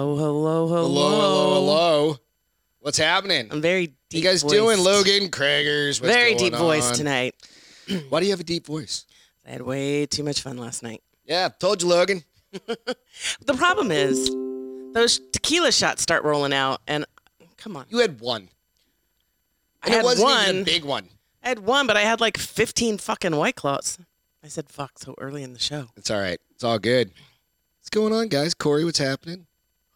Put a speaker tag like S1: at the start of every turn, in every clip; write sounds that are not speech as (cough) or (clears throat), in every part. S1: hello, hello,
S2: Hello, hello, hello. What's happening?
S1: I'm very deep.
S2: you guys
S1: voiced.
S2: doing, Logan Craggers? What's
S1: Very
S2: going
S1: deep voice
S2: on?
S1: tonight.
S2: Why do you have a deep voice?
S1: I had way too much fun last night.
S2: Yeah, told you, Logan.
S1: The problem is, those tequila shots start rolling out, and come on,
S2: You had one.
S1: I
S2: And
S1: had
S2: it wasn't
S1: one.
S2: even a big one.
S1: I had one, but I had like 15 fucking white claws. I said fuck so early in the show.
S2: It's all right. It's all good. What's going on, guys? Corey, what's happening?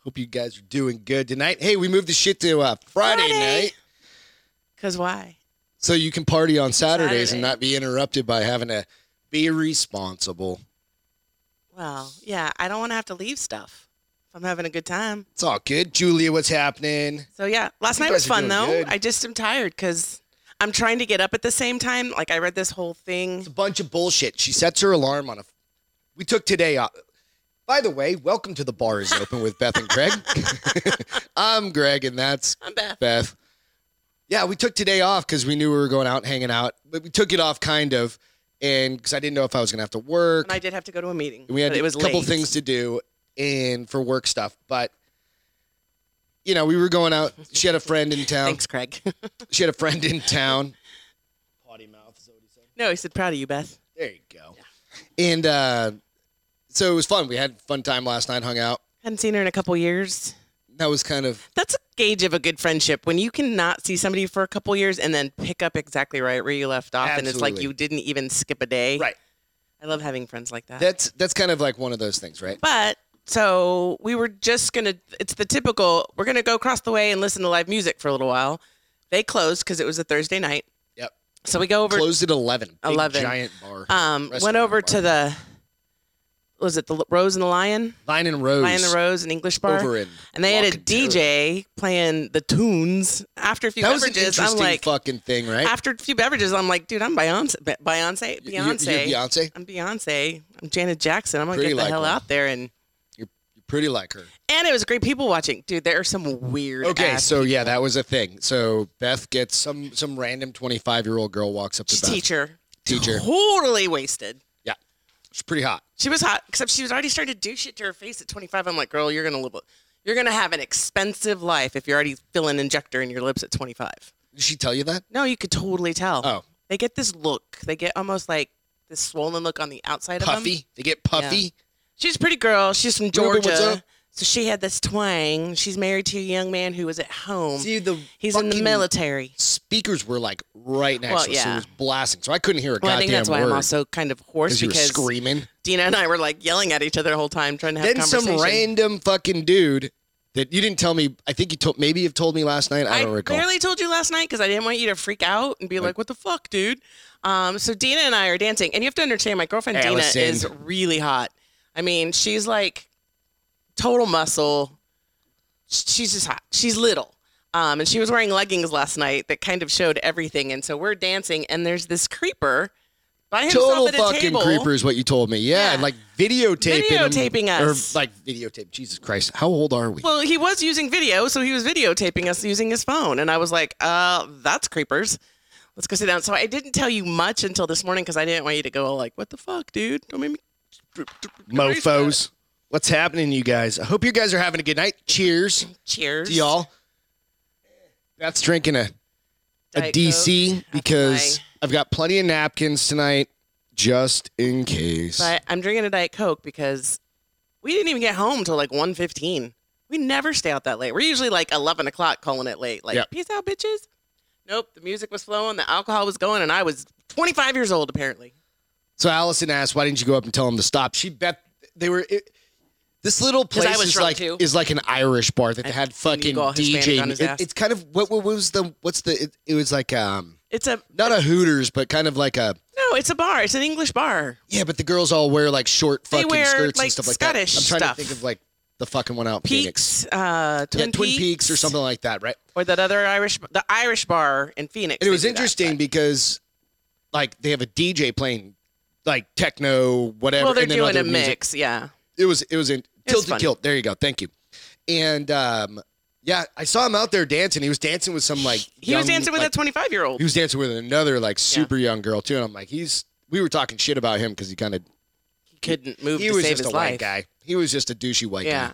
S2: Hope you guys are doing good tonight. Hey, we moved the shit to uh, Friday,
S1: Friday.
S2: night
S1: Cause why?
S2: so you can party on Saturdays
S1: Saturday.
S2: and not be interrupted by having to be responsible.
S1: Well, yeah, I don't want to have to leave stuff. if I'm having a good time.
S2: It's all good. Julia, what's happening?
S1: So yeah, last
S2: You
S1: night
S2: guys
S1: was
S2: are
S1: fun
S2: doing
S1: though.
S2: good.
S1: I just am tired because I'm trying to get up at the same time. Like I read this whole thing.
S2: It's a bunch of bullshit. She sets her alarm on a. We took today off. By the way, welcome to the bar is open with Beth and Greg. (laughs) I'm Greg, and that's
S1: I'm Beth.
S2: Beth. Yeah, we took today off because we knew we were going out and hanging out, but we took it off kind of, and because I didn't know if I was gonna have to work.
S1: And I did have to go to a meeting.
S2: We had
S1: but it was
S2: a couple
S1: late.
S2: things to do and for work stuff, but you know, we were going out. She had a friend in town.
S1: Thanks, Craig. (laughs)
S2: She had a friend in town. Potty mouth is what he said.
S1: no, he said proud of you, Beth.
S2: There you go. And uh, so it was fun. We had a fun time last night, hung out.
S1: Hadn't seen her in a couple years.
S2: That was kind of
S1: That's a gauge of a good friendship when you cannot see somebody for a couple years and then pick up exactly right where you left off, and it's like
S2: Absolutely.
S1: you didn't even skip a day. I love having friends like that.
S2: That's that's kind of like one of those things, right?
S1: But so we were just gonna. It's the typical. We're gonna go across the way and listen to live music for a little while. They closed because it was a Thursday night.
S2: Yep.
S1: So we go over.
S2: Closed at eleven. Big
S1: 11.
S2: Giant bar.
S1: um,
S2: restaurant
S1: went over
S2: bar.
S1: to the. Was it the L- Rose and the Lion?
S2: Vine and Rose.
S1: Lion and the Rose and English Bar.
S2: Over in
S1: and they had a
S2: Walkenderra.
S1: DJ playing the tunes after a few
S2: That was an
S1: beverages.
S2: interesting
S1: I'm like,
S2: fucking thing, right?
S1: after a few beverages, I'm like, dude, I'm Beyonce, Be- Beyonce,
S2: You- you-
S1: Beyonce.
S2: You're Beyonce.
S1: I'm Beyonce. I'm Janet Jackson. I'm gonna
S2: Pretty
S1: get the
S2: like
S1: hell
S2: her.
S1: out there and
S2: You're pretty like her.
S1: and it was great people watching, dude. There are some weird.
S2: Okay,
S1: ass
S2: so yeah, that was a thing. So Beth gets some some random 25 year old girl walks up to
S1: She's
S2: Beth.
S1: teacher,
S2: Teacher.
S1: totally wasted.
S2: Yeah, she's pretty hot.
S1: She was hot, except she was already starting to do shit to her face at 25. I'm like, girl, you're gonna live, a- you're gonna have an expensive life if you're already filling injector in your lips at 25.
S2: Did she tell you that?
S1: No, you could totally tell.
S2: Oh,
S1: They get this look. They get almost like this swollen look on the outside of them.
S2: puffy. They get puffy.
S1: She's a pretty girl. She's from
S2: Remember what's
S1: Georgia.
S2: up?
S1: So she had this twang. She's married to a young man who was at home.
S2: See, the
S1: He's in the
S2: fucking
S1: military.
S2: Speakers were like right next
S1: Well,
S2: to us. so
S1: yeah.
S2: It was blasting, so I couldn't hear a
S1: Well, I
S2: goddamn
S1: think that's why
S2: word
S1: I'm also kind of hoarse
S2: you were
S1: because
S2: screaming.
S1: Dina and I were like yelling at each other the whole time trying to have
S2: Then
S1: conversation.
S2: some random fucking dude that you didn't tell me. I think you told maybe you've told me last night. I
S1: I
S2: don't recall.
S1: barely told you last night because I didn't want you to freak out and be like, "What the fuck, dude?" Um, so Dina and I are dancing, and you have to understand, my girlfriend
S2: Allison.
S1: Dina is really hot. I mean, she's like total muscle. Sh- She's just hot. She's little. Um, and she was wearing leggings last night that kind of showed everything. And so we're dancing, and there's this creeper by himself
S2: Total
S1: at a
S2: fucking
S1: table.
S2: creeper is what you told me. Yeah,
S1: Yeah.
S2: and like videotaping, him-
S1: Videotaping us.
S2: or like videotape. Jesus Christ, how old are we?
S1: Well, he was using video, so he was videotaping us using his phone. And I was like, uh, that's creepers. Let's go sit down. So I didn't tell you much until this morning because I didn't want you to go like, what the fuck, dude? Don't make me.
S2: Mofos, what's happening, you guys? I hope you guys are having a good night. Cheers,
S1: Cheers.
S2: to y'all. Beth's drinking a a
S1: Diet
S2: DC
S1: Coke. That's
S2: because I've got plenty of napkins tonight, just in case.
S1: my- But I'm drinking a Diet Coke because we didn't even get home till like 1.15. We never stay out that late. We're usually like 11 o'clock calling it late. Like,
S2: Yeah.
S1: peace out, bitches. Nope. The music was flowing, the alcohol was going, and I was 25 years old, apparently.
S2: So Allison asked, "Why didn't you go up and tell him to stop?" She bet they were. It, this little
S1: 'Cause I
S2: place
S1: was
S2: is
S1: drunk,
S2: like
S1: too.
S2: is like an Irish bar that they had
S1: seen
S2: fucking
S1: you go all Hispanic
S2: DJ.
S1: on his
S2: It,
S1: ass.
S2: it's kind of what, what was the what's the it, it was like um
S1: It's a,
S2: not a Hooters but kind of like a
S1: no, it's a bar. It's an English bar.
S2: yeah. But the girls all wear like short
S1: They
S2: fucking
S1: wear,
S2: skirts
S1: like,
S2: and stuff like
S1: Scottish
S2: that. I'm trying
S1: stuff.
S2: to think of like the fucking one out in Phoenix.
S1: Peaks, uh, Twin,
S2: yeah, Twin Peaks. or something like that, right?
S1: or that other Irish, the Irish bar in Phoenix.
S2: And it
S1: they
S2: was
S1: do that,
S2: interesting
S1: but-
S2: because like they have a DJ playing like techno whatever.
S1: well, they're
S2: and then
S1: doing
S2: other
S1: a
S2: music.
S1: mix, yeah.
S2: It was it was in
S1: was
S2: tilted
S1: fun.
S2: kilt. There you go. Thank you. And um, yeah, I saw him out there dancing. He was dancing with some like
S1: He was
S2: young,
S1: dancing with
S2: like,
S1: a 25 year old.
S2: He was dancing with another like super young girl too. And I'm like, he's. We were talking shit about him because he kind of
S1: He couldn't move
S2: he
S1: to
S2: was
S1: save
S2: just
S1: his
S2: a
S1: life.
S2: white guy. He was just a douchey white
S1: Yeah.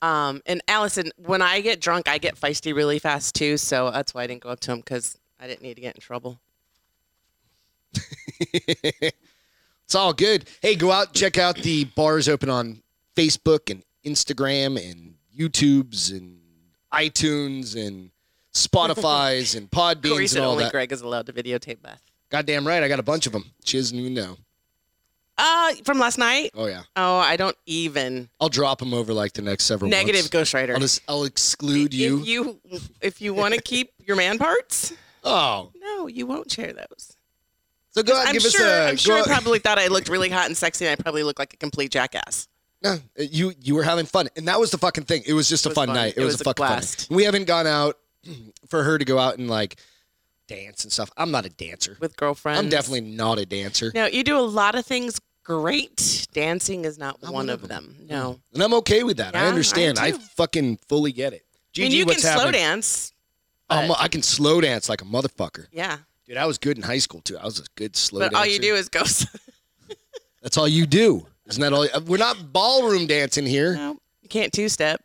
S2: guy.
S1: Um, and Allison, when I get drunk, I get feisty really fast too. So that's why I didn't go up to him because I didn't need to get in trouble.
S2: It's all good. Hey, go out check out the bars open on Facebook and Instagram and YouTube's and iTunes and
S1: (laughs)
S2: Spotify's and
S1: Corey
S2: Podbeans
S1: said
S2: and all
S1: only
S2: that.
S1: Greg is allowed to videotape Beth.
S2: Goddamn right, I got a bunch of them. She doesn't even know.
S1: Uh, from last night?
S2: Oh yeah,
S1: Oh, I don't even.
S2: I'll drop them over like the next several.
S1: Negative
S2: months.
S1: ghostwriter.
S2: I'll just I'll exclude you.
S1: If you, if you want to keep your man parts,
S2: Oh,
S1: no, you won't share those.
S2: so go out and
S1: I'm
S2: give
S1: sure.
S2: us a.
S1: I'm
S2: go
S1: sure. I
S2: out-
S1: probably thought I looked really hot and sexy, and I probably looked like a complete jackass.
S2: No, you you were having fun, and that was the fucking thing. It was just
S1: It
S2: a
S1: was
S2: fun,
S1: fun.
S2: night. It,
S1: It
S2: was,
S1: was
S2: a
S1: a
S2: fucking
S1: blast.
S2: fun. We haven't gone out for her to go out and like dance and stuff. I'm not a dancer.
S1: with girlfriends.
S2: I'm definitely not a dancer,
S1: No, you do a lot of things great. Dancing is not one, of them. No.
S2: and I'm okay with that.
S1: Yeah,
S2: I
S1: I
S2: understand. I,
S1: do.
S2: fucking fully get it.
S1: I mean,
S2: Gigi,
S1: you can
S2: what's
S1: slow
S2: happening?
S1: dance.
S2: Um, I can slow dance like a motherfucker,
S1: Yeah.
S2: dude. I was good in high school too. I was a good slow.
S1: But all you
S2: dancer.
S1: do is go. (laughs)
S2: That's all you do. Isn't that all? you- We're not ballroom dancing here.
S1: no, you can't two step.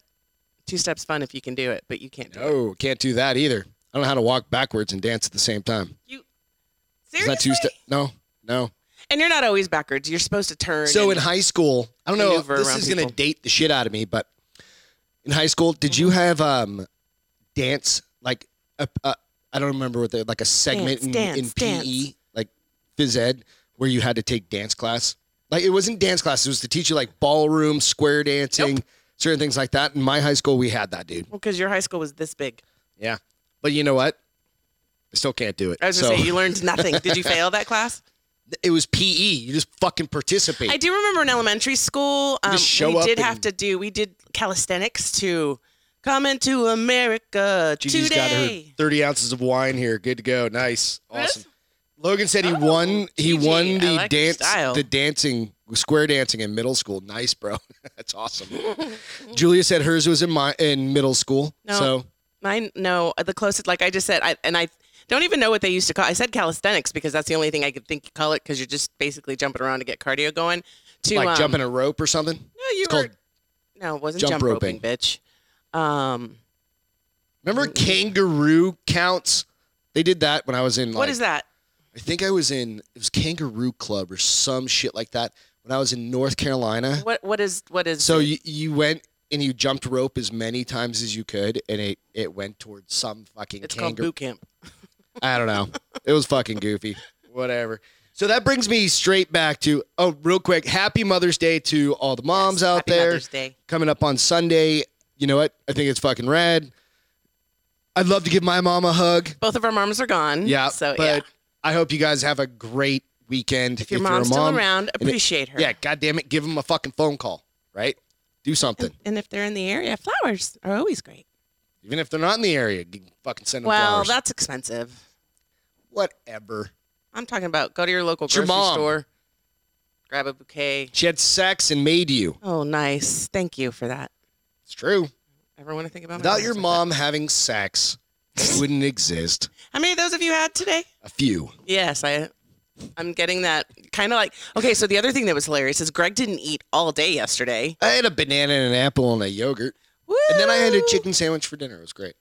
S1: Two step's fun if you can do it, but you can't do it.
S2: No, can't do that either. I don't know how to walk backwards and dance at the same time.
S1: You
S2: Is
S1: seriously?
S2: that two step? No, no.
S1: And you're not always backwards. You're supposed to turn.
S2: So in
S1: and-
S2: high school, I don't know. if
S1: maneuver
S2: This
S1: around
S2: is going to
S1: people. Mm-hmm.
S2: date the shit out of me, but in high school, did you have um dance like a, a, I don't remember what they like a segment
S1: Dance,
S2: in,
S1: dance,
S2: in
S1: dance.
S2: PE like phys ed where you had to take dance class? Like it wasn't dance class; it was to teach you like ballroom, square dancing, certain things like that. In my high school, we had that, dude.
S1: well, because your high school was this big.
S2: Yeah, but you know what? I still can't do it.
S1: I was
S2: So,
S1: gonna say you learned nothing. Did
S2: (laughs)
S1: you fail that class?
S2: it was PE. You just fucking participate.
S1: I do remember in elementary school, um,
S2: just show
S1: we
S2: up
S1: did have
S2: and-
S1: to do. We did calisthenics to come into America
S2: Gigi's got her
S1: today.
S2: 30 ounces of wine here. Good to go. Nice.
S1: Really?
S2: Awesome. Logan said he
S1: Oh,
S2: won. He
S1: Gigi,
S2: won
S1: I
S2: the
S1: like your
S2: dance,
S1: style.
S2: the dancing, square dancing in middle school. Nice, bro. (laughs) That's awesome. Julia said hers was in my in middle school.
S1: No.
S2: So
S1: Mine, no, the closest, like I just said, I and I don't even know what they used to call. I said calisthenics because that's the only thing I could think you call it because you're just basically jumping around to get cardio going. To
S2: like
S1: um,
S2: jumping a rope or something.
S1: No, you
S2: It's
S1: were.
S2: called
S1: No, it wasn't
S2: jump
S1: jump, roping, bitch. Um,
S2: Remember kangaroo counts? They did that when I was in like
S1: what is that?
S2: I think I was in it was kangaroo club or some shit like that when I was in North Carolina.
S1: What what is what is?
S2: So you, you went and you jumped rope as many times as you could, and it, it went towards some fucking
S1: it's called
S2: kangaroo.
S1: boot camp.
S2: I don't know. It was fucking goofy. Whatever. So that brings me straight back to oh, real quick. Happy Mother's Day to all the moms out
S1: Happy
S2: there
S1: Mother's Day.
S2: coming up on Sunday. You know what? I think it's fucking rad. I'd love to give my mom a hug.
S1: Both of our moms are gone.
S2: Yeah,
S1: So
S2: but
S1: yeah.
S2: I hope you guys have a great weekend.
S1: If your
S2: you're a
S1: mom's
S2: mom.
S1: still around, appreciate her.
S2: yeah, goddamn it, give them a fucking phone call, right? Do something.
S1: And if they're in the area, flowers are always great.
S2: Even if they're not in the area, g- fucking send them
S1: Well,
S2: flowers.
S1: that's expensive.
S2: Whatever.
S1: I'm talking about go to your local
S2: It's your
S1: grocery
S2: mom.
S1: store, grab a bouquet.
S2: She had sex and made you.
S1: Oh, nice. Thank you for that.
S2: It's true.
S1: Ever want to think about my
S2: Without
S1: parents
S2: your
S1: like
S2: mom having sex, it wouldn't exist.
S1: that? How many of those have you had today?
S2: A few.
S1: Yes, I. I'm getting that kind of like okay. So the other thing that was hilarious is Greg didn't eat all day yesterday.
S2: I had a banana and an apple and a yogurt,
S1: Woo!
S2: and then I had a chicken sandwich for dinner. It was great.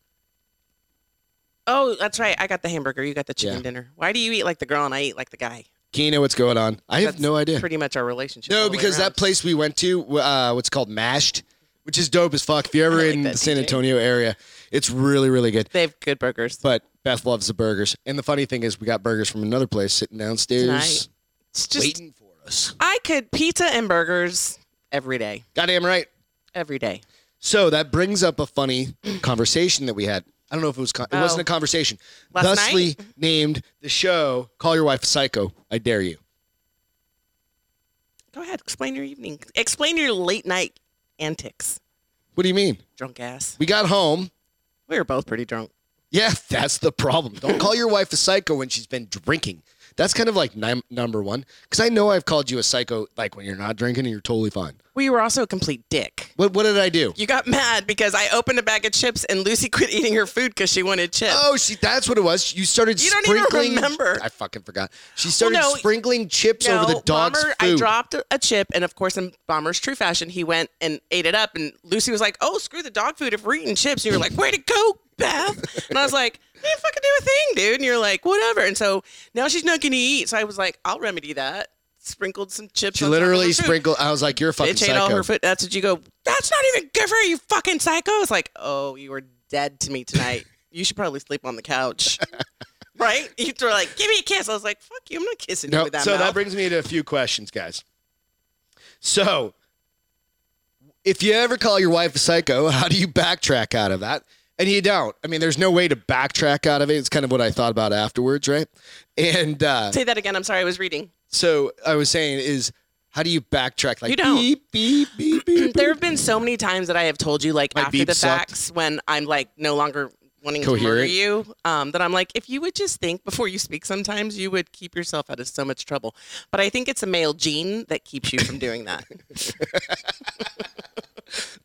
S1: Oh, that's right. I got the hamburger. You got the chicken
S2: Yeah.
S1: dinner. Why do you eat like the girl and I eat like the guy?
S2: Keno, what's going on? I have
S1: That's
S2: no idea.
S1: Pretty much our relationship. all
S2: No,
S1: the way
S2: because
S1: around.
S2: that place we went to, uh, what's called Mashed, which is dope as fuck. If you're ever
S1: I like
S2: in
S1: that,
S2: the San
S1: DJ.
S2: Antonio area, it's really, really good.
S1: they have good burgers.
S2: But Beth loves the burgers. And the funny thing is, we got burgers from another place sitting downstairs
S1: Tonight. It's just
S2: waiting for us.
S1: I could pizza and burgers every day.
S2: Goddamn right.
S1: Every day.
S2: So that brings up a funny conversation that we had. I don't know if it was, con- it
S1: Oh.
S2: wasn't a conversation.
S1: Last
S2: Thusly named the show Call Your Wife a Psycho. I dare you.
S1: Go ahead, explain your evening. Explain your late night antics.
S2: What do you mean?
S1: Drunk ass.
S2: We got home.
S1: We were both pretty drunk.
S2: (laughs) Yeah, that's the problem. Don't call your wife a psycho when she's been drinking. That's kind of like num- number one. Because I know I've called you a psycho, like when you're not drinking and you're totally fine.
S1: Well, you were also a complete dick.
S2: What, what did I do?
S1: You got (laughs) mad because I opened a bag of chips and Lucy quit eating her food because she wanted chips.
S2: Oh, she, that's what it was. You started
S1: You don't even
S2: sprinkling.
S1: remember.
S2: I fucking forgot. She started
S1: no,
S2: sprinkling chips over the dog's
S1: Bomber,
S2: food.
S1: I dropped a chip, and of course, in Bomber's true fashion, he went and ate it up. And Lucy was like, "Oh, screw the dog food! If we're eating chips, and you were like, way to go, Beth!" And I was like, "I didn't fucking do a thing, dude." And you're like, "Whatever." And so now she's not gonna eat. So I was like, "I'll remedy that." Sprinkled some chips.
S2: she
S1: on top of
S2: literally
S1: her food.
S2: sprinkled. I was like, you're a fucking
S1: Bitch ate all
S2: psycho.
S1: her food. That's what you go. That's not even good for you, you fucking psycho. It's like, oh, you were dead to me tonight. you should probably sleep on the
S2: (laughs)
S1: couch. Right? You were like, give me a kiss. I was like, fuck you. I'm not kissing you
S2: No,
S1: with that
S2: so
S1: mouth.
S2: that brings me to a few questions, guys. So, if you ever call your wife a psycho, how do you backtrack out of that? And you don't. I mean, there's no way to backtrack out of it. It's kind of what I thought about afterwards, right? And uh,
S1: Say that again. I'm sorry. I was reading.
S2: so I was saying is, how do you backtrack? Like
S1: You don't.
S2: beep beep beep
S1: (clears throat)
S2: beep.
S1: There have been so many times that I have told you, like
S2: My
S1: after
S2: beep
S1: the
S2: sucked.
S1: facts, when I'm like no longer wanting to murder
S2: Coherent.
S1: you, um, that I'm like, if you would just think before you speak, sometimes you would keep yourself out of so much trouble. But I think it's a male gene that keeps you from doing
S2: (laughs)
S1: that.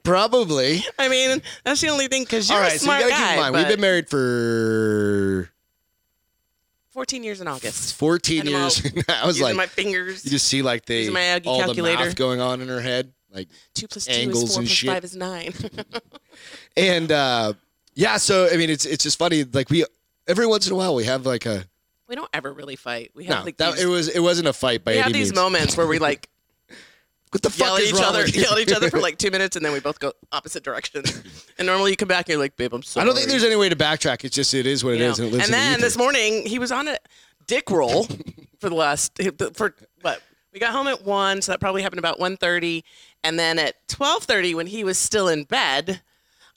S2: Probably.
S1: I mean, that's the only thing because you're
S2: All
S1: a
S2: right. So you
S1: smart
S2: gotta
S1: guy.
S2: keep in mind
S1: but
S2: we've been married for
S1: 14 years in August.
S2: 14
S1: And I'm
S2: years. (laughs) I was
S1: Using
S2: like,
S1: my fingers.
S2: you just see like the
S1: using my Aggie
S2: all the
S1: calculator.
S2: math going on in her head, like.
S1: two plus two
S2: angles
S1: is four
S2: and
S1: plus
S2: shit.
S1: five is nine. (laughs)
S2: And uh, yeah, so I mean, it's it's just funny. Like we every once in a while we have like a
S1: we don't ever really fight. We have
S2: no,
S1: like
S2: that,
S1: these,
S2: it was it wasn't a fight by
S1: we have
S2: any
S1: these
S2: means.
S1: moments where we like
S2: what the fuck
S1: yell at
S2: is
S1: each
S2: wrong
S1: other,
S2: with you?
S1: yell at each other for
S2: (laughs)
S1: like two minutes, and then we both go opposite directions. and normally you come back and you're like, "Babe, I'm sorry."
S2: I don't think there's any way to backtrack. It's just it is what it
S1: You know?
S2: is, and it lives
S1: and
S2: in the
S1: then
S2: ether.
S1: this morning he was on a dick roll
S2: (laughs)
S1: for the last for what we got home at one, so that probably happened about 1.30. and then at twelve thirty when he was still in bed.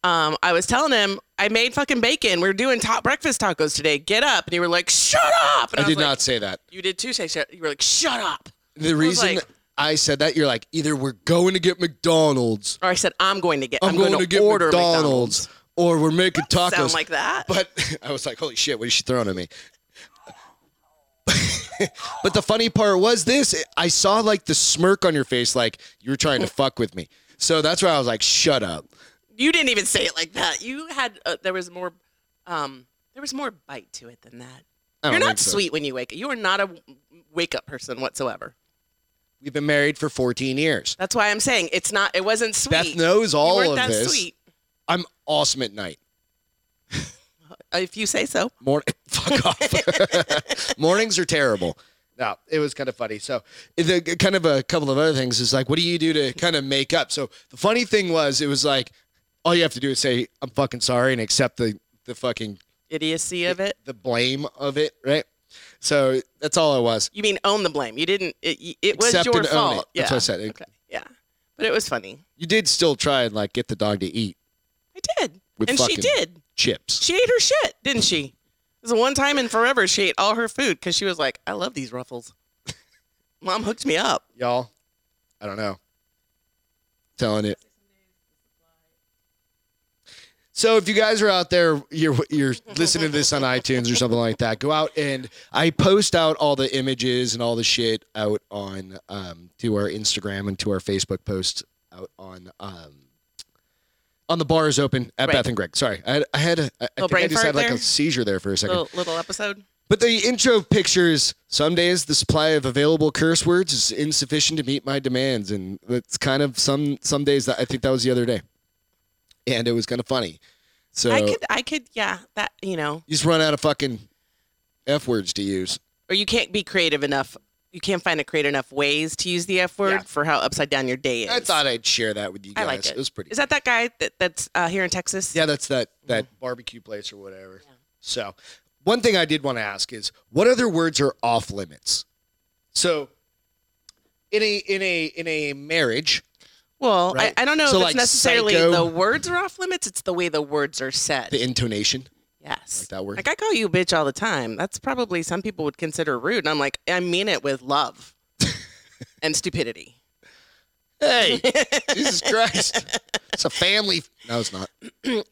S1: Um, I was telling him I made fucking bacon. We are doing top breakfast tacos today. Get up, and you were like, "Shut up!" And
S2: I
S1: was
S2: did
S1: like,
S2: not say that.
S1: You did too. Say shut. You were like, "Shut up!"
S2: The reason
S1: like-
S2: I said that, you're like either we're going to get McDonald's,
S1: Or I said, "I'm going to get.
S2: I'm, going, to, get
S1: order
S2: McDonald's, or we're making tacos.
S1: Sound like that?
S2: But (laughs) I was like, holy shit, what is she throwing at me? (laughs) but the funny part was this I saw like the smirk on your face, like you were
S1: Oh.
S2: trying to fuck with me. So that's why I was like, shut up.
S1: You didn't even say it like that. You had uh, there was more, um, there was more bite to it than that.
S2: I
S1: You're
S2: don't
S1: not
S2: think so.
S1: sweet when you wake up. You are not a w- wake up person whatsoever.
S2: We've been married for 14 years.
S1: That's why I'm saying it's not. It wasn't sweet.
S2: Beth knows
S1: you
S2: all
S1: weren't
S2: of
S1: that
S2: this.
S1: sweet.
S2: I'm awesome at night.
S1: Uh, If you say so.
S2: Morning, (laughs) fuck off. (laughs) Mornings are terrible. No, it was kind of funny. So, the kind of a couple of other things is like, what do you do to kind of make up? So, the funny thing was, it was like, all you have to do is say, "I'm fucking sorry" and accept the the fucking
S1: Idiocy of it.
S2: the blame of it, right? So that's all it was.
S1: You mean own the blame. You didn't. It, y- it was
S2: Accept
S1: your
S2: and own it.
S1: fault. Yeah.
S2: That's what I said. It-
S1: Okay. Yeah. But it was funny.
S2: You did still try and like get the dog to eat
S1: I did.
S2: With
S1: and she
S2: fucking-
S1: did.
S2: chips.
S1: She ate her shit, didn't she? It was the one time in forever she ate all her food because she was like, I love these ruffles. (laughs) Mom hooked me up.
S2: Y'all, I don't know. Telling it. So if you guys are out there, you're you're listening to this on iTunes or something like that, go out and I post out all the images and all the shit out on um, to our Instagram and to our Facebook posts out on um, on the bar is open at
S1: Right.
S2: Beth and Greg. Sorry, I, I had a I, I
S1: Little
S2: think I
S1: brain
S2: just
S1: fart
S2: had like
S1: there?
S2: a seizure there for a second.
S1: Little, little episode.
S2: But the intro pictures, some days the supply of available curse words is insufficient to meet my demands. And that's kind of some some days that I think that was the other day. And it was kind of funny. So
S1: I
S2: you
S1: could, I could, yeah, that, you know,
S2: just run out of fucking F words to use.
S1: or you can't be creative enough. You can't find a creative enough ways to use the F word
S2: Yeah.
S1: for how upside down your day is.
S2: I thought I'd share that with you
S1: I
S2: guys.
S1: like it.
S2: was pretty
S1: Is Mm-hmm. that that guy that, that's uh, here in Texas?
S2: Yeah, that's that that barbecue place or whatever. So, one thing I did want to ask is what other words are off limits? So, in a in a in a marriage,
S1: Well,
S2: Right.
S1: I, I don't know
S2: So,
S1: if
S2: like,
S1: it's necessarily
S2: psycho-
S1: the words are off limits. It's the way the words are said.
S2: the intonation
S1: yes.
S2: like that word.
S1: Like I call you bitch all the time. That's probably some people would consider rude. And I'm like, I mean it with
S2: (laughs)
S1: love and stupidity. (laughs)
S2: Hey, Jesus Christ. It's a family. No, it's not.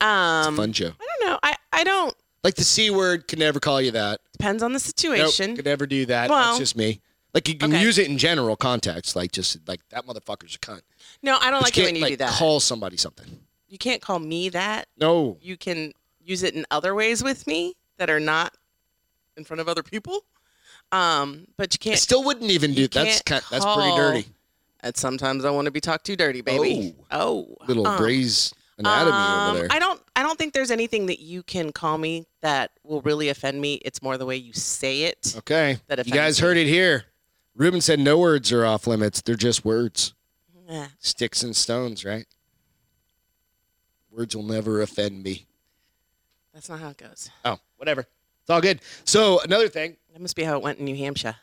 S1: Um,
S2: Fun show.
S1: I don't know. I, I don't.
S2: Like the C word could never call you that.
S1: Depends on the
S2: Nope,
S1: situation.
S2: could never do that.
S1: Well-
S2: That's just me. Like you can
S1: Okay.
S2: use it in general context, like just like that motherfucker's a cunt.
S1: no, I don't
S2: But
S1: like
S2: you
S1: it
S2: can't
S1: when you
S2: like
S1: do that.
S2: call somebody something.
S1: you can't call me that.
S2: No,
S1: You can use it in other ways with me that are not in front of other people. Um, but you
S2: I
S1: can't.
S2: still wouldn't even do
S1: you
S2: that's
S1: can't
S2: ki- that's pretty
S1: call
S2: dirty.
S1: And sometimes I want to be talked to dirty, baby. Oh,
S2: Little
S1: uh,
S2: Grey's anatomy
S1: um,
S2: over there.
S1: I don't. I don't think there's anything that you can call me that will really offend me. It's more the way you say it.
S2: okay,
S1: that
S2: you
S1: offends
S2: guys heard it here. Ruben said no words are off limits; they're just words, Oh.
S1: Eh,
S2: sticks and stones. Right? Words will never offend me.
S1: that's not how it goes.
S2: Oh, whatever. It's all good. So another thing.
S1: That must be how it went in New Hampshire.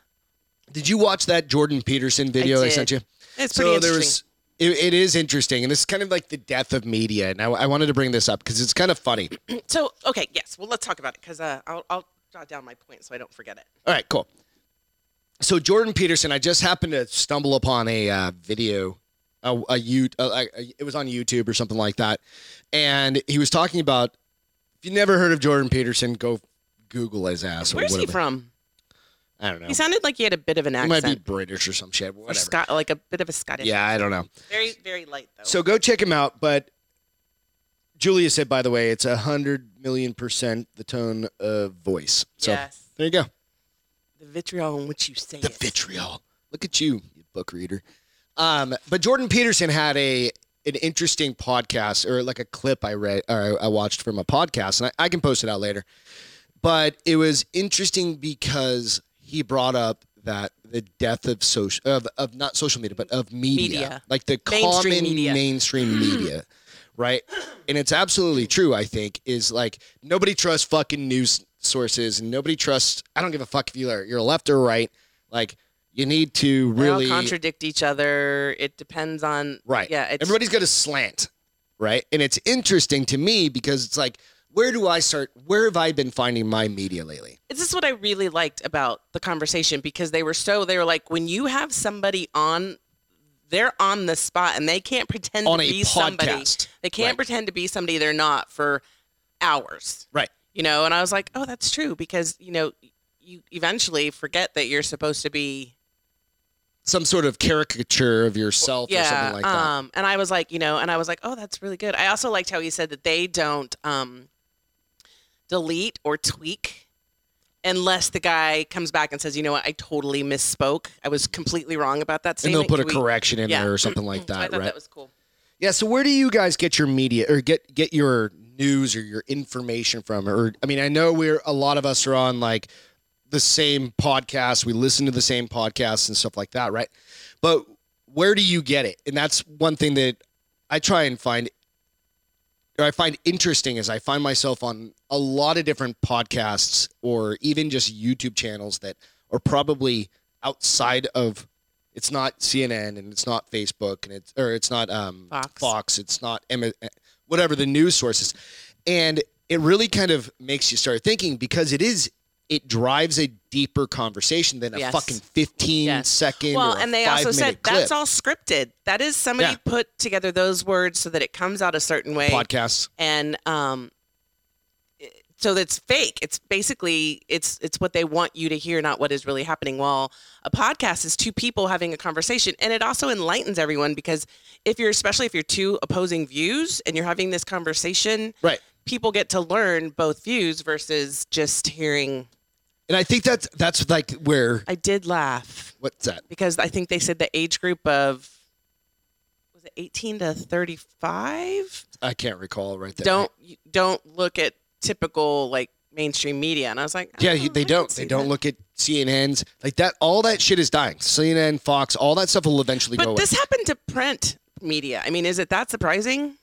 S2: Did you watch that Jordan Peterson video I,
S1: did.
S2: sent you?
S1: It's pretty
S2: so
S1: interesting.
S2: there was. It, it is interesting, and this is kind of like the death of media. And I, I wanted to bring this up because it's kind of funny.
S1: So okay, yes. Well, let's talk about it because uh, I'll, I'll jot down my point so I don't forget it.
S2: All right, cool. So Jordan Peterson, I just happened to stumble upon a uh, video, a, a, you- a, a it was on YouTube or something like that, and he was talking about. If you never heard of Jordan Peterson, go Google his ass. or
S1: Where's he
S2: whatever.
S1: from?
S2: I don't know.
S1: He sounded like he had a bit of an
S2: He
S1: accent,
S2: might be British or some shit.
S1: or
S2: Whatever.
S1: Scot- like a bit of a Scottish.
S2: Yeah, I don't know.
S1: Very, very light though.
S2: So go check him out. But Julia said, by the way, it's a hundred million percent the tone of voice. So
S1: yes,
S2: there you go.
S1: the vitriol in which you say
S2: The
S1: it.
S2: vitriol. Look at you, you book reader. Um, but Jordan Peterson had a an interesting podcast or like a clip I read or I watched from a podcast, and I, I can post it out later. But it was interesting because he brought up that the death of social of, of not social media but of media,
S1: Media.
S2: like the
S1: Mainstream
S2: common
S1: media. (clears throat)
S2: mainstream media right and it's absolutely true i think is like nobody trusts fucking news sources and nobody trusts i don't give a fuck if you are you're left or right like you need to
S1: They all
S2: really
S1: contradict each other. It depends on
S2: right
S1: Yeah, it's,
S2: everybody's got a slant right and it's interesting to me because it's like where do i start where have i been finding my media lately
S1: this is what I really liked about the conversation because they were so they were like when you have somebody on they're on the spot and they can't pretend
S2: on
S1: to
S2: a
S1: be
S2: podcast
S1: somebody. They can't
S2: Right.
S1: pretend to be somebody they're not for hours.
S2: Right.
S1: You know, and I was like, "Oh, that's true because, you know, you eventually forget that you're supposed to be
S2: some sort of caricature of yourself or something like that
S1: um, and I was like, you know, and I was like, oh, that's really good. I also liked how he said that they don't um, delete or tweak unless the guy comes back and says, you know what, I totally misspoke. I was completely wrong about that
S2: and
S1: statement.
S2: they'll put a
S1: Can we-"
S2: correction in
S1: Yeah.
S2: there or something like
S1: So (clears throat) I
S2: that
S1: thought
S2: right
S1: that was cool.
S2: Yeah. So where do you guys get your media or get get your news or your information from? Or I mean, I know we're a lot of us are on like the same podcast. We listen to the same podcasts and stuff like that, right? But where do you get it? And that's one thing that I try and find or I find interesting is I find myself on a lot of different podcasts or even just YouTube channels that are probably outside of it's not CNN and it's not Facebook and it's or it's not um,
S1: Fox.
S2: it's not M- whatever the news sources, and it really kind of makes you start thinking because it is it drives a deeper conversation than a
S1: Yes.
S2: fucking fifteen second
S1: Yes. Well,
S2: or a
S1: and they also said
S2: five-minute clip.
S1: that's all scripted. That is somebody
S2: Yeah.
S1: put together those words so that it comes out a certain way.
S2: podcasts
S1: and um it- so that's fake it's basically it's it's what they want you to hear not what is really happening while a podcast is two people having a conversation and it also enlightens everyone because if you're especially if you're two opposing views and you're having this conversation
S2: right.
S1: people get to learn both views versus just hearing
S2: And I think that's that's like where
S1: i did laugh
S2: what's that?
S1: because i think they said the age group of was it 18 to 35
S2: I can't recall right there.
S1: don't you don't look at typical like mainstream media and i was like
S2: Yeah,
S1: oh,
S2: you-
S1: I
S2: they
S1: can
S2: don't.
S1: see
S2: They don't
S1: that.
S2: look at CNN's like that. All that shit is dying. CNN, Fox, all that stuff will eventually go
S1: but
S2: away.
S1: this happened to print media i mean is it that surprising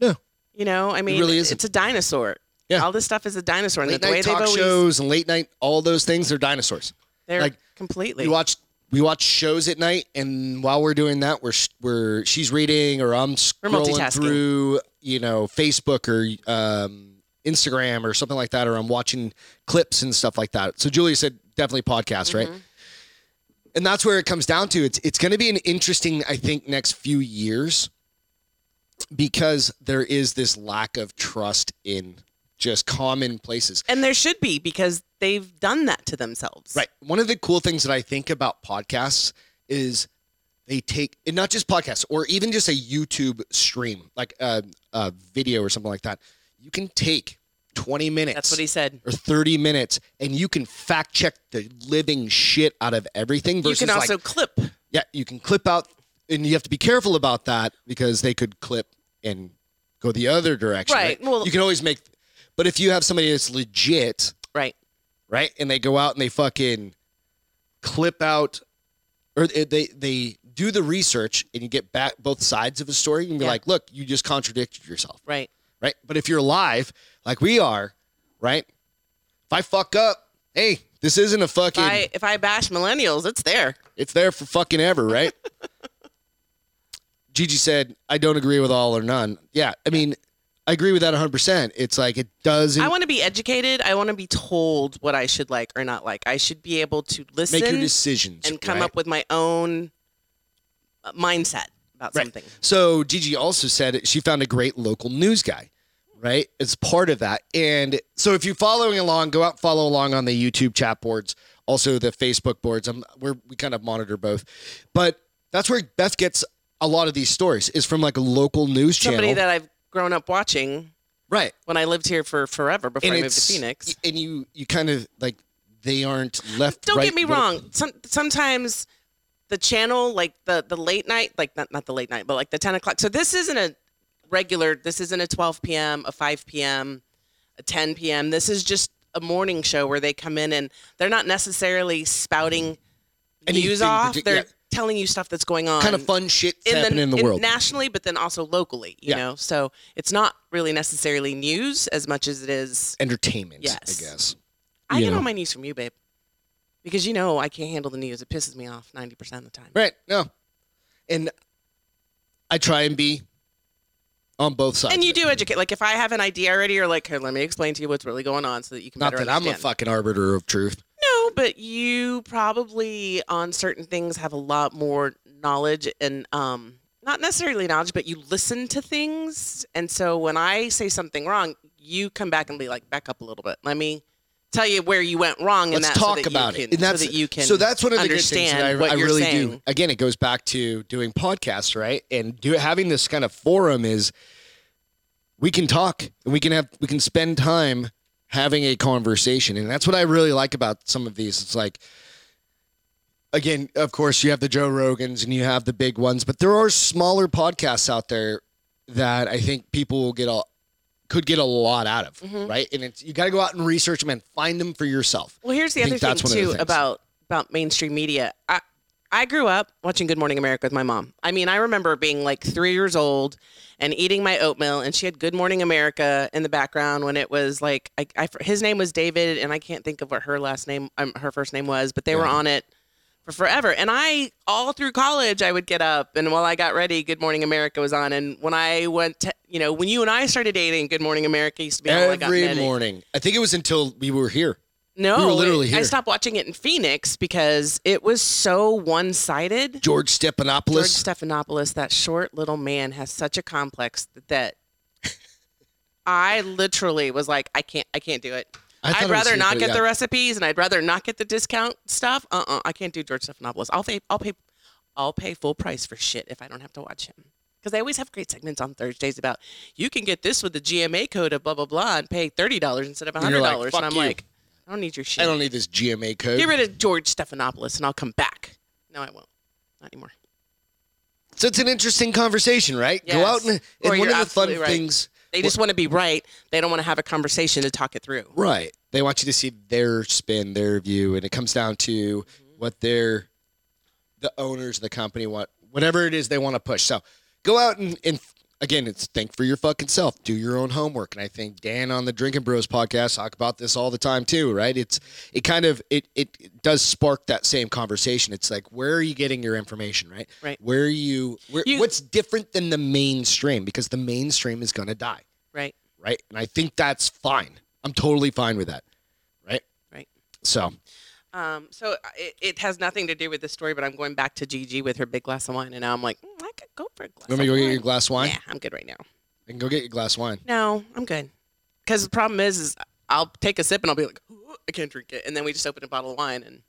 S2: No.
S1: you know i mean
S2: really
S1: it-
S2: isn't.
S1: it's a dinosaur
S2: Yeah.
S1: all this stuff is a dinosaur and
S2: late
S1: the way
S2: night
S1: they've
S2: talk
S1: always
S2: shows and late night, all those things, they're dinosaurs.
S1: they're
S2: like,
S1: completely
S2: We watch we watch shows at night, and while we're doing that, we're sh- we're she's reading or I'm scrolling
S1: multitasking.
S2: through, you know, Facebook or um, Instagram or something like that, or I'm watching clips and stuff like that. So Julia said definitely podcast, right? and that's where it comes down to it's it's going to be an interesting i think next few years because there is this lack of trust in just common places.
S1: And there should be because they've done that to themselves.
S2: Right. One of the cool things that I think about podcasts is they take, and not just podcasts, or even just a YouTube stream, like a, a video or something like that. You can take 20 minutes
S1: That's what he said.
S2: or 30 minutes and you can fact check the living shit out of everything
S1: You
S2: versus
S1: can also
S2: like,
S1: clip.
S2: yeah, you can clip out, and you have to be careful about that because they could clip and go the other direction.
S1: Right, well-
S2: you can always make, but if you have somebody that's legit,
S1: Right.
S2: right? And they go out and they fucking clip out, or they they, they do the research, and you get back both sides of a story, and be
S1: Yeah.
S2: like, look, you just contradicted yourself,
S1: Right.
S2: right? But if you're live, like we are, right? If I fuck up, hey, this isn't a
S1: If
S2: fucking.
S1: I, if I bash millennials, it's there.
S2: It's there for fucking
S1: (laughs)
S2: ever, right? Gigi said, I don't agree with all or none. Yeah, I mean, I agree with that 100%. It's like, it doesn't
S1: I want to be educated. I want to be told what I should like or not like. I should be able to listen
S2: make your decisions.
S1: and come
S2: right?
S1: up with my own uh, mindset about
S2: Right.
S1: something.
S2: So Gigi also said it- she found a great local news guy, right? It's part of that. And so if you're following along, go out and follow along on the YouTube chat boards, also the Facebook boards. I'm, we're, we kind of monitor both. But that's where Beth gets a lot of these stories is from like a local news
S1: Somebody
S2: channel.
S1: that I've grown up watching
S2: right.
S1: when I lived here for forever before I moved to
S2: it's-
S1: Phoenix.
S2: y- And you you kind of like they aren't left.
S1: Don't
S2: right,
S1: get me
S2: middle-
S1: wrong. Some, sometimes the channel, like the the late night, like not not the late night, but like the ten o'clock. So this isn't a regular. This isn't a twelve p.m., a five p.m., a ten p.m. This is just a morning show where they come in and they're not necessarily spouting news
S2: Mm-hmm. Anything
S1: off.
S2: partic-
S1: they're
S2: yeah.
S1: telling you stuff that's going on.
S2: Kind of fun shit
S1: in the,
S2: happening in the world.
S1: nationally, but then also locally. You
S2: Yeah.
S1: know, so it's not really necessarily news as much as it is.
S2: Entertainment.
S1: Yes.
S2: I guess.
S1: I
S2: you
S1: get
S2: know.
S1: all my news from you, babe, because you know I can't handle the news. It pisses me off ninety percent of the time.
S2: Right. No. And I try and be on both sides.
S1: And you
S2: of it.
S1: do educate. Like if I have an idea already, or like, here, let me explain to you what's really going on, so that you can.
S2: Not
S1: better
S2: that I'm a
S1: understand.
S2: fucking arbiter of truth.
S1: No, but you probably on certain things have a lot more knowledge and um not necessarily knowledge, but you listen to things. And so when I say something wrong, you come back and be like, back up a little bit. Let me tell you where you went wrong in
S2: Let's
S1: that so
S2: talk
S1: that you
S2: about
S1: can-
S2: it. And that's
S1: so that you can
S2: So that's one of the good things
S1: understand
S2: that I,
S1: what
S2: I
S1: you're
S2: really
S1: saying.
S2: do. Again, it goes back to doing podcasts, right? And do, having this kind of forum is we can talk and we can have we can spend time having a conversation, and that's what I really like about some of these. It's like. Again, of course, you have the Joe Rogans and you have the big ones, but there are smaller podcasts out there that I think people will get a could get a lot out of,
S1: Mm-hmm.
S2: right? And it's you got to go out and research them and find them for yourself.
S1: Well, here's the
S2: I
S1: other
S2: think
S1: thing
S2: that's one of the
S1: too
S2: things.
S1: about about mainstream media. I I grew up watching Good Morning America with my mom. I mean, I remember being like three years old and eating my oatmeal, and she had Good Morning America in the background when it was like I, I, his name was David, and I can't think of what her last name, um, her first name was, but they were
S2: Yeah.
S1: on it for forever. And I all through college, I would get up, and while I got ready, Good Morning America was on. And when I went, to, you know, when you and I started dating, Good Morning America used to be all I got
S2: every
S1: ready.
S2: morning. I think it was until we were here.
S1: No,
S2: We were literally
S1: it- I
S2: here.
S1: stopped watching it in Phoenix because it was so one-sided.
S2: George
S1: George
S2: Stephanopoulos.
S1: Stephanopoulos, that short little man, has such a complex that I literally was like, I can't, I can't do it.
S2: I thought
S1: I'd
S2: it was
S1: rather
S2: him,
S1: not
S2: but
S1: get
S2: yeah.
S1: the recipes, and I'd rather not get the discount stuff. Uh, uh I can't do George Stephanopoulos. I'll pay, I'll pay, I'll pay full price for shit if I don't have to watch him. Because they always have great segments on Thursdays about you can get this with the GMA code of blah blah blah and pay thirty dollars instead of
S2: And you're
S1: hundred
S2: like,
S1: dollars.
S2: "Fuck
S1: and I'm
S2: you."
S1: like, I don't need your shit.
S2: I don't need this GMA code.
S1: Get rid of George Stephanopoulos and I'll come back. No, I won't. Not anymore.
S2: so it's an interesting conversation, right? Go
S1: Yes.
S2: out and,
S1: Or
S2: and one
S1: you're
S2: of the fun
S1: absolutely right.
S2: things,
S1: They just want to be right. They don't want to have a conversation to talk it through.
S2: right? They want you to see their spin, their view, and it comes down to what their the owners of the company want, whatever it is they want to push. So go out and, and again, it's think for your fucking self. Do your own homework. And I think Dan on the Drinking Bros podcast talk about this all the time too, right? It's it kind of it it, it does spark that same conversation. It's like where are you getting your information, right?
S1: Right.
S2: Where are you, where,
S1: You-
S2: what's different than the mainstream? Because the mainstream is gonna die,
S1: Right.
S2: right? And I think that's fine. I'm totally fine with that. Right?
S1: Right.
S2: So
S1: Um, so it, it has nothing to do with the story, but I'm going back to Gigi with her big glass of wine, and now I'm like, mm, I could go for a glass.
S2: let me
S1: of
S2: go get
S1: wine.
S2: your glass of wine.
S1: Yeah, I'm good right now.
S2: I can go get your glass of wine.
S1: No, I'm good. because the problem is, is I'll take a sip and I'll be like, "Ooh, I can't drink it, and then we just open a bottle of wine, and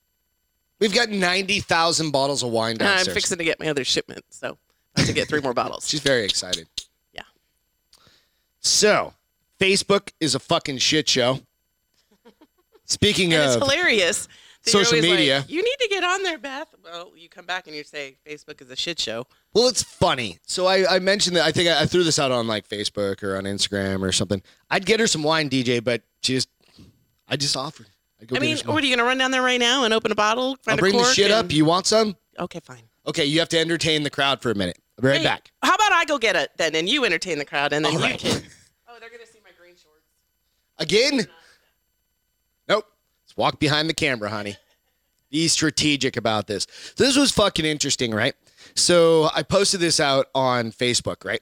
S2: We've got 90,000 bottles of wine
S1: (laughs) I'm
S2: downstairs.
S1: fixing to get my other shipment, so I have to get three more (laughs) bottles.
S2: She's very excited.
S1: Yeah.
S2: So, Facebook is a fucking shit
S1: (laughs)
S2: show. Speaking
S1: And it's
S2: of,
S1: hilarious. that you're
S2: social
S1: always like,
S2: media.
S1: you need to get on there, Beth. Well, you come back and you say Facebook is a shit show.
S2: well, it's funny. So I, I mentioned that I think I, I threw this out on like Facebook or on Instagram or something. I'd get her some wine, DJ, but she just, I just offered. I'd go
S1: I
S2: get her
S1: mean,
S2: some wine.
S1: what are you gonna run down there right now and open a bottle?
S2: I'll
S1: Find a
S2: bring the
S1: cork
S2: shit
S1: and-
S2: up. You want some?
S1: Okay, fine.
S2: Okay, you have to entertain the crowd for a minute. I'll be right
S1: Hey,
S2: back.
S1: How about I go get it then, and you entertain the crowd, and then
S2: All
S1: you
S2: right. (laughs)
S1: can. Oh, they're gonna see my green shorts.
S2: Again? Nope. Let's walk behind the camera, honey. Be strategic about this. So this was fucking interesting, right? So I posted this out on Facebook, right?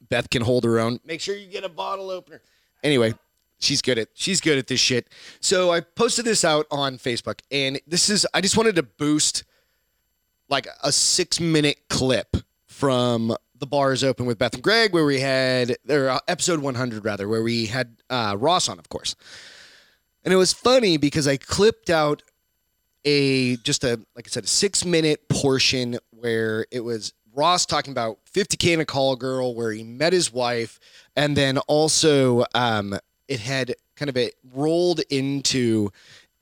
S2: Beth can hold her own. Make sure you get a bottle opener. Anyway, she's good at she's good at this shit. So I posted this out on Facebook, and this is I just wanted to boost like a six minute clip from the bar is open with Beth and Greg, where we had or uh, episode 100 rather, where we had uh, Ross on, of course. And it was funny because I clipped out a just a like I said a six minute portion where it was Ross talking about 50k and a call girl, where he met his wife, and then also um, it had kind of it rolled into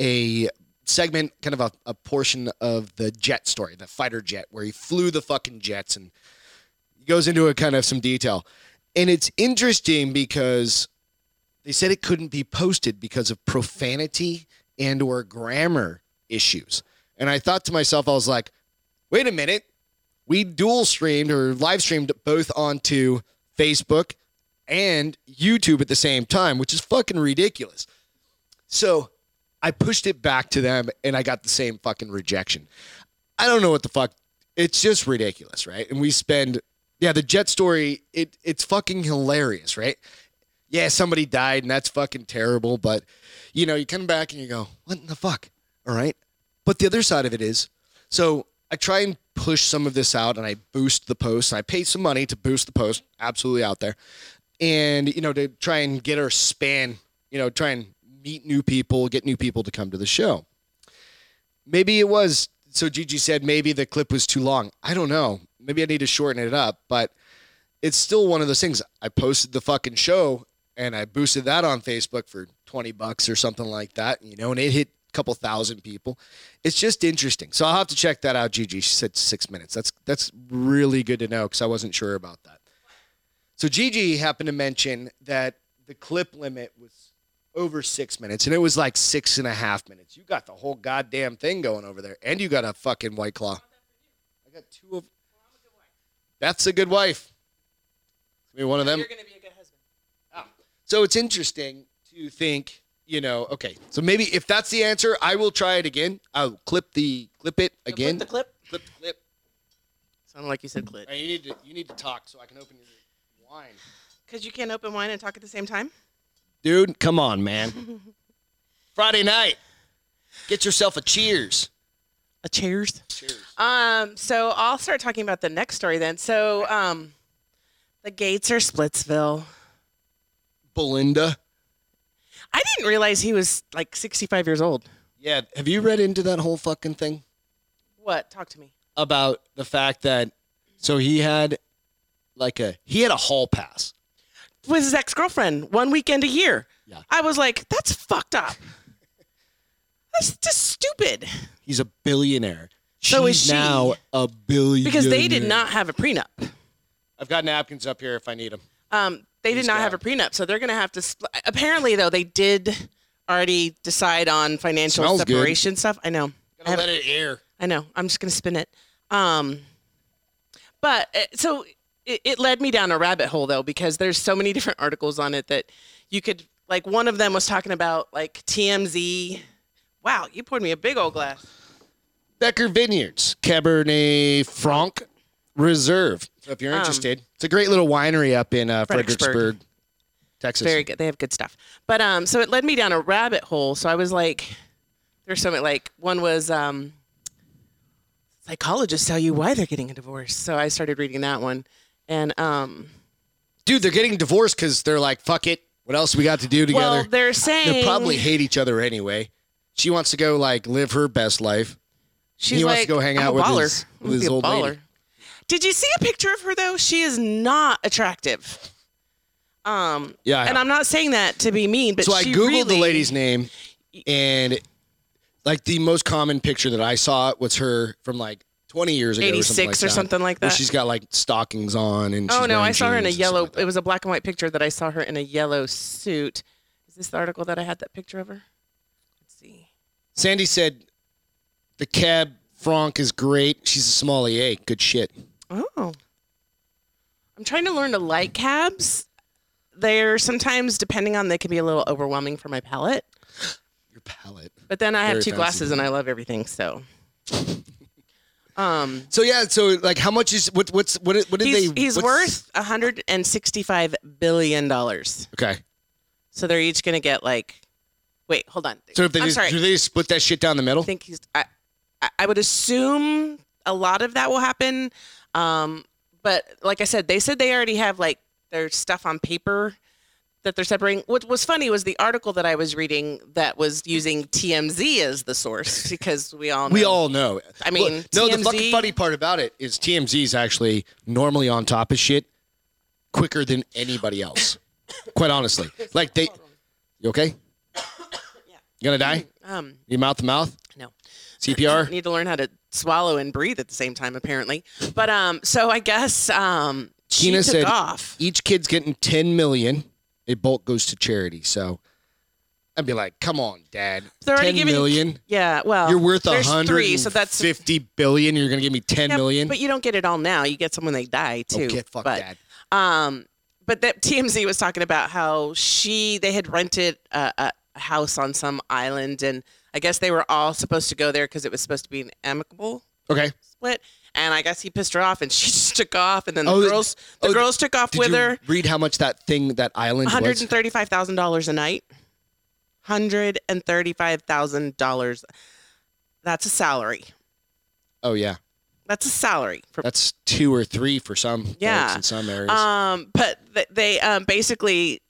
S2: a segment, kind of a, a portion of the jet story, the fighter jet, where he flew the fucking jets and he goes into a kind of some detail. And it's interesting because they said it couldn't be posted because of profanity and or grammar issues. And I thought to myself, I was like, wait a minute. We dual streamed or live streamed both onto Facebook and YouTube at the same time, which is fucking ridiculous. So I pushed it back to them and I got the same fucking rejection. I don't know what the fuck. It's just ridiculous, right? And we spend yeah, the jet story, it it's fucking hilarious, right? Yeah, somebody died and that's fucking terrible, but you know, you come back and you go, "What in the fuck?" All right? But the other side of it is, so I try and push some of this out and I boost the post. And I paid some money to boost the post, absolutely out there. And you know, to try and get our span, you know, try and meet new people, get new people to come to the show maybe it was so Gigi said maybe the clip was too long. I don't know. Maybe I need to shorten it up, but it's still one of those things. I posted the fucking show and I boosted that on Facebook for 20 bucks or something like that, you know, and it hit a couple thousand people. It's just interesting. So I'll have to check that out, Gigi. She said 6 minutes. That's that's really good to know cuz I wasn't sure about that. So Gigi happened to mention that the clip limit was over six minutes, and it was like six and a half minutes. You got the whole goddamn thing going over there, and you got a fucking white claw. I got two of. That's a good wife. Maybe one of them.
S1: You're gonna be a good husband.
S2: So it's interesting to think, you know, okay, so maybe if that's the answer, I will try it again. I'll clip the clip it
S1: You'll clip
S2: again.
S1: the clip.
S2: clip, the clip.
S1: Sounded like you said clit.
S2: All right, you need to you need to talk so I can open your wine.
S1: Because you can't open wine and talk at the same time?
S2: Dude, come on, (laughs) man. Friday night. Get yourself a cheers. Uh,
S1: A cheers.
S2: Cheers.
S1: Um, so I'll start talking about the next story then. So um, the Gates are Splitsville.
S2: Belinda.
S1: I didn't realize he was like 65 years old.
S2: Yeah, have you read into that whole fucking thing
S1: What? Talk to me.
S2: about the fact that so he had like a he had a hall pass.
S1: With his ex girlfriend, one weekend a year.
S2: Yeah.
S1: I was like, that's fucked
S2: (laughs)
S1: up. that's just stupid.
S2: He's a billionaire.
S1: So is
S2: She's
S1: she.
S2: now a billionaire.
S1: Because they did not have a prenup.
S2: I've got napkins up here if I need them.
S1: Um, they did
S2: He's
S1: not
S2: got-
S1: have a prenup, so they're going to have to. Spl- Apparently, though, they did already decide on financial
S2: Smells good.
S1: separation stuff. I know. I
S2: Gonna
S1: have-
S2: let it air.
S1: I know. I'm just going to spin it. Um, but uh, so it, it led me down a rabbit hole though, because there's so many different articles on it that you could like. One of them was talking about like TMZ. Wow, you poured me a big old glass.
S2: Becker Vineyards, Cabernet Franc Reserve. So if you're interested, it's a great little winery up in uh, Um, Fredericksburg,
S1: Fredericksburg.
S2: Texas.
S1: Very good. They have good stuff. But um, so it led me down a rabbit hole. So I was like, there's so many. Like one was um, psychologists tell you why they're getting a divorce. So I started reading that one, and um,
S2: Dude, they're getting divorced because they're like, fuck it. What else we got to do together?
S1: Well, they're saying
S2: They probably hate each other anyway. She wants to go like live her best life.
S1: she's
S2: he
S1: like,
S2: wants to go hang
S1: I'm
S2: out
S1: a
S2: with
S1: baller.
S2: his-
S1: I'm
S2: with
S1: gonna
S2: his
S1: be a
S2: old lady.
S1: baller. Did you see a picture of her though? She is not attractive. Um,
S2: Yeah, I
S1: and
S2: know.
S1: I'm not saying that to be mean, but
S2: So I
S1: she
S2: googled
S1: really,
S2: the lady's name, and like the most common picture that I saw was her from like 20 years ago, or something like
S1: 86 or
S2: that,
S1: something like
S2: where
S1: that.
S2: she's got like stockings on and.
S1: Oh
S2: she's
S1: no, I
S2: wearing
S1: saw her in a
S2: jeans and stuff
S1: yellow.
S2: like that.
S1: it was a black and white picture that I saw her in a yellow suit. Is this the article that I had that picture of her? Let's see.
S2: Sandy said, "The cab Franck is great. She's a sommelier. Good shit.
S1: Oh. I'm trying to learn to like cabs. They're sometimes, depending on, they can be a little overwhelming for my palate.
S2: Your palate."
S1: But then I have
S2: Very
S1: two
S2: fancy.
S1: glasses and I love everything.
S2: (laughs)
S1: So, um,
S2: So yeah, so like, how much is what? What's what? What did
S1: he's,
S2: they?
S1: he's
S2: what's-
S1: worth 165 billion dollars.
S2: Okay.
S1: So they're each gonna get like, wait, hold on.
S2: So if they
S1: I'm
S2: just,
S1: sorry.
S2: do they split that shit down the middle?
S1: I think he's. I, I- I would assume a lot of that will happen. Um, but like I said, they said they already have like their stuff on paper that they're separating. What was funny was the article that I was reading that was using TMZ as the source because we all know.
S2: We all know.
S1: I mean,
S2: Look, no. The
S1: TMZ
S2: fucking funny part about it is TMZ's actually normally on top of shit quicker than
S1: (laughs)
S2: anybody else. quite honestly, like they. You okay? You gonna die?
S1: um
S2: You mouth to mouth
S1: no
S2: CPR.
S1: need to learn how to swallow and breathe at the same time apparently. But um so I guess um she
S2: Gina
S1: took
S2: said-
S1: off.
S2: Each kid's getting ten million. A bulk goes to charity. So I'd be like, come on, Dad.
S1: They're already
S2: Ten
S1: giving-
S2: million?
S1: Yeah, well,
S2: You're worth a
S1: Oh, there's
S2: hundred.
S1: three, so that's
S2: fifty billion. You're gonna give me ten
S1: Yeah,
S2: million? Oh,
S1: But you don't get it all now. You get some when they die too.
S2: Okay, fuck
S1: but,
S2: that.
S1: Um, but that TMZ was talking about how she they had rented a, a house on some island, and I guess they were all supposed to go there because it was supposed to be an amicable
S2: Okay.
S1: split. And I guess he pissed her off, and she (laughs) just took off, and then the
S2: Oh, th-
S1: girls the
S2: oh,
S1: girls took off
S2: Did
S1: with
S2: you
S1: her.
S2: read how much that thing that island
S1: One hundred
S2: was?
S1: and thirty-five thousand dollars a night. Hundred and thirty-five thousand dollars. That's a salary.
S2: Oh yeah,
S1: That's a salary for
S2: that's two or three for some.
S1: Yeah.
S2: folks in some areas.
S1: Um, but th- they um, basically,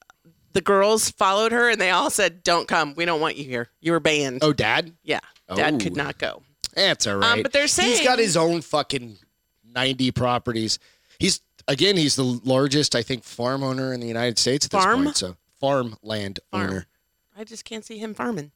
S1: the girls followed her and they all said, "Don't come. We don't want you here. You were banned."
S2: oh, Dad,
S1: yeah, Dad could
S2: Oh.
S1: not go.
S2: that's all right.
S1: Um, but they're saying
S2: he's got his own fucking ninety properties. He's again, he's the largest, I think, farm owner in the United States at this
S1: Farm?
S2: point. So farmland
S1: Farm.
S2: owner.
S1: I just can't see him farming.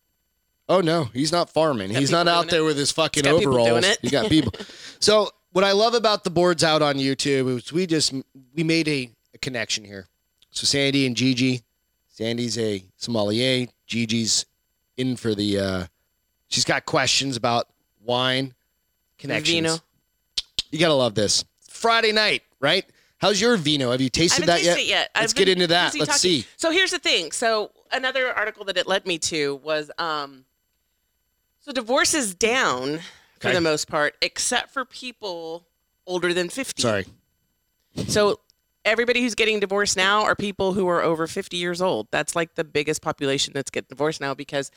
S2: Oh no, he's not farming.
S1: Got
S2: He's not
S1: people
S2: out
S1: doing
S2: there with his fucking
S1: He's got people
S2: overalls.
S1: doing it.
S2: He
S1: (laughs)
S2: got people. so what I love about the boards out on YouTube is we just we made a, a connection here. So Sandy and Gigi, Sandy's a sommelier. Gigi's in for the. Uh, she's got questions about wine connections.
S1: Vino.
S2: You gotta love this. Friday night, right? How's your vino? Have you
S1: I
S2: tasted
S1: haven't
S2: that
S1: tasted it
S2: yet?
S1: yet.
S2: Let's
S1: I've
S2: get
S1: been
S2: into that.
S1: busy
S2: Let's
S1: talking.
S2: see.
S1: So here's the thing. So another article that it led me to was um, so divorce is down for
S2: Okay.
S1: the most part, except for people older than fifty.
S2: Sorry.
S1: So everybody who's getting divorced now are people who are over 50 years old. That's like the biggest population that's getting divorced now because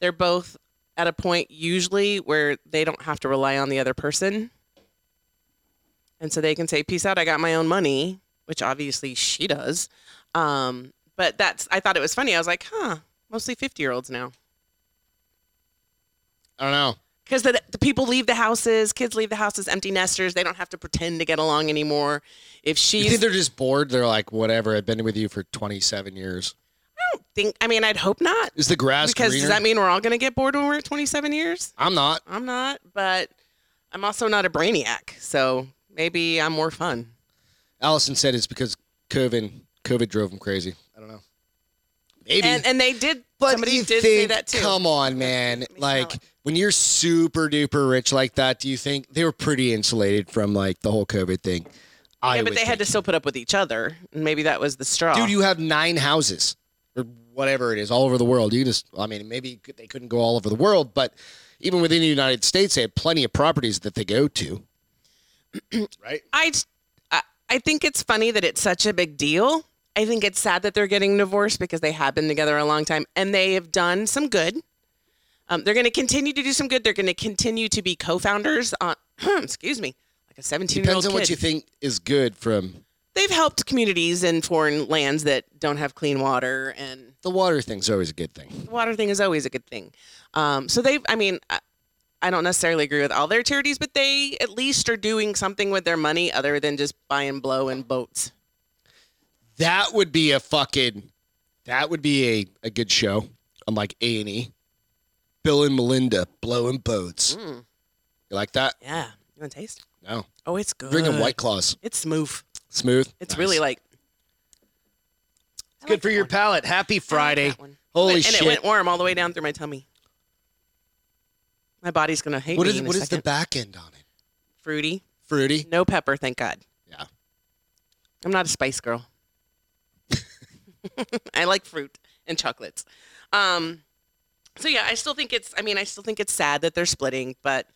S1: they're both at a point usually where they don't have to rely on the other person. And so they can say, "Peace out, I got my own money," which obviously she does. Um, but that's I thought it was funny. I was like, "Huh, mostly 50-year-olds now."
S2: I don't know.
S1: because the, the people leave the houses, kids leave the houses, empty nesters. They don't have to pretend to get along anymore. If
S2: You
S1: she's
S2: think they're just bored? They're like, whatever. I've been with you for 27 years.
S1: think I mean, I'd hope not.
S2: Is the grass
S1: because
S2: greener?
S1: does that mean we're all going to get bored when we're at 27 years?
S2: I'm not.
S1: I'm not, but I'm also not a brainiac, so maybe I'm more fun.
S2: Allison said it's because COVID COVID drove him crazy. I don't know. Maybe.
S1: And and they did.
S2: but
S1: somebody
S2: you
S1: did say
S2: think-
S1: that too.
S2: Come on, man.
S1: Let me smell
S2: Like
S1: it.
S2: when you're super duper rich like that, do you think they were pretty insulated from like the whole COVID thing? I
S1: yeah, but
S2: would
S1: they had to
S2: think.
S1: still put up with each other, and maybe that was the straw.
S2: Dude, you have nine houses or whatever it is all over the world. You just, I mean, maybe they couldn't go all over the world, but even within the United States, they had plenty of properties that they go to. right?
S1: I, j- I- I think it's funny that it's such a big deal. I think it's sad that they're getting divorced because they have been together a long time and they have done some good. Um, they're going to continue to do some good. They're going to continue to be co-founders on, (clears throat) excuse me, like a 17 year old
S2: Depends
S1: kid.
S2: on what you think is good from
S1: they've helped communities in foreign lands that don't have clean water and
S2: The water thing's always a good thing.
S1: water thing is always a good thing. Um, so they, I mean, I, I don't necessarily agree with all their charities, but they at least are doing something with their money other than just buy and blow and boats.
S2: That would be a fucking. That would be a, a good show. I'm like A and E, Bill and Melinda blowing boats.
S1: Mm,
S2: You like that?
S1: yeah, you want to taste?
S2: No.
S1: Oh, it's good.
S2: Drinking White Claws,
S1: It's smooth.
S2: smooth.
S1: It's
S2: Nice.
S1: really like. I
S2: It's good
S1: like
S2: for
S1: that
S2: your
S1: one.
S2: palate.
S1: I
S2: Happy
S1: like
S2: Friday.
S1: that one.
S2: Holy
S1: and
S2: shit!
S1: it went warm all the way down through my tummy. My body's gonna hate
S2: what
S1: me
S2: is
S1: in
S2: what
S1: a
S2: is the
S1: second.
S2: back end on it?
S1: fruity?
S2: Fruity.
S1: No pepper, thank God.
S2: Yeah.
S1: I'm not a spice girl. (laughs) I like fruit and chocolates. Um, so yeah, I still think it's. I mean, I still think it's sad that they're splitting, but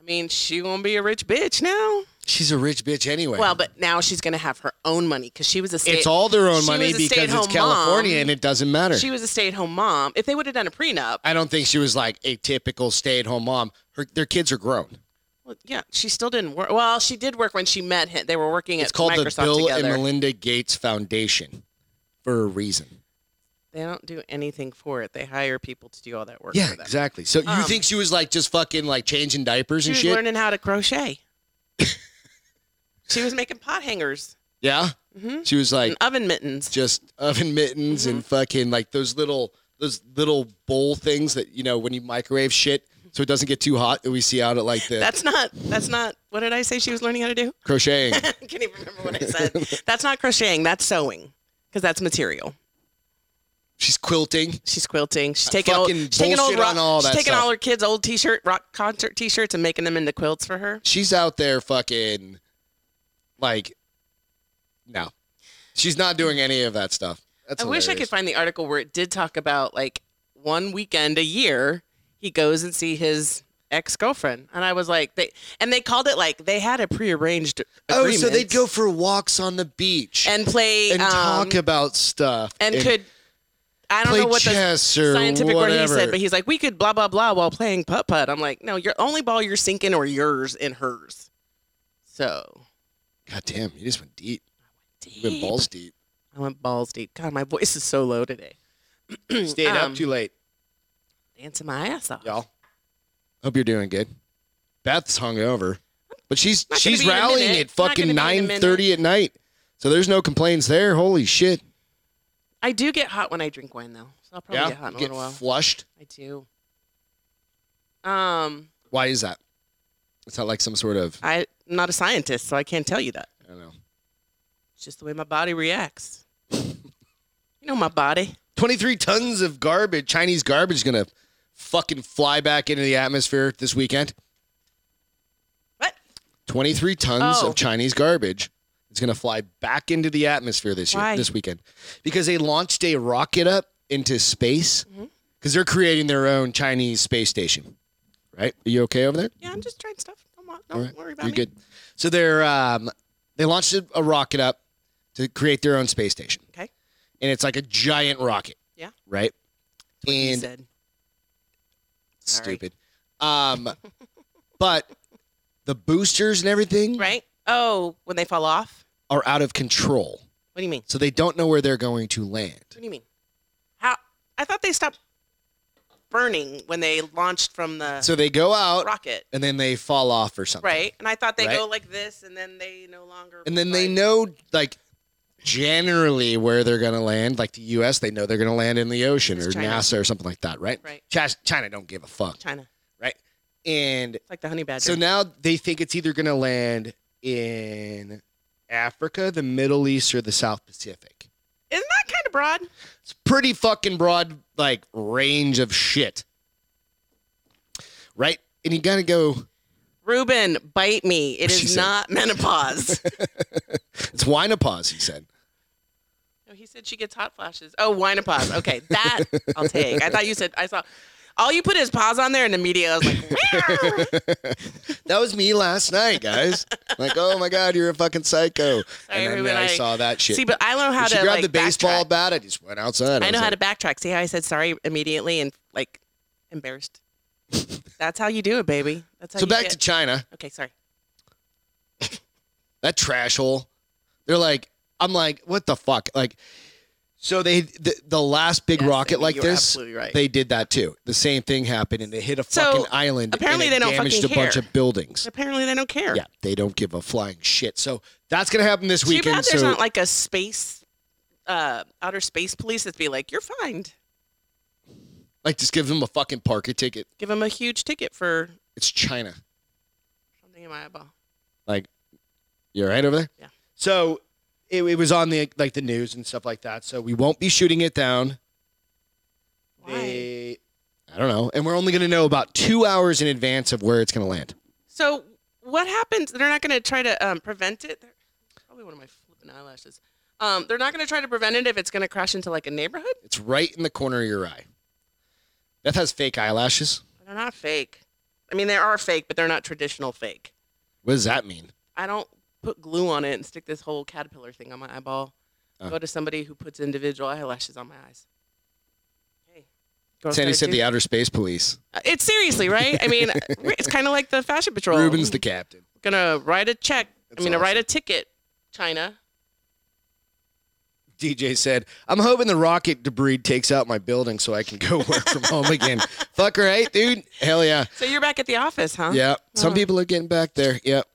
S1: I mean, she gonna be a rich bitch now.
S2: She's a rich bitch anyway.
S1: Well, but now she's gonna have her own money because she was a. Stay-
S2: it's all their own
S1: she
S2: money
S1: was a
S2: because
S1: stay-at-home
S2: it's California
S1: mom.
S2: and it doesn't matter.
S1: She was a stay-at-home mom. If they would have done a prenup,
S2: I don't think she was like a typical stay-at-home mom. Her their kids are grown.
S1: well, yeah, she still didn't work. Well, she did work when she met him. They were working at
S2: It's called
S1: Microsoft
S2: the Bill
S1: together.
S2: and Melinda Gates Foundation for a reason.
S1: They don't do anything for it. They hire people to do all that work.
S2: Yeah,
S1: for them.
S2: exactly. So you
S1: Um,
S2: think she was like just fucking like changing diapers
S1: She
S2: and
S1: was
S2: shit?
S1: learning how to crochet. she was making pot hangers,
S2: yeah,
S1: hmm
S2: she was like
S1: and oven mittens.
S2: just (laughs) oven mittens and
S1: Mm-hmm.
S2: fucking like those little those little bowl things that you know when you microwave shit so it doesn't get too hot that we see out at like the
S1: That's (laughs) not. That's not. What did I say? She was learning how to do. (laughs)
S2: crocheting.
S1: I can't even remember what I
S2: (laughs)
S1: said. That's not crocheting. That's sewing, because that's material.
S2: She's quilting.
S1: She's quilting. She's taking old.
S2: fucking
S1: She's taking old
S2: bullshit
S1: rock.
S2: on all
S1: she's
S2: that
S1: taking
S2: stuff.
S1: all her kids' old T-shirt rock concert T-shirts and making them into quilts for her.
S2: She's out there fucking like no. She's not doing any of that stuff. That's
S1: I wish I could
S2: hilarious.
S1: find the article where it did talk about like one weekend a year he goes and see his ex girlfriend, and I was like, they and they called it like they had a prearranged.
S2: Oh, so they'd
S1: agreement
S2: go for walks on the beach
S1: and play
S2: and
S1: um,
S2: talk about stuff
S1: and could. I don't
S2: play
S1: know what the
S2: chess or
S1: scientific word
S2: whatever.
S1: he said, but he's like, we could blah blah blah while playing putt putt. I'm like, no, your only ball you're sinking or yours and hers. So
S2: God damn, you just went deep. You went
S1: deep. (clears throat)
S2: balls deep.
S1: I went balls deep. God, my voice is so low today.
S2: Stayed
S1: Um,
S2: up too late,
S1: Dancing my ass off.
S2: y'all. Hope you're doing good. Beth's hungover, but she's
S1: Not gonna
S2: she's
S1: be in a
S2: rallying
S1: minute. Not
S2: at
S1: gonna be
S2: fucking
S1: in a
S2: nine
S1: minute.
S2: thirty at night. So there's no complaints there. Holy shit!
S1: I do get hot when I drink wine, though. So I'll probably get hot in a
S2: get
S1: little while.
S2: flushed.
S1: I do. Um,
S2: Why is that? It's not like some sort of
S1: I, am not a scientist, so I can't tell you that.
S2: I don't know.
S1: It's just the way my body reacts. you know my body.
S2: Twenty three tons of garbage, Chinese garbage, is gonna fucking fly back into the atmosphere this weekend.
S1: What?
S2: 23 tons
S1: Oh.
S2: of Chinese garbage is going to fly back into the atmosphere this year,
S1: Why?
S2: this weekend, because they launched a rocket up into space because
S1: Mhm.
S2: they're creating their own Chinese space station. Right? Are you okay over there?
S1: Yeah, I'm just trying stuff. Don't, wa-
S2: All
S1: don't
S2: right.
S1: worry about
S2: You're
S1: me.
S2: good. So they're um, they launched a, a rocket up to create their own space station.
S1: Okay.
S2: And it's like a giant rocket.
S1: Yeah.
S2: Right.
S1: That's what he
S2: and
S1: said. Sorry.
S2: stupid. Um, but the boosters and everything
S1: Right? Oh, when they fall off?
S2: are out of control.
S1: What do you mean?
S2: so they don't know where they're going to land.
S1: What do you mean? How? I thought they stopped burning when they launched from the
S2: So they go out
S1: rocket.
S2: and then they fall off or something.
S1: Right? And I thought they
S2: Right.
S1: go like this and then they no longer.
S2: And then they
S1: like-
S2: know like generally where they're going to land. Like the US, they know they're going to land in the ocean
S1: It's
S2: or
S1: China.
S2: NASA or something like that, right?
S1: Right.
S2: Chas- China don't give a fuck.
S1: China.
S2: And
S1: It's like the honey badger.
S2: so now they think it's either going to land in Africa, the Middle East or the South Pacific.
S1: Isn't that kind of broad?
S2: It's pretty fucking broad, like range of shit, right? And you gotta go.
S1: Ruben, bite me. It
S2: She
S1: is
S2: said-
S1: not
S2: (laughs)
S1: menopause.
S2: It's winopause, he said.
S1: no, he said she gets hot flashes. Oh, winopause. Okay, that
S2: (laughs)
S1: I'll take. I thought you said I saw. All you put is pause on there, and immediately I was
S2: (laughs)
S1: like, "Meow."
S2: That was me last
S1: (laughs)
S2: night, guys. like, oh my god, you're a fucking psycho.
S1: Sorry,
S2: and then
S1: Ruben,
S2: I,
S1: I-
S2: saw that shit.
S1: see, but I know how
S2: When she
S1: to
S2: grabbed
S1: like
S2: the baseball
S1: backtrack.
S2: bat. I just went outside.
S1: I know
S2: was
S1: how
S2: like,
S1: to backtrack. See how I said sorry immediately and like embarrassed. That's how you do it, baby. That's how.
S2: So
S1: you
S2: back
S1: get-
S2: to China,
S1: okay, sorry.
S2: that trash hole. They're like, I'm like, what the fuck? Like, so they the, the last big
S1: Yes,
S2: rocket
S1: Amy,
S2: like
S1: you are
S2: this,
S1: absolutely right.
S2: they did that too. The same thing happened, and they hit a
S1: So,
S2: fucking island.
S1: apparently
S2: and it
S1: they don't
S2: damaged
S1: fucking
S2: a bunch
S1: care.
S2: of buildings.
S1: Apparently, they don't care.
S2: Yeah, they don't give a flying shit. So that's gonna happen this
S1: Too
S2: weekend.
S1: bad there's
S2: so
S1: not like a space, uh, outer space police that'd be like, you're fined.
S2: like, just give them a fucking parking ticket.
S1: Give them a huge ticket for
S2: It's China.
S1: something in my eyeball.
S2: You're right over there.
S1: Yeah.
S2: So it, it was on the like the news and stuff like that. So we won't be shooting it down.
S1: Why?
S2: They, I don't know, and we're only gonna know about two hours in advance of where it's gonna land.
S1: So what happens? They're not going to try to um, prevent it. They're- probably one of my flipping eyelashes. Um, they're not going to try to prevent it if it's going to crash into like a neighborhood.
S2: It's right in the corner of your eye. Beth has fake eyelashes.
S1: They're not fake. I mean, they are fake, but they're not traditional fake.
S2: What does that mean?
S1: I don't put glue on it and stick this whole caterpillar thing on my eyeball.
S2: Oh.
S1: Go to somebody who puts individual eyelashes on my eyes. Hey, girl started
S2: Sandy said
S1: too.
S2: the outer space police.
S1: Uh, It's seriously right. I
S2: (laughs)
S1: mean, it's kind of like the fashion patrol.
S2: Ruben's the captain.
S1: gonna write a check.
S2: That's
S1: I mean, to
S2: awesome.
S1: write a ticket. China.
S2: DJ said, I'm hoping the rocket debris takes out my building so I can go (laughs) work from home again. Fuck right, dude. Hell yeah.
S1: So you're back at the office, huh?
S2: Yeah. Some
S1: Oh.
S2: people are getting back there. Yep.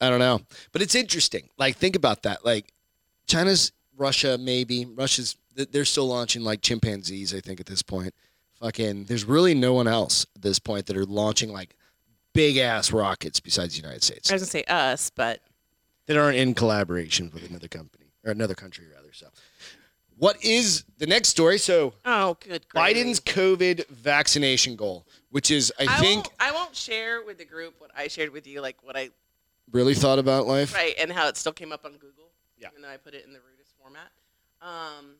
S2: I don't know. But it's interesting. Like, think about that. Like, China's Russia, maybe. Russia's, th- they're still launching like chimpanzees, I think, at this point. Fucking, there's really no one else at this point that are launching like big ass rockets besides the United States
S1: I was gonna say us, but
S2: that aren't in collaboration with another company or another country, rather. So, what is the next story? So,
S1: oh, good.
S2: Biden's COVID vaccination goal, which is, I,
S1: I
S2: think,
S1: won't, I won't share with the group what I shared with you, like what I
S2: really thought about life.
S1: right and how it still came up on Google.
S2: Yeah.
S1: Even though I put it in the rudest format. Um,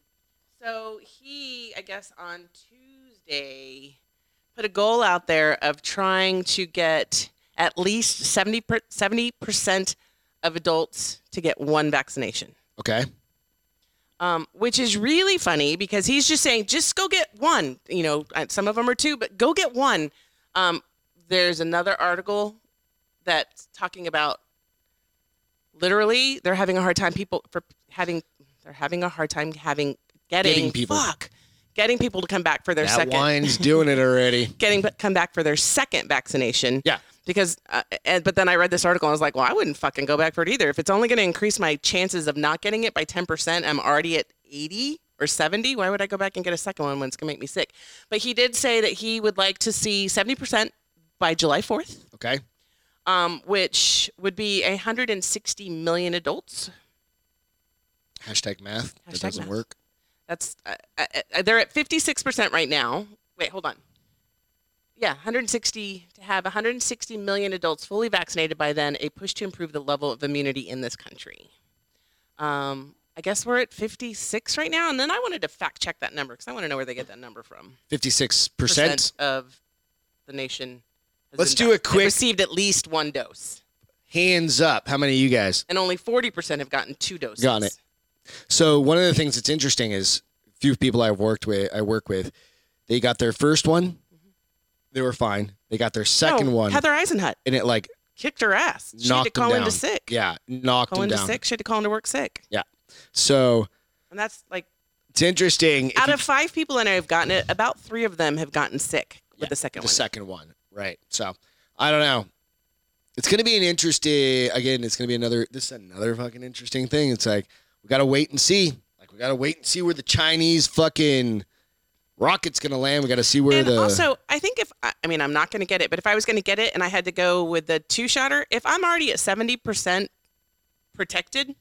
S1: so he, I guess, on Tuesday, put a goal out there of trying to get at least 70 percent of adults to get one vaccination.
S2: Okay.
S1: um, which is really funny because he's just saying, just go get one. You know, uh, some of them are two, but go get one. Um, there's another article that's talking about literally they're having a hard time people for having they're having a hard time having getting,
S2: Getting people.
S1: fuck, getting people to come back for their
S2: that
S1: second
S2: wine's doing it already.
S1: (laughs) getting come back for their second vaccination
S2: Yeah.
S1: because uh, and, but then i read this article and i was like well i wouldn't fucking go back for it either if it's only going to increase my chances of not getting it by 10% i'm already at 80 or 70 why would i go back and get a second one when it's going to make me sick but he did say that he would like to see 70% by july 4th
S2: Okay.
S1: um, which would be 160 million adults
S2: Hashtag math. that
S1: Hashtag
S2: doesn't
S1: math.
S2: work.
S1: That's uh, uh, uh, they're at 56% right now. Wait, hold on. Yeah, 160 to have 160 million adults fully vaccinated by then, a push to improve the level of immunity in this country. Um, I guess we're at 56 right now, and then I wanted to fact check that number because I want to know where they get that number from.
S2: 56%.
S1: of the nation. Has
S2: Let's
S1: been
S2: do a
S1: vac- that
S2: quick-
S1: received at least one dose,
S2: Hands up. How many of you guys?
S1: and only 40% have gotten two doses.
S2: Got it. So one of the things that's interesting is few people I've worked with I work with, they got their first one, they were fine. They got their second
S1: Mm-hmm. No,
S2: one
S1: Heather Eisenhut
S2: and it like
S1: kicked her ass. She had to
S2: knocked
S1: call
S2: them down.
S1: into sick.
S2: Yeah, knocked
S1: Call
S2: them
S1: into
S2: down.
S1: sick. She had to call into work sick.
S2: So
S1: And that's like
S2: it's interesting. if
S1: out
S2: you-
S1: of five people I know have gotten it, about three of them have gotten sick
S2: Yeah,
S1: with the second
S2: the
S1: one.
S2: second one, right? So I don't know. It's gonna be an interesting. Again, it's gonna be another. This is another fucking interesting thing. It's like we gotta wait and see. Like we gotta wait and see where the Chinese fucking rocket's gonna land. We gotta see where
S1: and
S2: the
S1: also, I think if I I mean I'm not going to get it, but if I was going to get it and I had to go with the two shotter, if I'm already at seventy percent protected,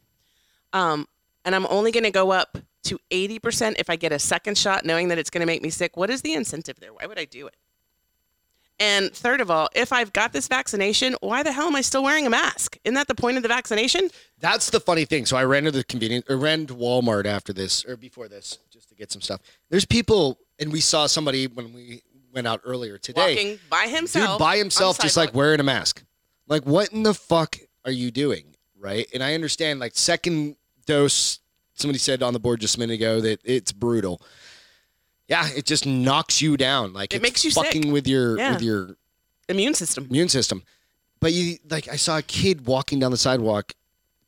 S1: um, and I'm only going to go up to eighty percent if I get a second shot, knowing that it's going to make me sick. What is the incentive there? Why would I do it? And third of all, if I've got this vaccination, why the hell am I still wearing a mask? Isn't that the point of the vaccination?
S2: That's the funny thing. So I ran to the convenience or ran to Walmart after this or before this just to get some stuff. There's people and we saw somebody when we went out earlier today.
S1: Walking by himself,
S2: dude by
S1: on the
S2: himself just like
S1: sidewalk.
S2: wearing a mask. Like what in the fuck are you doing? Right? And I understand like second dose somebody said on the board just a minute ago that it's brutal. Yeah, it just knocks you down. Like
S1: It
S2: it's
S1: makes you sick.
S2: fucking with your
S1: Yeah.
S2: with your
S1: immune system.
S2: (laughs) immune system. But you like I saw a kid walking down the sidewalk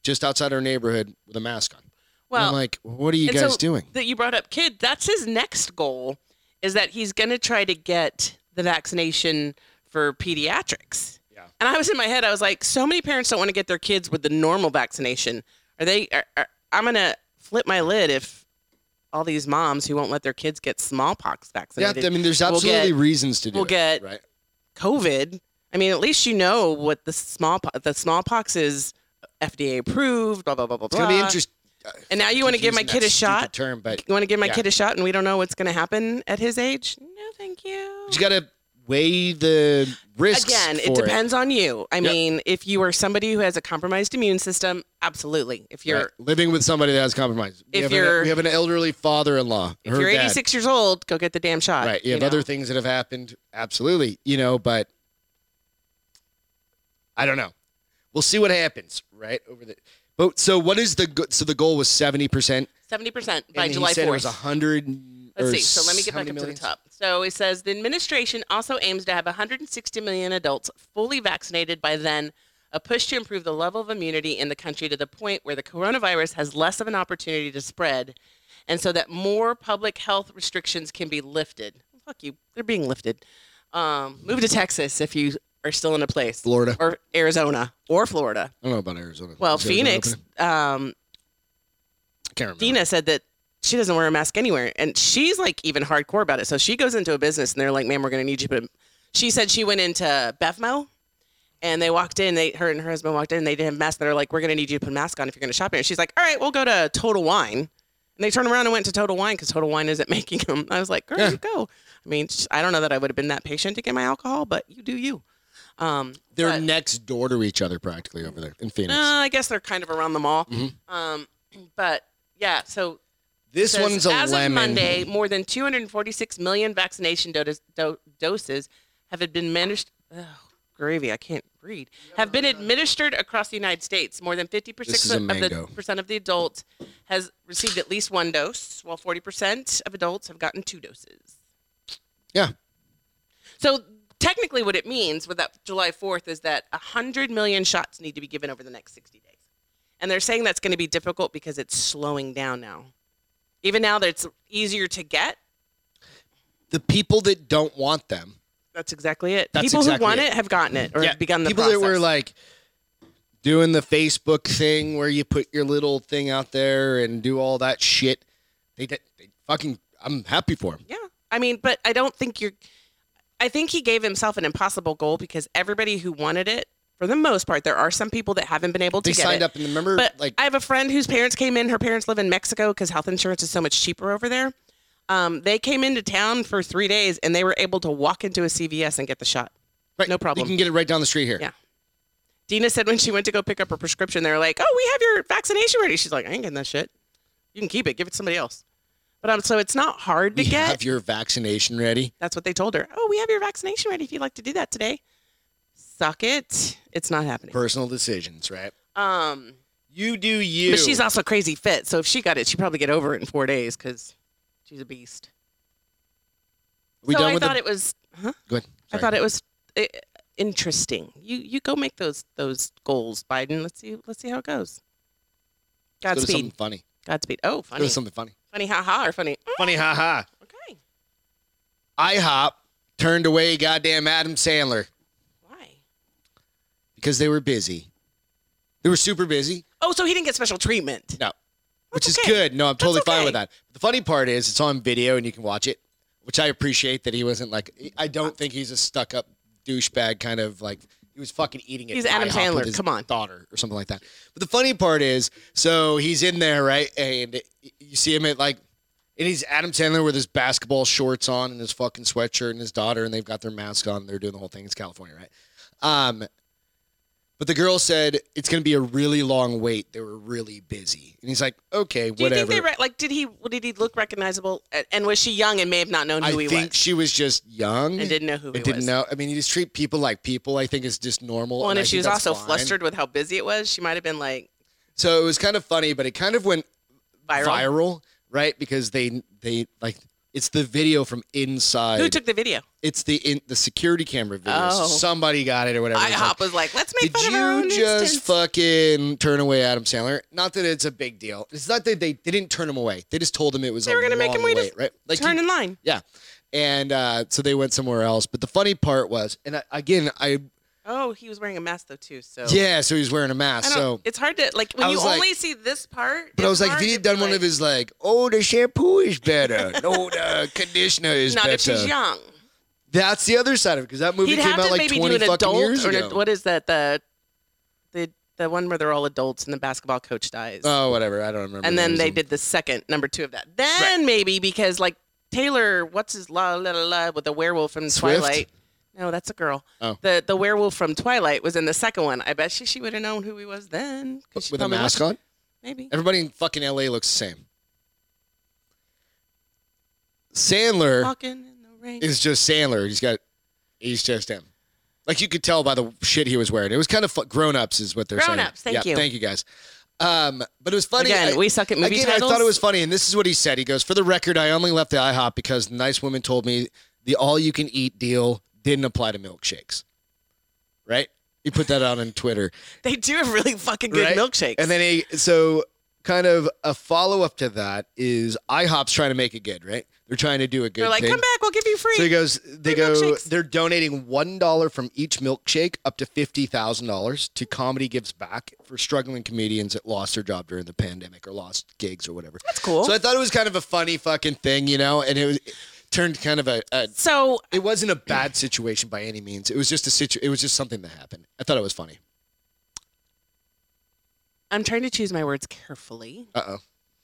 S2: just outside our neighborhood with a mask on. and
S1: Well,
S2: I'm like, what are you
S1: and
S2: guys
S1: so
S2: doing?
S1: That you brought up kid, that's his next goal is that he's going to try to get the vaccination for pediatrics.
S2: Yeah.
S1: And I was in my head I was like so many parents don't want to get their kids with the normal vaccination. Are they are, are, I'm going to flip my lid if all these moms who won't let their kids get smallpox
S2: Yeah,
S1: vaccinated
S2: I mean, there's
S1: We'll
S2: absolutely
S1: get-
S2: reasons to do
S1: we'll
S2: it,
S1: get-
S2: right.
S1: COVID. I mean, at least you know what the smallpox the smallpox is FDA approved, blah blah blah blah
S2: It's
S1: blah.
S2: gonna be interesting.
S1: And now you want to give my
S2: Confusing
S1: kid
S2: that
S1: a shot?
S2: stupid Term, but
S1: You want to give my
S2: Yeah.
S1: kid a shot and we don't know what's going to happen at his age? No, thank you.
S2: you gotta weigh the risks.
S1: Again, it
S2: for
S1: depends on you. I
S2: Yep.
S1: mean, if you are somebody who has a compromised immune system, absolutely. If you're
S2: Right. living with somebody that has compromise. We
S1: If
S2: have
S1: you're-
S2: an, e, we have an elderly father-in-law.
S1: if
S2: her
S1: you're
S2: dad.
S1: 86 years old, go get the damn shot.
S2: right? You have
S1: know?
S2: other things that have happened. Absolutely, you know, but I don't know. We'll see what happens, right? Over the but so what is the go- so the goal was seventy percent
S1: 70% by
S2: and
S1: July
S2: he said it was
S1: 4th.
S2: hundred.
S1: Let's see. So let me get back up to the top. So it says the administration also aims to have 160 million adults fully vaccinated by then, a push to improve the level of immunity in the country to the point where the coronavirus has less of an opportunity to spread, and so that more public health restrictions can be lifted. Fuck you. They're being lifted. Um, move to Texas if you are still in a place,
S2: Florida.
S1: or Arizona, or Florida.
S2: I don't know about Arizona.
S1: Well,
S2: Is Arizona
S1: Phoenix.
S2: open?
S1: Um,
S2: I can't remember.
S1: Dina said that she doesn't wear a mask anywhere, and she's like even hardcore about it. So she goes into a business, and they're like, "Ma'am, we're gonna need you." But she said she went into Bevmo, and they walked in. They her and her husband walked in. They didn't have masks. They're like, "We're gonna need you to put a mask on if you're gonna shop here." She's like, "All right, we'll go to Total Wine." And they turned around and went to Total Wine because Total Wine isn't (laughs) making them. I was like, "Girl,
S2: Yeah.
S1: you go." I mean, sh- I don't know that I would have been that patient to get my alcohol, but you do you. Um,
S2: They're
S1: but- Uh,
S2: next door to each other practically over there in Phoenix.
S1: no, I guess they're kind of around the mall.
S2: Mhm.
S1: Um, (clears throat) but yeah, so
S2: this
S1: says,
S2: one's a
S1: as
S2: lemon.
S1: of Monday, more than 246 million vaccination do- do- doses have been administered. Oh, gravy, I can't read. Have been administered across the United States. More than 50
S2: This is a
S1: percent of
S2: mango.
S1: the percent of the adult has received at least one dose, while 40 percent of adults have gotten two doses.
S2: Yeah.
S1: So technically, what it means with that July 4th is that 100 million shots need to be given over the next 60 days, and they're saying that's going to be difficult because it's slowing down now. Even now that it's easier to get,
S2: The people that don't want them.
S1: that's exactly it.
S2: That's
S1: people
S2: exactly
S1: who want
S2: it.
S1: it. have gotten it or have begun the
S2: people
S1: process.
S2: that were like doing the Facebook thing where you put your little thing out there and do all that shit. They, did- they fucking. I'm happy for them.
S1: Yeah. I mean, but I don't think you're. I think he gave himself an impossible goal because everybody who wanted it, for the most part, there are some people that haven't been able to
S2: They
S1: get
S2: signed
S1: it.
S2: up and remember,
S1: But
S2: like
S1: I have a friend whose parents came in. Her parents live in Mexico because health insurance is so much cheaper over there. Um, they came into town for three days and they were able to walk into a CVS and get the shot.
S2: right,
S1: no problem.
S2: You can get it right down the street here.
S1: Yeah. Dina said when she went to go pick up her prescription, they were like, "Oh, we have your vaccination ready." She's like, "I ain't getting that shit. You can keep it. Give it to somebody else." But um, so it's not hard to
S2: We
S1: get.
S2: have your vaccination ready.
S1: That's what they told her. Oh, we have your vaccination ready if you'd like to do that today. Suck it. It's not happening.
S2: Personal decisions, right?
S1: Um,
S2: You do you.
S1: but she's also crazy fit, so if she got it, she'd probably get over it in four days because she's a beast.
S2: we
S1: so
S2: done
S1: I
S2: with
S1: thought
S2: the,
S1: it was. Huh?
S2: Go ahead.
S1: I thought it was uh, interesting. You you go make those those goals, Biden. Let's see let's see how it goes.
S2: Go to something
S1: Godspeed.
S2: funny.
S1: Godspeed. Oh,
S2: Go
S1: funny.
S2: to something funny.
S1: funny ha ha or funny. Mm,
S2: Funny, haha.
S1: Okay.
S2: IHOP turned away goddamn Adam Sandler
S1: Why?
S2: because they were busy. They were super busy.
S1: Oh, so he didn't get special treatment.
S2: No. Which
S1: That's
S2: is
S1: okay.
S2: good. No, I'm totally
S1: That's
S2: fine
S1: okay.
S2: with that. The funny part is it's on video and you can watch it, which I appreciate that he wasn't like I don't think he's a stuck up douchebag kind of like he was fucking eating it.
S1: He's Adam Sandler.
S2: With his
S1: Come on.
S2: daughter or something like that. But the funny part is, so he's in there right, and you see him at like, and he's Adam Sandler with his basketball shorts on and his fucking sweatshirt and his daughter, and they've got their mask on. And they're doing the whole thing. It's California, right? Um, but the girl said it's going to be a really long wait. They were really busy, and he's like, okay,
S1: Do you
S2: whatever.
S1: think they re- like? Did he did he look recognizable? A- And was she young and may have not known who
S2: I
S1: he
S2: think
S1: was?
S2: she was just young.
S1: And didn't know who he
S2: I didn't
S1: was.
S2: know. I mean, you just treat people like people. I think is just normal.
S1: Well, and
S2: I
S1: if she
S2: think
S1: was
S2: that's
S1: also
S2: fine.
S1: flustered with how busy it was, she might have been like
S2: so it was kind of funny, but it kind of went
S1: viral.
S2: viral, right? Because they they like It's the video from inside.
S1: Who took the video?
S2: it's the in, the security camera video. So
S1: Oh.
S2: Somebody got it or whatever. It's like,
S1: IHOP was like, let's make
S2: Did
S1: fun of our
S2: you
S1: own
S2: just
S1: instance.
S2: fucking turn away Adam Sandler? Not that it's a big deal. It's not that they didn't turn him away. They just told him it was
S1: They
S2: a
S1: were gonna make
S2: long
S1: him wait a-
S2: wait, right? Like
S1: Turn
S2: he-
S1: in line.
S2: yeah, and uh, so they went somewhere else. But the funny part was, and I, again, I
S1: Oh, he was wearing a mask though too. So
S2: yeah, so he was wearing a
S1: Oh. I
S2: mask.
S1: don't,
S2: So,
S1: it's hard to like
S2: I
S1: when you
S2: was like-
S1: only see this part.
S2: but I
S1: it's
S2: was like, if
S1: hard
S2: he
S1: to
S2: had
S1: be
S2: done one
S1: like,
S2: of his like, oh, the shampoo is better. no, the (laughs) conditioner is
S1: not
S2: better.
S1: if she's young.
S2: That's the other side of it because that movie
S1: He'd
S2: came
S1: have
S2: out
S1: to
S2: like
S1: maybe
S2: twenty
S1: do an
S2: fucking
S1: adult
S2: years
S1: or
S2: ago.
S1: an- what is that the the the one where they're all adults and the basketball coach dies.
S2: oh, whatever. I don't remember.
S1: and
S2: There
S1: then
S2: was
S1: they
S2: a-
S1: did the second number two of that. Then maybe because like Taylor, what's his la la la la with the werewolf from
S2: Swift?
S1: Twilight? No, that's a girl.
S2: Oh.
S1: The the werewolf from Twilight was in the second one. I bet she, she would have known who he was then. 'cause she
S2: with a
S1: probably
S2: mask
S1: watched-
S2: on.
S1: Maybe.
S2: Everybody in fucking LA looks the same. Sandler
S1: Walking in the rain.
S2: is just Sandler. He's got, he's just him. Like you could tell by the shit he was wearing. It was kind of fu- grown ups, is what they're saying.
S1: Grown-ups, thank
S2: Yeah,
S1: you.
S2: Thank you guys. Um, but it was funny.
S1: Again,
S2: I-
S1: we suck at movie
S2: again,
S1: titles.
S2: I thought it was funny, and this is what he said. He goes, "For the record, I only left the IHOP because the nice woman told me the all-you-can-eat deal didn't apply to milkshakes." Right? He put that out on Twitter.
S1: They do have really fucking good
S2: Right?
S1: milkshakes.
S2: And then he, so kind of a follow up to that is IHOP's trying to make it good, right? They're trying to do a good
S1: they're like,
S2: thing.
S1: "Come back, we'll give you free."
S2: So he goes,
S1: Free
S2: they go,
S1: milkshakes.
S2: they're donating one dollar from each milkshake up to fifty thousand dollars to Comedy Gives Back for struggling comedians that lost their job during the pandemic or lost gigs or whatever.
S1: That's cool.
S2: So
S1: So,
S2: I thought it was kind of a funny fucking thing, you know, and it was. It, Turned kind of a, a. It wasn't a bad situation by any means. It was just a situ. It was just something that happened. I thought it was funny.
S1: I'm trying to choose my words carefully.
S2: Uh oh.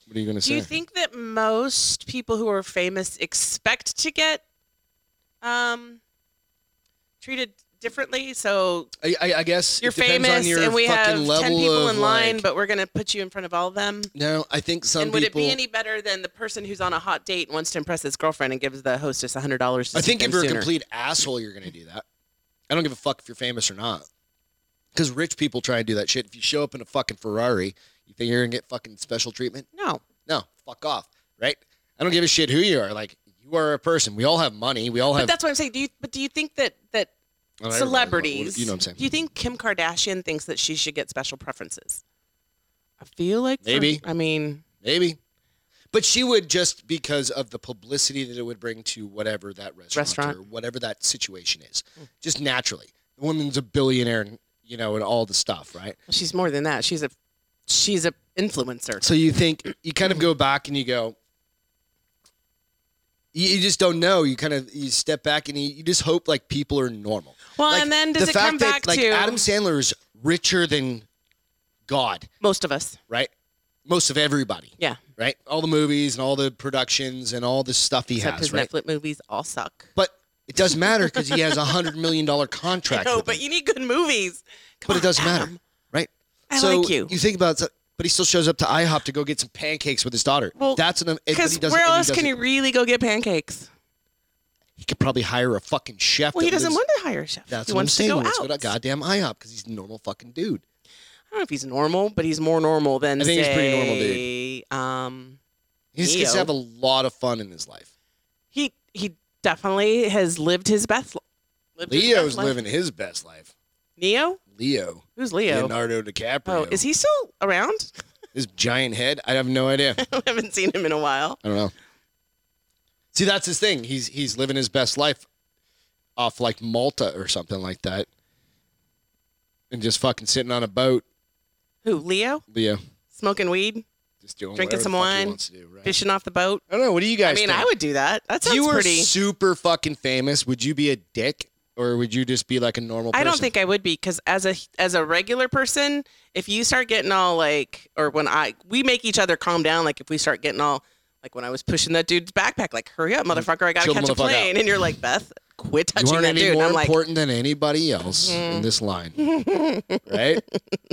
S2: What are you gonna say?
S1: Do you think that most people who are famous expect to get um, treated differently? So
S2: I, I, I guess
S1: you're
S2: it depends
S1: famous,
S2: on your
S1: and we
S2: fucking
S1: have
S2: level
S1: ten people
S2: of
S1: in line,
S2: like-
S1: but we're gonna put you in front of all of them.
S2: no, I think some
S1: and would
S2: people.
S1: it be any better than the person who's on a hot date and wants to impress his girlfriend and gives the hostess hundred dollars?
S2: I think if you're a complete asshole, you're gonna do that. I don't give a fuck if you're famous or not, because rich people try and do that shit. If you show up in a fucking Ferrari, you think you're gonna get fucking special treatment?
S1: no,
S2: No, fuck off, right? I don't give a shit who you are. Like you are a person. We all have money. We all
S1: but
S2: have
S1: that's what I'm saying. Do you? But do you think that that
S2: I don't know,
S1: celebrities.
S2: You know what I'm saying?
S1: Do you think Kim Kardashian thinks that she should get special preferences? I feel like for-
S2: Maybe.
S1: I mean,
S2: Maybe. But she would just because of the publicity that it would bring to whatever that restaurant,
S1: Restaurant.
S2: or whatever that situation is, just naturally. The woman's a billionaire, and you know, and all the stuff, right?
S1: she's more than that. She's a she's a influencer.
S2: So you think you kind of go back and you go, you, you just don't know. You kind of you step back and you, you just hope like people are normal.
S1: Well,
S2: Like,
S1: and then does
S2: the
S1: it
S2: fact
S1: come
S2: that,
S1: back
S2: like,
S1: to
S2: Adam Sandler is richer than God,
S1: most of us?
S2: right? Most of everybody,
S1: Yeah,
S2: right? All the movies and all the productions and all the stuff he
S1: except
S2: has,
S1: his
S2: right?
S1: Netflix movies all suck.
S2: But it doesn't matter because he has a hundred million dollar contract.
S1: No,
S2: with
S1: but
S2: him.
S1: you need good movies.
S2: but
S1: Come
S2: it
S1: on,
S2: doesn't
S1: Adam.
S2: matter, right?
S1: I
S2: so
S1: like you.
S2: You think about, it, but he still shows up to IHOP to go get some pancakes with his daughter.
S1: Well,
S2: that's an.
S1: Because where else can he really go get pancakes?
S2: He could probably hire a fucking chef.
S1: Well, he
S2: that
S1: doesn't
S2: lives-
S1: want to hire a chef.
S2: That's
S1: he
S2: what I'm
S1: wants
S2: saying.
S1: to go
S2: Let's
S1: out.
S2: go to goddamn IHOP because he's a normal fucking dude.
S1: I don't know if he's normal, but he's more normal than
S2: I think he's pretty normal, dude.
S1: say, Um,
S2: He just gets to
S1: Neo.
S2: have a lot of fun in his life.
S1: he he definitely has lived his best. li- Lived his
S2: Leo's
S1: best life.
S2: living his best life.
S1: Neo,
S2: Leo,
S1: who's Leo?
S2: Leonardo DiCaprio.
S1: oh, is he still around? (laughs)
S2: his giant head? I have no idea.
S1: I haven't seen him in a while.
S2: I don't know. See, that's his thing. He's he's living his best life off like Malta or something like that, and just fucking sitting on a boat.
S1: Who? Leo
S2: Leo,
S1: smoking weed,
S2: just doing
S1: Drinking
S2: whatever
S1: some
S2: the fuck he
S1: wine.
S2: wants to do, right?
S1: fishing off the boat.
S2: I don't know. What do you guys?
S1: I mean,
S2: think?
S1: I would do that. That
S2: If
S1: sounds
S2: you were
S1: pretty.
S2: super fucking famous, would you be a dick or would you just be like a normal?
S1: I
S2: person?
S1: don't think I would be because as a as a regular person, if you start getting all like, or when I we make each other calm down. Like if we start getting all like when I was pushing that dude's backpack, like hurry up, motherfucker, I gotta
S2: Mm. Chill the
S1: catch a
S2: motherfucker out.
S1: plane, and you're like, Beth, quit
S2: you
S1: touching
S2: aren't
S1: that
S2: any
S1: dude. And
S2: more
S1: I'm like, Mm-hmm.
S2: important than anybody else in
S1: (laughs)
S2: this line, right?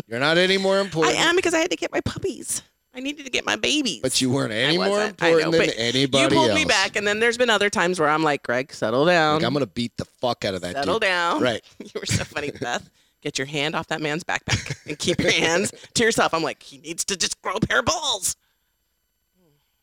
S2: You're not any more
S1: I
S2: important.
S1: am because I had to get my puppies. I needed to get my babies.
S2: But you weren't any
S1: I
S2: more
S1: wasn't. I know,
S2: important than
S1: but
S2: anybody
S1: you pulled
S2: else.
S1: me back, and then there's been other times where I'm like, Greg, settle
S2: Like,
S1: down,
S2: I'm gonna beat the fuck out of that
S1: settle
S2: dude.
S1: down.
S2: Right.
S1: (laughs) You were so
S2: (laughs)
S1: funny, Beth. Get your hand off that man's backpack
S2: (laughs)
S1: and keep your hands to yourself. I'm like, he needs to just grow a pair of balls.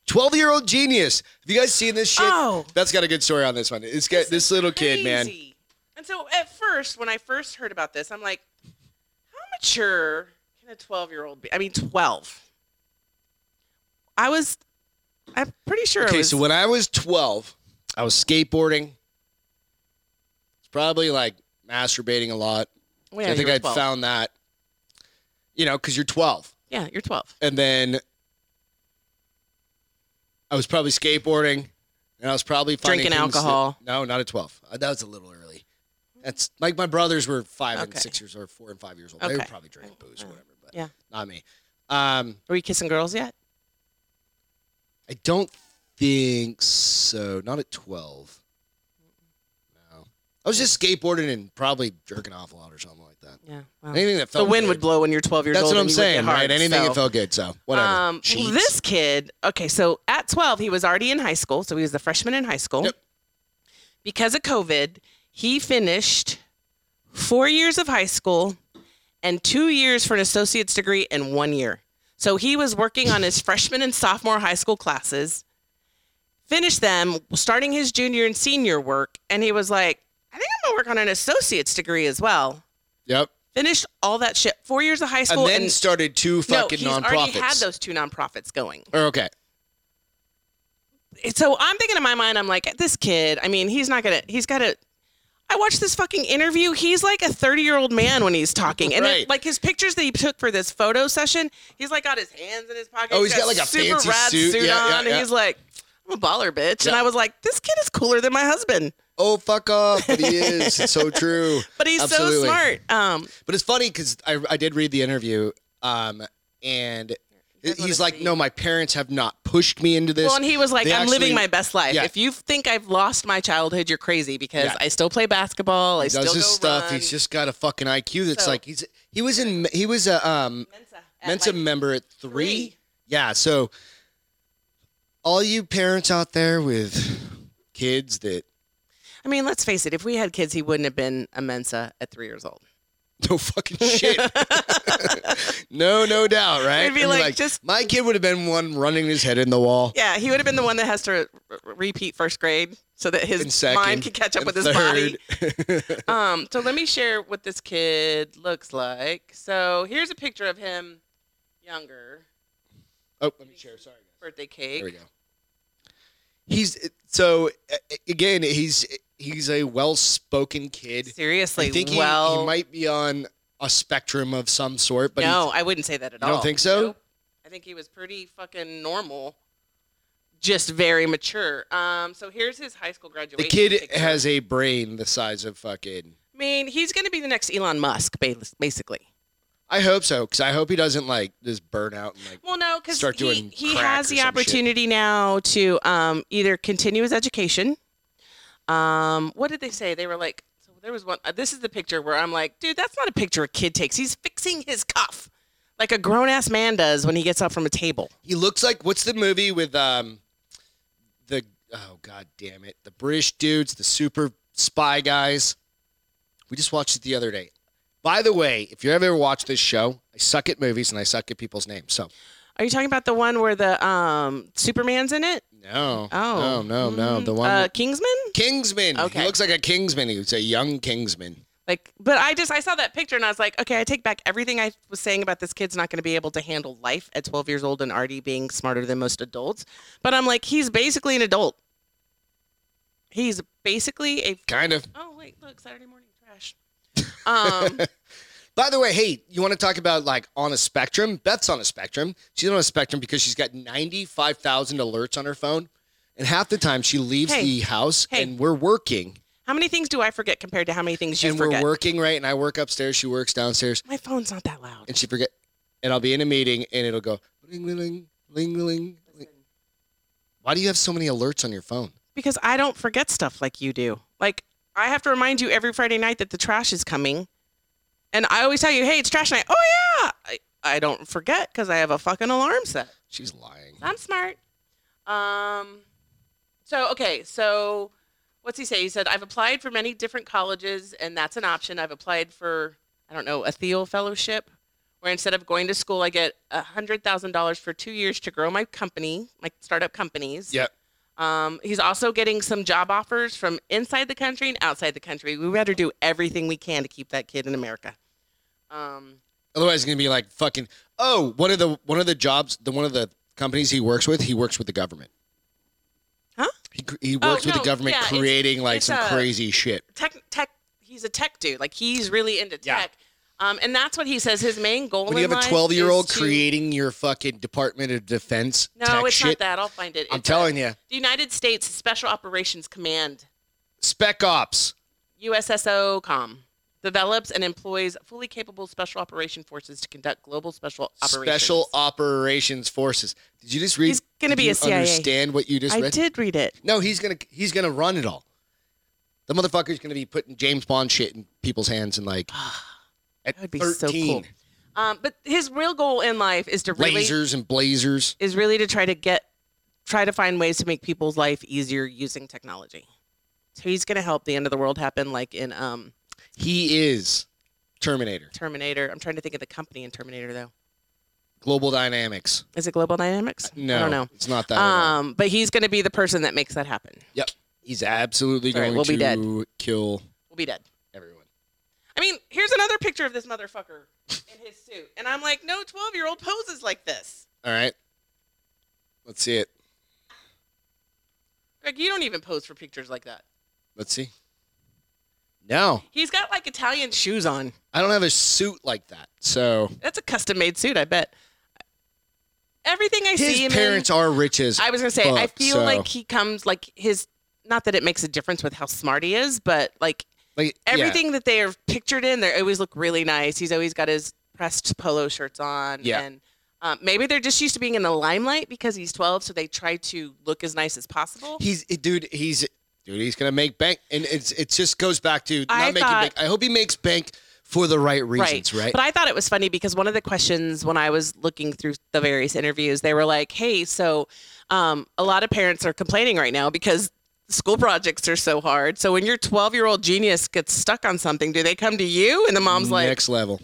S2: 12 year old genius. Have you guys seen this shit?
S1: Oh.
S2: That's got a good story on this one. It's got this little kid, man.
S1: Crazy. And so at first, when I first heard about this, I'm like, how mature can a 12 year old be? I mean, 12. I was, I'm pretty sure. I
S2: Okay,
S1: was,
S2: so when I was 12, I was skateboarding. It's probably like masturbating a lot.
S1: Oh, yeah,
S2: I think
S1: you were
S2: I'd
S1: 12.
S2: found that, you know, because you're 12.
S1: Yeah, you're 12.
S2: and then I was probably skateboarding, and I was probably finding
S1: Drinking
S2: things that-
S1: alcohol.
S2: no, not at twelve. Uh, That was a little early. That's like my brothers were five and
S1: Okay.
S2: six years or four and five years old. They were
S1: Okay. Mm,
S2: probably drinking booze or whatever, but
S1: Yeah.
S2: not me. Um,
S1: Were you kissing girls yet?
S2: I don't think so. Not at twelve. No, I was just skateboarding and probably jerking off a lot or something like that.
S1: Yeah. wow.
S2: Anything that
S1: The
S2: felt
S1: wind
S2: good.
S1: would blow when you're 12 years
S2: That's
S1: old.
S2: what I'm
S1: and you would get
S2: saying,
S1: hard,
S2: right? Anything
S1: so.
S2: that felt good. So whatever.
S1: Um, well,
S2: Sheets.
S1: this kid, okay, so at 12, he was already in high school. So he was a freshman in high school.
S2: Yep.
S1: Because of COVID, he finished four years of high school and two years for an associate's degree and one year. So he was working on his freshman and sophomore high school classes, finished them, starting his junior and senior work. And he was like, I think I'm going to work on an associate's degree as well.
S2: yep.
S1: Finished all that shit. Four years of high
S2: and
S1: school
S2: then
S1: and
S2: started two fucking
S1: no, he's already
S2: nonprofits.
S1: had those two nonprofits going.
S2: Or, okay.
S1: So I'm thinking in my mind, I'm like, this kid. I mean, he's not gonna. He's got to. I watched this fucking interview. He's like a 30 year old man when he's talking, and
S2: Right.
S1: it, like his pictures that he took for this photo session, he's like got his hands in his pockets.
S2: Oh, he's got, like, a
S1: super
S2: fancy
S1: rad
S2: suit. Yeah,
S1: on,
S2: yeah,
S1: and
S2: yeah.
S1: he's like, I'm a baller, bitch. And
S2: Yeah.
S1: I was like, this kid is cooler than my husband,
S2: Oh fuck off! But he is.
S1: (laughs)
S2: It's so true.
S1: but he's so
S2: Absolutely.
S1: smart. Um,
S2: But it's funny because I, I did read the interview, um, and
S1: guys wanna
S2: he's like,
S1: see?
S2: "No, my parents have not pushed me into this."
S1: Well, and he was like,
S2: They
S1: "I'm living
S2: actually-
S1: my best life.
S2: yeah.
S1: If you think I've lost my childhood, you're crazy because
S2: Yeah.
S1: I still play basketball. I
S2: He
S1: still
S2: does
S1: go
S2: his stuff.
S1: Run.
S2: He's just got a fucking IQ that's
S1: So-
S2: like he's he was in he was a um,
S1: Mensa.
S2: Mensa member at three.
S1: three.
S2: Yeah, so all you parents out there with kids that
S1: I mean, let's face it. If we had kids, he wouldn't have been a Mensa at three years old.
S2: No fucking
S1: (laughs)
S2: shit. no, no doubt, right?
S1: It'd be
S2: And
S1: like, just-
S2: my kid would have been one running his head in the wall.
S1: Yeah, he would have been the one that has to r- r- repeat first grade so that
S2: In
S1: his
S2: second,
S1: mind can catch up
S2: and
S1: with his body. Um, so let me share what this kid looks like. So here's a picture of him, younger,
S2: (laughs) Oh, let me share. Sorry, guys.
S1: birthday
S2: There we
S1: cake.
S2: go. He's so uh, again. He's he's a well-spoken kid.
S1: Seriously,
S2: I think he,
S1: well,
S2: he might be on a spectrum of some sort, but
S1: no, I wouldn't say that at
S2: You
S1: all.
S2: don't think so?
S1: Nope. I think he was pretty fucking normal, just very mature. Um, so here's his high school
S2: he, the
S1: graduation.
S2: kid
S1: picture.
S2: has a brain the size of fucking.
S1: I mean, he's going to be the next Elon Musk, bas- basically.
S2: I hope so, because I hope he doesn't like just burn out and like.
S1: Well, no, because
S2: Start
S1: he,
S2: doing
S1: he
S2: crack
S1: has
S2: or
S1: the
S2: some shit.
S1: opportunity now to um, either continue his education. Um, what did they say? They were like, so there was one. Uh, this is the picture where I'm like, dude, that's not a picture a kid takes. He's fixing his cuff like a grown ass man does when he gets up from a table.
S2: He looks like what's the movie with um the oh god damn it the British dudes the super spy guys. We just watched it the other day. By the way, if you ever watched this show, I suck at movies and I suck at people's names. So
S1: Are you talking about the one where the um, Superman's in it?
S2: no,
S1: Oh.
S2: no, no, no. The one
S1: Uh,
S2: with-
S1: Kingsman?
S2: Kingsman.
S1: okay.
S2: He looks like a Kingsman. He's a young Kingsman.
S1: Like, but I just I saw that picture and I was like, okay, I take back everything I was saying about this kid's not going to be able to handle life at 12 years old and already being smarter than most adults. But I'm like, he's basically an adult. He's basically a.
S2: Kind of.
S1: Oh wait, look, Saturday morning trash.
S2: (laughs)
S1: Um,
S2: By the way, hey, you want to talk about like on a spectrum? Beth's on a spectrum. She's on a spectrum because she's got 95,000 alerts on her phone. And half the time she leaves
S1: Hey.
S2: the house
S1: Hey.
S2: and we're working.
S1: how many things do I forget compared to how many things you
S2: and
S1: forget?
S2: we're working, right? And I work upstairs, she works downstairs,
S1: My phone's not that loud.
S2: and she forget. And I'll be in a meeting and it'll go ling ling ling ling ling. ling. Why do you have so many alerts on your phone?
S1: because I don't forget stuff like you do. Like I have to remind you every Friday night that the trash is coming, and I always tell you, "Hey, it's trash night." Oh yeah, I, I don't forget because I have a fucking alarm set.
S2: She's lying.
S1: I'm smart. Um, so okay, so what's he say? He said, "I've applied for many different colleges, and that's an option. I've applied for I don't know a Thiel fellowship." where instead of going to school, I get $100,000 for two years to grow my company, my startup companies.
S2: Yep.
S1: Um, he's also getting some job offers from inside the country and outside the country. We better do everything we can to keep that kid in America. Um,
S2: Otherwise, it's gonna be like fucking. Oh, one of the one of the jobs, the one of the companies he works with, he works with the government.
S1: Huh? Oh,
S2: He, cr- he works with
S1: no,
S2: the government,
S1: yeah, it's-
S2: creating like
S1: it's
S2: some
S1: a-
S2: crazy shit.
S1: tech, tech. He's a tech dude. Like he's really into
S2: Yeah.
S1: tech. Um, and that's what he says. His main goal.
S2: When you
S1: in
S2: have a
S1: life
S2: twelve-year-old
S1: is to-
S2: creating your fucking Department of Defense
S1: No,
S2: tech
S1: it's
S2: shit,
S1: not that. I'll find it.
S2: I'm
S1: It's, uh,
S2: telling you,
S1: The United States Special Operations Command,
S2: Spec Ops.
S1: USSOCOM, develops and employs fully capable special operation forces to conduct global special operations.
S2: Special Operations Forces. Did you just read?
S1: He's gonna
S2: did
S1: be
S2: you
S1: a CIA.
S2: Understand what you just
S1: I
S2: read?
S1: did read it.
S2: No, he's gonna he's gonna run it all. The motherfucker's gonna be putting James Bond shit in people's hands and like
S1: (gasps)
S2: at
S1: That would be so cool.
S2: 13,
S1: Um, but his real goal in life is to really
S2: lasers and blazers.
S1: is really to try to get try to find ways to make people's life easier using technology. So he's going to help the end of the world happen, like in um,
S2: He is Terminator,
S1: Terminator. I'm trying to think of the company in Terminator though.
S2: Global Dynamics.
S1: Is it Global Dynamics?
S2: No,
S1: I don't know.
S2: it's not that. at all.
S1: Um, but he's going to be the person that makes that happen.
S2: Yep, he's absolutely
S1: Sorry,
S2: going
S1: we'll
S2: to
S1: be dead.
S2: kill
S1: We'll be dead.
S2: everyone.
S1: I mean, here's another picture of this motherfucker in his suit, and I'm like, no 12 year old poses like this.
S2: All right, let's see it.
S1: Greg, you don't even pose for pictures like that.
S2: Let's see. No,
S1: He's got like Italian shoes on.
S2: I don't have a suit like that. So
S1: That's a custom made suit, I bet. Everything I see
S2: his
S1: him
S2: parents are rich as
S1: in, I was gonna say, I
S2: fuck,
S1: feel
S2: so-
S1: like he comes like his. Not that it makes a difference with how smart he is, but like
S2: like yeah.
S1: everything that they are pictured in, they always look really nice. He's always got his pressed polo shirts on.
S2: Yeah.
S1: And um, maybe they're just used to being in the limelight because he's 12, so they try to look as nice as possible.
S2: He's eh, dude. He's dude. He's gonna make bank, and it's it just goes back to not
S1: I
S2: making
S1: thought-
S2: bank. I hope he makes bank for the right reasons, right?
S1: But I thought it was funny because one of the questions when I was looking through the various interviews, they were like, "Hey, so um, a lot of parents are complaining right now because school projects are so hard. So when your 12-year-old genius gets stuck on something, do they come to you?" And the mom's like,
S2: Next level.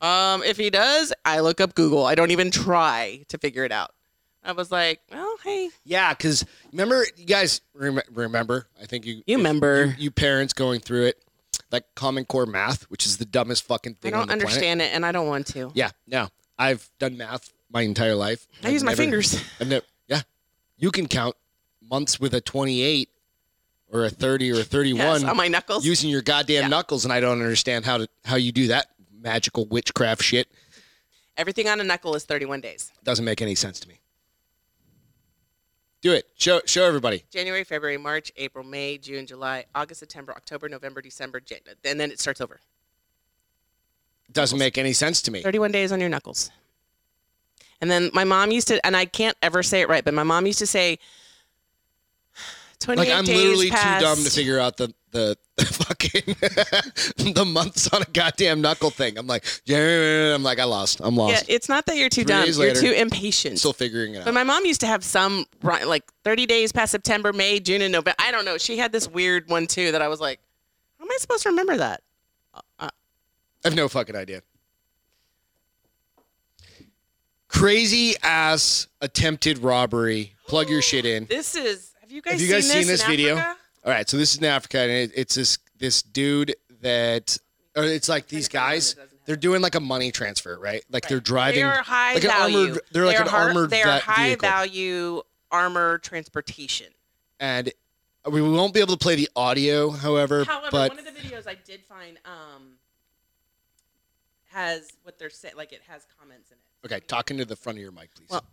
S1: "Um, if he does, I look up Google. I don't even try to figure it out." I was like, "Well, hey,
S2: Yeah, because remember, you guys rem- remember. I think you
S1: You remember.
S2: you, you parents going through it, like Common Core math, which is the dumbest fucking
S1: I
S2: thing.
S1: don't
S2: on the planet.
S1: understand it, and I don't want to.
S2: Yeah, no, I've done math my entire life.
S1: I use my fingers.
S2: (laughs) I've never, yeah, you can count months with a twenty-eight or a thirty or a thirty-one.
S1: Yes, on my knuckles.
S2: using your goddamn
S1: Yeah.
S2: knuckles, and I don't understand how to how you do that magical witchcraft shit.
S1: Everything on a knuckle is 31 days.
S2: Doesn't make any sense to me. Do it. Show show everybody.
S1: January, February, March, April, May, June, July, August, September, October, November, December, Jan- and then it starts over.
S2: Doesn't make any sense to me.
S1: 31 days on your knuckles. And then my mom used to, and I can't ever say it right, but my mom used to say, 28
S2: Like I'm
S1: days
S2: literally
S1: past.
S2: too dumb to figure out the the, (laughs) the fucking (laughs) the months on a goddamn knuckle thing. I'm like, yeah, I'm like, I lost. I'm
S1: Yeah,
S2: lost.
S1: it's not that you're too
S2: Three
S1: dumb.
S2: days
S1: You're
S2: later.
S1: too impatient.
S2: Still figuring it
S1: but
S2: out.
S1: my mom used to have some, ri- like 30 days past September, May, June, and November. I don't know. She had this weird one too that I was like, how am I supposed to remember that?
S2: I have no fucking idea. Crazy ass attempted robbery. Plug your shit in.
S1: This is, have you guys,
S2: Have you guys
S1: seen,
S2: seen
S1: this,
S2: this
S1: in
S2: video?
S1: Africa?
S2: All right, so this is in Africa, and it, it's this this dude that, or it's like these guys. They're doing like a money transfer, right? Like they're driving.
S1: They are high
S2: like an
S1: value.
S2: armored- they're like an
S1: har-
S2: armored
S1: They are
S2: va-
S1: high
S2: vehicle.
S1: value armor transportation.
S2: and we we won't be able to play the audio, however.
S1: However,
S2: Er, but
S1: one of the videos I did find um, has what they're saying, like it has comments in it.
S2: okay, talk into the front of your mic, please.
S1: Well-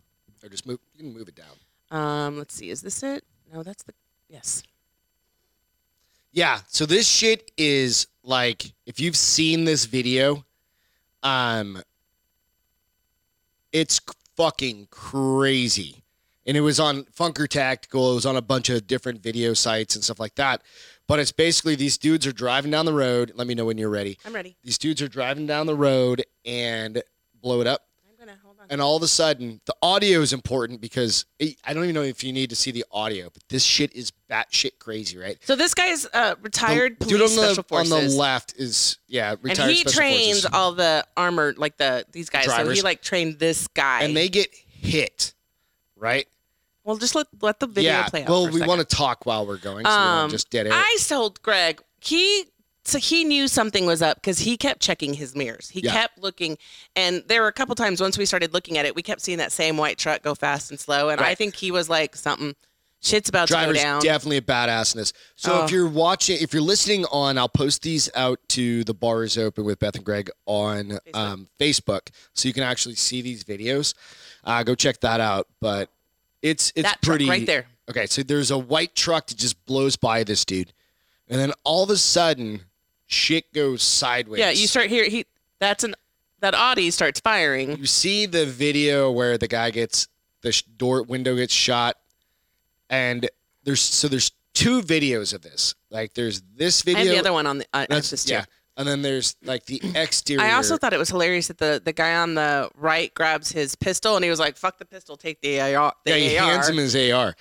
S2: or just move. You can move it down.
S1: Um, let's see, is this it? No, that's the yes.
S2: Yeah. So this shit is like if you've seen this video, um it's c- fucking crazy. And it was on Funker Tactical, it was on a bunch of different video sites and stuff like that. But it's basically these dudes are driving down the road. Let me know when you're ready.
S1: I'm ready.
S2: These dudes are driving down the road and blow it up.
S1: I'm gonna hold
S2: and all of a sudden the audio is important because it, I don't even know if you need to see the audio, but this shit is batshit crazy, right?
S1: So this guy's uh,
S2: The
S1: retired police
S2: dude on the
S1: special forces.
S2: on the left is yeah
S1: and
S2: retired
S1: he
S2: special
S1: trains
S2: forces.
S1: all the armored, like the these guys. So he
S2: Drivers.
S1: like trained this guy.
S2: and they get hit, right?
S1: well, just let let the video
S2: yeah.
S1: play out.
S2: well,
S1: for a
S2: we
S1: second.
S2: want to talk while we're going, so we don't
S1: Um,
S2: just dead air.
S1: I told Greg he so he knew something was up because he kept checking his mirrors. He
S2: Yeah.
S1: kept looking, and there were a couple times once we started looking at it, we kept seeing that same white truck go fast and slow, and I
S2: Right.
S1: think he was like something. Shit's about to
S2: Driver's
S1: go down.
S2: definitely a badass in this. So
S1: Oh.
S2: if you're watching, if you're listening on, I'll post these out to the bar is open with Beth and Greg on Facebook, um, Facebook so you can actually see these videos. Uh, go check that out. But it's it's
S1: that truck
S2: pretty
S1: right there.
S2: Okay, so there's a white truck that just blows by this dude, and then all of a sudden, shit goes sideways.
S1: Yeah, you start here. He that's an that Audi starts firing.
S2: You see the video where the guy gets the sh- door window gets shot, and there's so there's two videos of this. Like there's this
S1: I
S2: video.
S1: have the other one on the uh,
S2: that's-
S1: just
S2: yeah, and then there's like the
S1: (clears throat)
S2: exterior.
S1: I also thought it was hilarious that the, the guy on the right grabs his pistol and he was like, "Fuck the pistol, take the AR." The
S2: yeah, he
S1: AR.
S2: hands him his AR.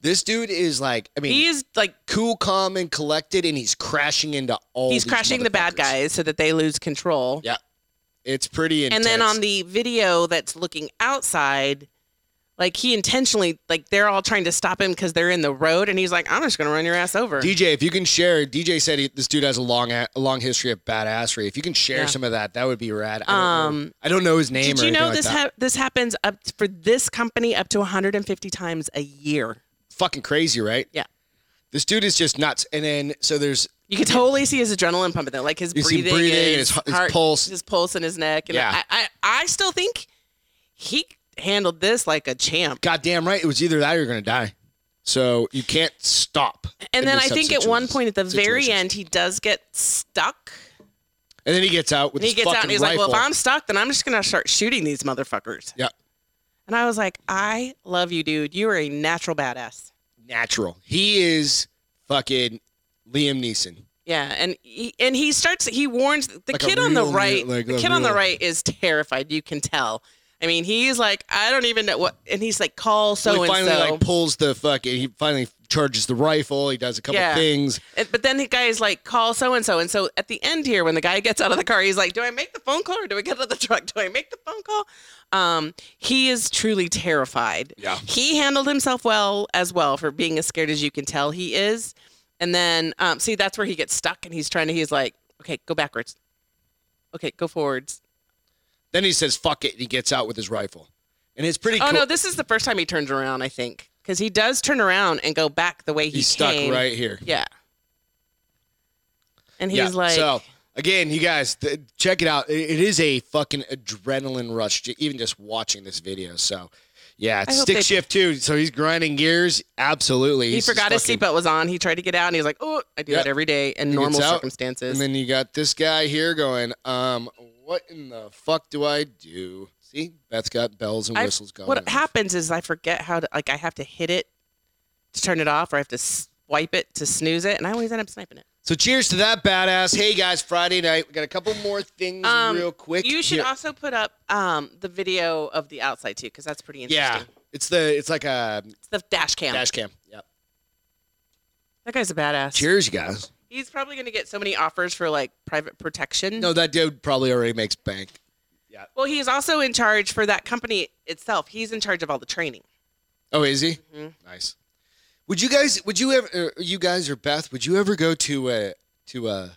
S2: This dude is like, I mean,
S1: he is like
S2: cool, calm, and collected, and he's crashing into all.
S1: he's
S2: these
S1: crashing the bad
S2: motherfuckers.
S1: guys so that they lose control.
S2: Yeah, It's pretty intense.
S1: and then on the video that's looking outside, like he intentionally like they're all trying to stop him because they're in the road, and he's like, "I'm just gonna run your ass over."
S2: DJ, if you can share, DJ said he, this dude has a long, a a long history of badassery. If you can share
S1: Yeah.
S2: some of that, that would be rad. I don't, know,
S1: Um,
S2: I don't know his name.
S1: Did
S2: or
S1: you know
S2: anything
S1: this
S2: Like that.
S1: ha- this happens up for this company up to 150 times a year?
S2: Fucking crazy, right?
S1: Yeah.
S2: This dude is just nuts. And then so there's
S1: You can totally see his adrenaline pumping though, like his
S2: You see
S1: breathing,
S2: breathing and
S1: and
S2: his- his
S1: heart-
S2: pulse.
S1: his pulse in his neck. And
S2: Yeah.
S1: I, I, I still think he handled this like a champ.
S2: goddamn right. It was either that or you're gonna die. So you can't stop. in
S1: And then
S2: these
S1: I
S2: types
S1: think
S2: of
S1: at one point at the very
S2: situations.
S1: end he does get stuck.
S2: and then he gets out with
S1: And he
S2: his
S1: gets
S2: fucking
S1: out and he's
S2: rifle.
S1: like, "Well, if I'm stuck, then I'm just gonna start shooting these motherfuckers."
S2: yeah,
S1: And I was like, "I love you, dude. You are a natural badass."
S2: natural. He is fucking Liam Neeson.
S1: Yeah, and he, and he starts. He warns the
S2: Like a
S1: kid on the
S2: real ne-
S1: right.
S2: like
S1: the
S2: a
S1: kid on the
S2: real-
S1: right is terrified. You can tell. I mean, he's like, I don't even know what, and he's like, call so
S2: he
S1: and
S2: finally
S1: so.
S2: like pulls the fucking. He finally charges the rifle. He does a couple
S1: Yeah.
S2: things.
S1: And- But then the guy is like, call so and so. And so at the end here, when the guy gets out of the car, he's like, do I make the phone call or do I get out of the truck? Do I make the phone call? Um, he is truly terrified.
S2: Yeah.
S1: He handled himself well as well for being as scared as you can tell he is. And then, um, see, that's where he gets stuck and he's trying to, he's like, okay, go backwards. Okay, go forwards.
S2: Then he says, "Fuck it," and he gets out with his rifle, and it's pretty.
S1: Oh,
S2: cool.
S1: no, this is the first time he turns around, I think. Because he does turn around and go back the way he
S2: he's stuck
S1: came.
S2: right here.
S1: Yeah. And he's
S2: Yeah,
S1: like,
S2: so again, you guys, th- check it out. It- it is a fucking adrenaline rush, ju- even just watching this video. So, yeah, it's
S1: hope
S2: stick
S1: they-
S2: shift too. So he's grinding gears. Absolutely,
S1: he
S2: He's just
S1: forgot his
S2: fucking-
S1: seatbelt was on. He tried to get out, and he was like, "Oh, I do
S2: Yeah.
S1: that every day in
S2: He gets
S1: normal
S2: out,
S1: circumstances."
S2: And then you got this guy here going, um, what in the fuck do I do? See, Beth's got bells and
S1: I-
S2: whistles going.
S1: what
S2: off.
S1: happens is I forget how to like I have to hit it to turn it off, or I have to swipe it to snooze it, and I always end up sniping it.
S2: So cheers to that badass. Hey guys, Friday night. We got a couple more things
S1: Um,
S2: real quick.
S1: You should
S2: here.
S1: also put up um, the video of the outside too, because that's pretty
S2: yeah.
S1: interesting.
S2: It's the it's like a
S1: It's the dash cam.
S2: dash cam. Yep.
S1: That guy's a badass.
S2: Cheers, you guys.
S1: He's probably gonna get so many offers for like private protection.
S2: No, that dude probably already makes bank.
S1: Well, he's also in charge for that company itself. He's in charge of all the training.
S2: Oh, is he?
S1: Mhm.
S2: Nice. Would you guys? Would you ever? uh, You guys or Beth? Would you ever go to a to a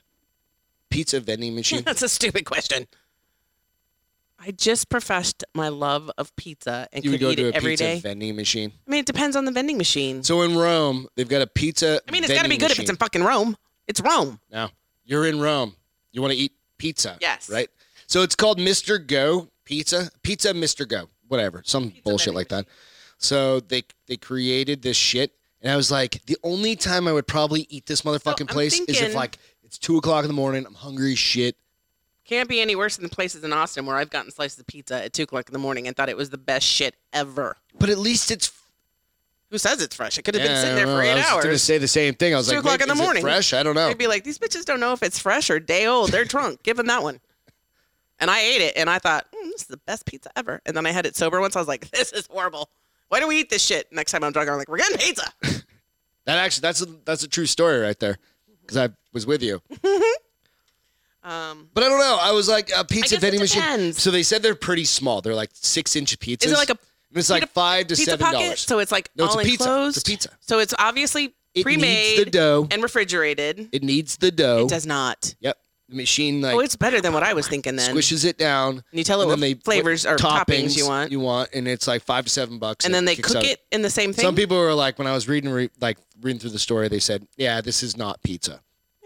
S2: pizza vending
S1: (laughs)
S2: (laughs) machine?
S1: That's a stupid question. I just professed my love of pizza and
S2: you would
S1: could
S2: go
S1: eat
S2: to a
S1: it every
S2: pizza
S1: day.
S2: vending machine.
S1: I mean, it depends on the vending machine.
S2: So in Rome, they've got a pizza.
S1: I mean, it's got to be
S2: vending
S1: good if it's in
S2: machine.
S1: fucking Rome. It's Rome.
S2: Now you're in Rome. You want to eat pizza?
S1: Yes.
S2: Right. So it's called Mr. Go Pizza. Pizza Mr. Go. Whatever. Some bullshit
S1: vending
S2: like that. So they they created this shit, and I was like, the only time I would probably eat this motherfucking
S1: I'm
S2: place is if
S1: thinking-
S2: like it's two o'clock in the morning. I'm hungry as shit.
S1: Can't be any worse than the places in Austin where I've gotten slices of pizza at two o'clock in the morning and thought it was the best shit ever.
S2: But at least it's.
S1: Who says it's fresh? It could have
S2: Yeah,
S1: been
S2: I
S1: sitting there
S2: don't
S1: for
S2: know.
S1: eight
S2: I was going to
S1: hours.
S2: say the same thing. I was
S1: Two
S2: like,
S1: o'clock
S2: maybe-
S1: in the
S2: is it
S1: morning.
S2: fresh? I don't know.
S1: They'd be like, these bitches don't know if it's fresh or day old. They're drunk. Give them that one. And I ate it and I thought, mm, this is the best pizza ever. And then I had it sober once. I was like, (laughs) this is horrible. Why do we eat this shit? Next time I'm drunk, I'm like, we're getting pizza.
S2: (laughs) That actually, that's a, that's a true story right there, because I was with you.
S1: Um,
S2: But I don't know. I was like a pizza
S1: guess it
S2: vending machine.
S1: depends.
S2: So they said they're pretty small. They're like six inch pizzas.
S1: is it like a
S2: And It's like
S1: pizza-
S2: five to
S1: pizza
S2: seven
S1: pocket?
S2: dollars.
S1: So it's like
S2: No, it's
S1: all
S2: a pizza.
S1: enclosed.
S2: It's a pizza.
S1: So it's obviously
S2: It needs the
S1: pre-made
S2: dough.
S1: and refrigerated.
S2: it needs the dough.
S1: It does not.
S2: Yep. The machine like
S1: oh, it's better than what I was thinking then.
S2: squishes it down.
S1: and you tell it
S2: and
S1: what
S2: then they
S1: flavors or
S2: what
S1: toppings you want.
S2: You want, and it's like five to seven bucks.
S1: and then they
S2: kicks
S1: cook
S2: out.
S1: it in the same thing.
S2: Some people were like, when I was reading, re- like reading through the story, they said, "Yeah, this is not pizza."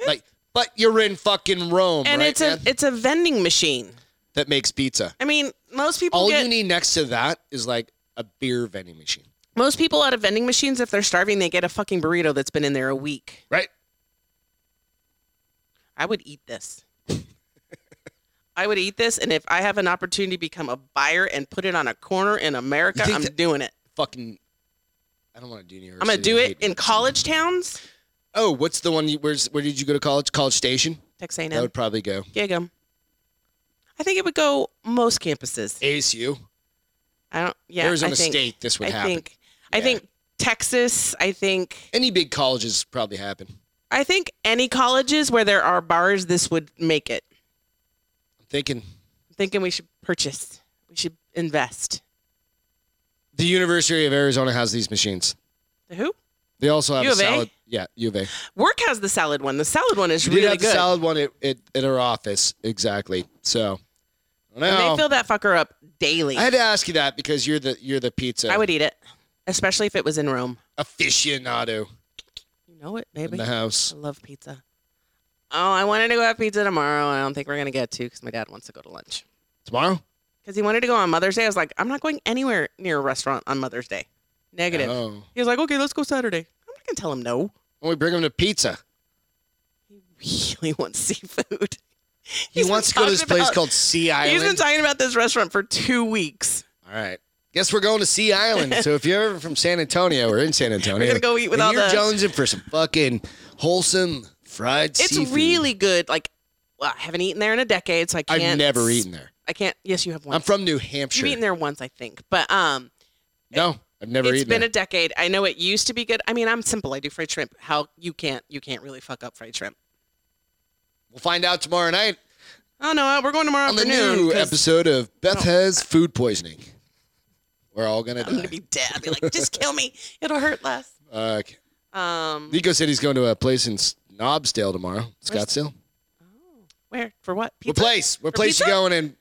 S2: Like, but you're in fucking Rome,
S1: and
S2: right,
S1: it's a
S2: man?
S1: it's a vending machine.
S2: that makes pizza.
S1: I mean, most people
S2: All
S1: get
S2: you need next to that is like a beer vending machine,
S1: most people out of vending machines if they're starving they get a fucking burrito that's been in there a week.
S2: right?
S1: I would eat this. I would eat this, and if I have an opportunity to become a buyer and put it on a corner in America,
S2: You think
S1: I'm
S2: that-
S1: doing it.
S2: Fucking, I don't want to do New York.
S1: I'm gonna
S2: City.
S1: do
S2: I
S1: it
S2: hate New
S1: in
S2: York City.
S1: college towns.
S2: Oh, what's the one? You, where's where did you go to college? College Station.
S1: Texas A&M,
S2: That would probably go
S1: gig 'em. I think it would go most campuses.
S2: ASU.
S1: I don't. Yeah,
S2: Arizona
S1: I think,
S2: State. This would
S1: I
S2: happen.
S1: think. I
S2: Yeah.
S1: think Texas. I think.
S2: Any big colleges probably happen.
S1: I think any colleges where there are bars, this would make it.
S2: I'm thinking
S1: I'm thinking we should purchase. We should invest.
S2: the University of Arizona has these machines.
S1: The who?
S2: They also have
S1: U
S2: a
S1: of A?
S2: salad. Yeah, U of A.
S1: Work has the salad one. The salad one is
S2: She
S1: really
S2: did have
S1: good.
S2: the salad one at, at, at her office. Exactly. So, I don't
S1: And
S2: know.
S1: they fill that fucker up daily.
S2: I
S1: I,
S2: had to ask you that because you're the you're the pizza
S1: would eat it, especially if it was in Rome.
S2: aficionado
S1: You know it,
S2: in
S1: baby.
S2: the
S1: I
S2: house.
S1: love pizza. Oh, I wanted to go have pizza tomorrow. and I don't think we're gonna get to because my dad wants to go to lunch.
S2: Tomorrow?
S1: Because he wanted to go on Mother's Day. I was like, I'm not going anywhere near a restaurant on Mother's Day. Negative.
S2: Oh.
S1: He was like, okay, let's go Saturday. I'm not gonna tell him no. (laughs)
S2: When we bring him to pizza.
S1: He really wants seafood.
S2: He
S1: He's been
S2: wants to go to this
S1: talking
S2: place
S1: about-
S2: called Sea
S1: He's been
S2: Island.
S1: talking about this restaurant for two weeks.
S2: all right. Guess we're going to Sea Island. so if you're ever from San Antonio or in San Antonio,
S1: gonna go eat with
S2: and
S1: all
S2: you're
S1: the-
S2: jonesing for some fucking wholesome fried
S1: It's
S2: seafood.
S1: really good. Like, well, I haven't eaten there in a decade, so I
S2: I've
S1: can't.
S2: never eaten there.
S1: I can't. Yes, you have once.
S2: I'm from New Hampshire.
S1: You've eaten there once, I think. But um,
S2: no, I've never
S1: it's
S2: eaten
S1: been
S2: there.
S1: a decade. I know it used to be good. I mean, I'm simple. I do fried shrimp. How you can't? You can't really fuck up fried shrimp.
S2: we'll find out tomorrow night.
S1: Oh no, we're going tomorrow
S2: on the
S1: afternoon.
S2: new
S1: 'cause
S2: episode of Beth has food poisoning. We're all gonna
S1: I'm gonna
S2: die.
S1: be dead. I'll be like, just kill me. It'll hurt less.
S2: Uh,
S1: Um,
S2: Nico said he's going to a place in Snobsdale tomorrow, Scottsdale.
S1: oh, where for what?
S2: What
S1: Pizza?
S2: place? What
S1: For
S2: place you
S1: pizza?
S2: going in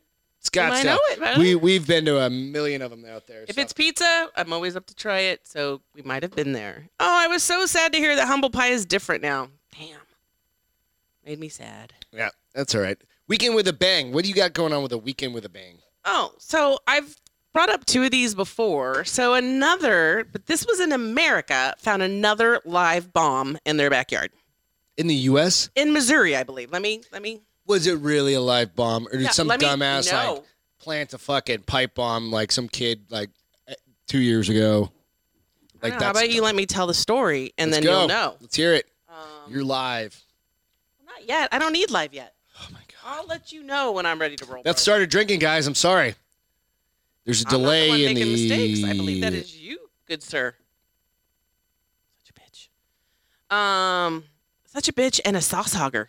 S2: Scottsdale?
S1: know it, man.
S2: We we've been to a million of them out there.
S1: Uh-huh. If
S2: so.
S1: it's pizza, I'm always up to try it. So we might have been there. Oh, I was so sad to hear that humble pie is different now. Damn, made me sad.
S2: yeah, that's all right. Weekend with a bang. What do you got going on with a weekend with a bang?
S1: Oh, so I've brought up two of these before. So another, but this was in America, found another live bomb in their backyard
S2: In the U.S.
S1: in Missouri, I believe. Let me, let me.
S2: Was it really a live bomb, or did
S1: yeah,
S2: some
S1: let me-
S2: dumbass
S1: no.
S2: like plant a fucking pipe bomb like some kid like eh, two years ago?
S1: I don't know. How about you let me tell the story and
S2: Let's
S1: then
S2: go.
S1: you'll know.
S2: Let's hear it.
S1: Um,
S2: You're live.
S1: not yet. I don't need live yet.
S2: Oh my god.
S1: I'll let you know when I'm ready to roll.
S2: That
S1: bro.
S2: started drinking, guys. I'm sorry. There's a
S1: I'm not
S2: delay
S1: the one
S2: in the
S1: making mistakes. I believe that is you, good sir. Such a bitch. Um, such a bitch and a sauce hogger.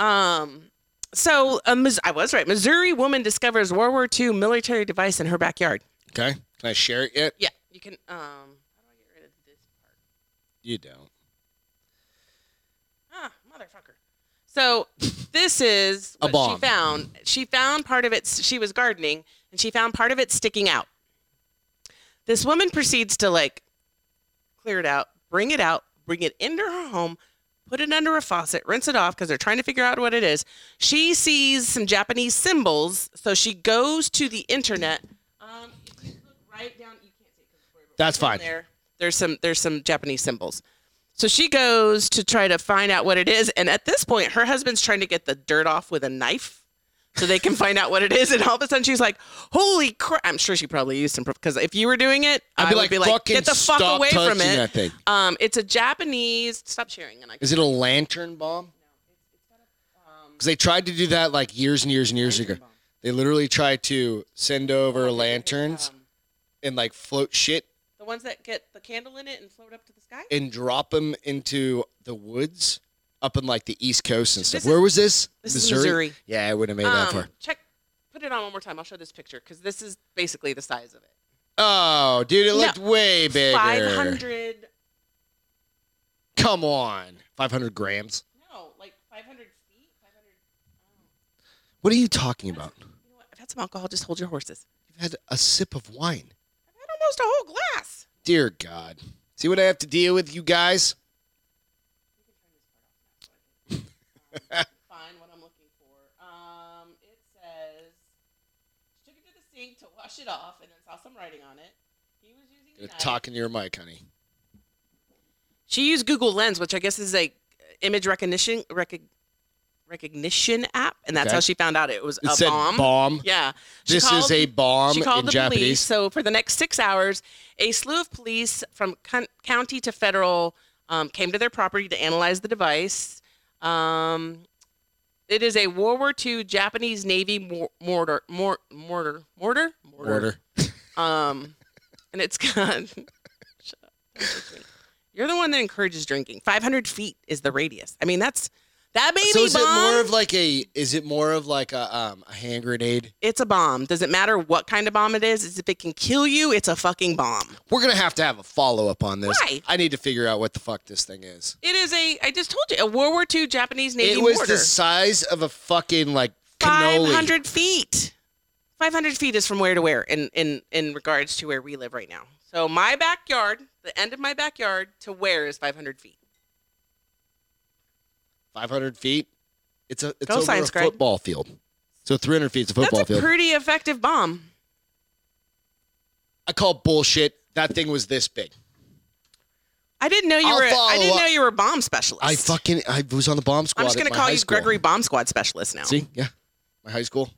S1: Um, so um, I was right. Missouri woman discovers World War II military device in her backyard.
S2: Okay. Can I share it yet?
S1: Yeah, you can. Um, how do I get rid of this part?
S2: You don't.
S1: Ah, motherfucker. So this is
S2: A
S1: what
S2: bomb.
S1: she found. She found part of it. She was gardening, and she found part of it sticking out. This woman proceeds to like clear it out, bring it out, bring it into her home, put it under a faucet, rinse it off because they're trying to figure out what it is. She sees some Japanese symbols, so she goes to the internet. Um, if you look right down, you can't see it 'cause it's where-
S2: That's fine.
S1: There, there's some there's some Japanese symbols. So she goes to try to find out what it is, and at this point, her husband's trying to get the dirt off with a knife. So they can find out what it is, and all of a sudden she's like, "Holy crap!" I'm sure she probably used some because if you were doing it,
S2: I'd
S1: I
S2: be
S1: would
S2: like,
S1: be like,
S2: "Fucking
S1: "Get the fuck
S2: stop
S1: away from
S2: touching
S1: it!"
S2: that thing.
S1: Um, it's a Japanese. Stop sharing, and I.
S2: Is it a lantern bomb? Because they tried to do that like years and years and years ago. They literally try to send over lanterns
S1: Um,
S2: and like float shit
S1: the ones that get the candle in it and float up to the sky.
S2: and drop them into the woods up in like the East Coast and stuff.
S1: This is-
S2: Where was this?
S1: this is Missouri.
S2: Yeah, I wouldn't have made that
S1: Um,
S2: far.
S1: check. Put it on one more time. I'll show this picture because this is basically the size of it.
S2: Oh, dude, it
S1: No.
S2: looked way bigger.
S1: Five hundred.
S2: Come on, five hundred grams.
S1: No, like five hundred feet. Five hundred.
S2: What are you talking about?
S1: You know what? I've had some alcohol. Just hold your horses.
S2: You've had a sip of wine.
S1: I've had almost a whole glass.
S2: Dear God. See what I have to deal with, you guys?
S1: Find what I'm looking for. Um, it says she took it to the sink to wash it off, and then saw some writing on it. He was using a
S2: Gonna
S1: knife.
S2: talk into your mic, honey.
S1: She used Google Lens, which I guess is a image recognition recog recognition app, and that's
S2: Okay.
S1: how she found out it was
S2: It
S1: a
S2: said
S1: bomb.
S2: bomb.
S1: Yeah, She
S2: This is
S1: called-
S2: a bomb
S1: She called
S2: in
S1: the police.
S2: Japanese.
S1: So for the next six hours, a slew of police from con- county to federal um, came to their property to analyze the device. Um, it is a World War II Japanese Navy mor- mortar, mor- mortar, mortar,
S2: Order.
S1: Um, and it's (laughs) gone. Shut up. Don't judge me. You're the one that encourages drinking. 500 feet is the radius. I mean, that's that baby
S2: So is
S1: bomb.
S2: it more of like a is it more of like a um a hand grenade?
S1: it's a bomb. Doesn't matter what kind of bomb it is. It's if it can kill you, it's a fucking bomb.
S2: We're gonna have to have a follow up on this.
S1: Why?
S2: I need to figure out what the fuck this thing is.
S1: It is a. I just told you a World War II Japanese Navy
S2: it was
S1: mortar.
S2: the size of a fucking like
S1: Five
S2: cannoli.
S1: hundred feet. Five hundred feet is from where to where in in in regards to where we live right now. So my backyard, the end of my backyard to where is five hundred feet?
S2: Five hundred feet. It's a it's
S1: Go
S2: over
S1: science
S2: a
S1: grade.
S2: football field. So three hundred feet is a football
S1: That's a
S2: field.
S1: pretty effective bomb.
S2: I call bullshit. That thing was this big.
S1: I didn't know you
S2: I'll
S1: were. I
S2: follow
S1: didn't
S2: up.
S1: know you were a bomb specialist.
S2: I fucking I was on the bomb squad.
S1: I'm just
S2: at
S1: gonna
S2: my
S1: call
S2: high
S1: you
S2: school.
S1: Gregory Bomb Squad Specialist now.
S2: See, yeah, my high school,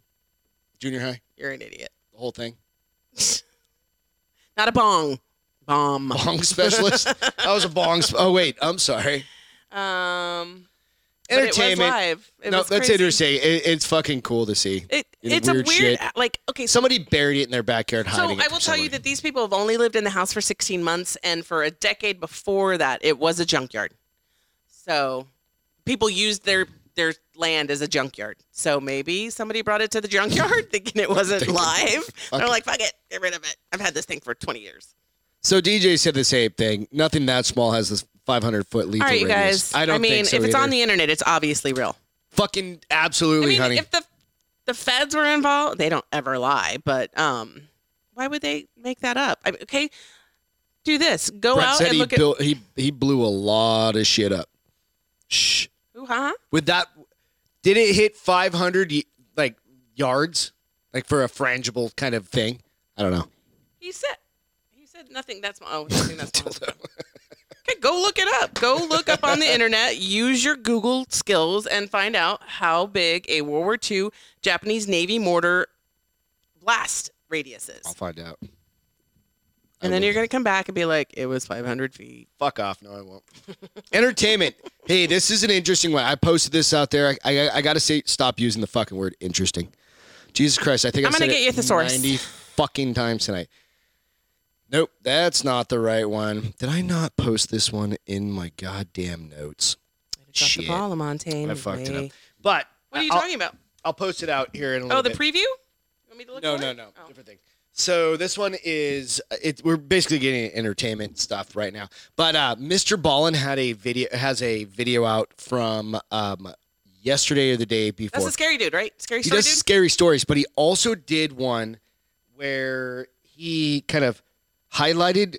S2: junior high,
S1: You're an idiot.
S2: the whole thing.
S1: Not a bong. Bomb.
S2: Bong specialist. I was a bong. Sp- oh wait, I'm sorry.
S1: Um. but It was
S2: Entertainment.
S1: live. It
S2: no,
S1: was
S2: that's
S1: crazy.
S2: interesting. It, it's fucking cool to see.
S1: It,
S2: It's
S1: it's
S2: weird
S1: a weird
S2: shit.
S1: like okay. So
S2: Somebody buried it in their backyard,
S1: So
S2: hiding.
S1: I will tell you that these people have only lived in the house for 16 months, and for a decade before that, it was a junkyard. So people used their their land as a junkyard. So maybe somebody brought it to the junkyard (laughs) thinking it wasn't
S2: Thinking,
S1: live.
S2: (laughs) it.
S1: They're like, "Fuck it, get rid of it. I've had this thing for 20 years."
S2: So DJ said the same thing. Nothing that small has this 500 foot lethal
S1: All right, you
S2: radius.
S1: guys.
S2: I don't
S1: mean,
S2: think so
S1: if it's
S2: either.
S1: on the internet, it's obviously real.
S2: fucking
S1: I
S2: absolutely,
S1: mean,
S2: honey.
S1: if the the feds were involved, they don't ever lie, but um, why would they make that up? I mean, okay, do this. Go
S2: Brett
S1: out
S2: said
S1: and
S2: he
S1: look at
S2: built. He he blew a lot of shit up. Shh.
S1: Ooh, huh?
S2: With that, did it hit 500 y- like yards, like for a frangible kind of thing? I don't know.
S1: He said he said nothing. That's my (laughs) oh, nothing. That's my okay. Go look it up. Go look up on the internet. Use your Google skills and find out how big a World War II Japanese Navy mortar blast radius is.
S2: I'll find out.
S1: and then you're gonna come back and be like, it was 500 feet.
S2: Fuck off. No, I won't. (laughs) Entertainment. Hey, this is an interesting one. I posted this out there. I, I, I got to say, stop using the fucking word interesting. Jesus Christ. I think
S1: I'm
S2: I
S1: gonna
S2: said
S1: get
S2: it
S1: you a thesaurus.
S2: 90 fucking times tonight. Nope, that's not the right one. Did I not post this one in my goddamn notes?
S1: Dropped
S2: Shit.
S1: the ball, Lamontagne.
S2: I fucked it
S1: Way.
S2: up. But
S1: What are you
S2: I'll-
S1: talking about?
S2: I'll post it out here in a little
S1: Oh, the
S2: bit.
S1: preview. You want me to look
S2: no,
S1: for
S2: no,
S1: it?
S2: no,
S1: Oh.
S2: different thing. So this one is uh, it. We're basically getting entertainment stuff right now. But uh, Mr. Ballin had a video has a video out from um, yesterday or the day before.
S1: That's a scary dude, right? Scary
S2: he
S1: story
S2: does
S1: dude.
S2: scary stories, but he also did one where he kind of highlighted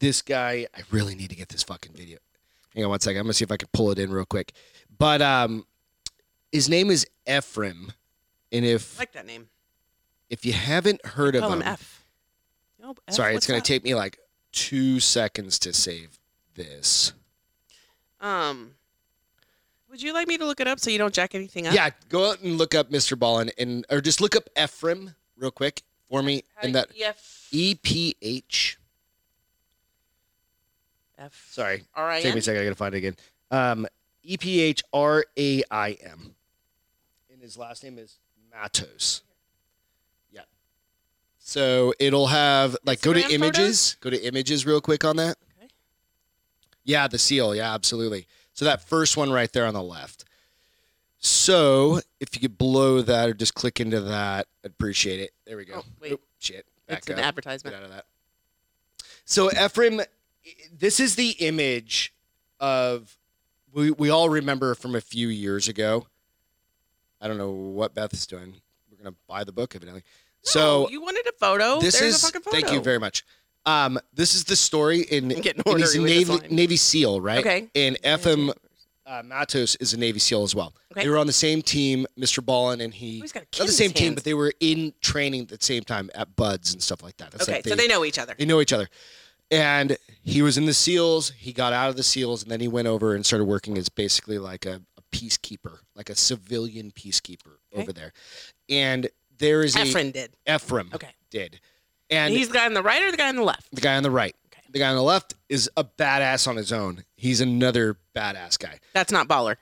S2: this guy. I really need to get this fucking video. Hang on one second. I'm gonna see if I can pull it in real quick. But um, his name is Ephraim, and if
S1: I like that name.
S2: if you haven't heard of
S1: Call him
S2: him-
S1: F. No, F,
S2: Sorry,
S1: what's
S2: it's going
S1: up?
S2: to take me like two seconds to save this.
S1: Um, would you like me to look it up so you don't jack anything up?
S2: Yeah, go out and look up Mr. Ballin and or just look up Ephraim real quick for me.
S1: How
S2: And
S1: do you-
S2: that
S1: EF,
S2: E P H.
S1: F,
S2: Sorry,
S1: R I
S2: take me
S1: N.
S2: a second. I got to find it again. Um, E P H R A I M. And his last name is Matos. So it'll have like go to
S1: Instagram
S2: images, go to images real quick on that.
S1: Okay.
S2: Yeah, the seal. Yeah, absolutely. So that first one right there on the left. So if you could blow that or just click into that, I'd appreciate it. There we go.
S1: Oh, wait.
S2: Oop, shit. Back
S1: It's an
S2: up.
S1: advertisement.
S2: Get out of that. So Ephraim, this is the image of we we all remember from a few years ago. I don't know what Beth is doing. We're gonna buy the book evidently. so
S1: No, you wanted a photo.
S2: this
S1: There's
S2: is
S1: a fucking photo.
S2: thank you very much. Um, this is the story in,
S1: I'm getting
S2: and he's
S1: ornery
S2: a
S1: with this
S2: Navy
S1: line.
S2: Navy SEAL, right?
S1: Okay.
S2: And Ephraim uh, Matos is a Navy SEAL as well.
S1: Okay.
S2: They were on the same team, Mr. Ballin and he.
S1: Oh, he's got a kid
S2: not
S1: in
S2: the
S1: his
S2: same team,
S1: hands.
S2: but they were in training at the same time at Buds and stuff like that. That's
S1: Okay,
S2: like
S1: so they know each other.
S2: they know each other. And he was in the SEALs. He got out of the SEALs, and then he went over and started working as basically like a, a peacekeeper, like a civilian peacekeeper
S1: Okay.
S2: over there. And there is
S1: Efren did.
S2: a Ephraim
S1: Okay.
S2: did,
S1: And
S2: and
S1: he's the guy on the right or the guy on the left?
S2: the guy on the right,
S1: Okay.
S2: the guy on the left is a badass on his own. He's another badass guy.
S1: That's not baller.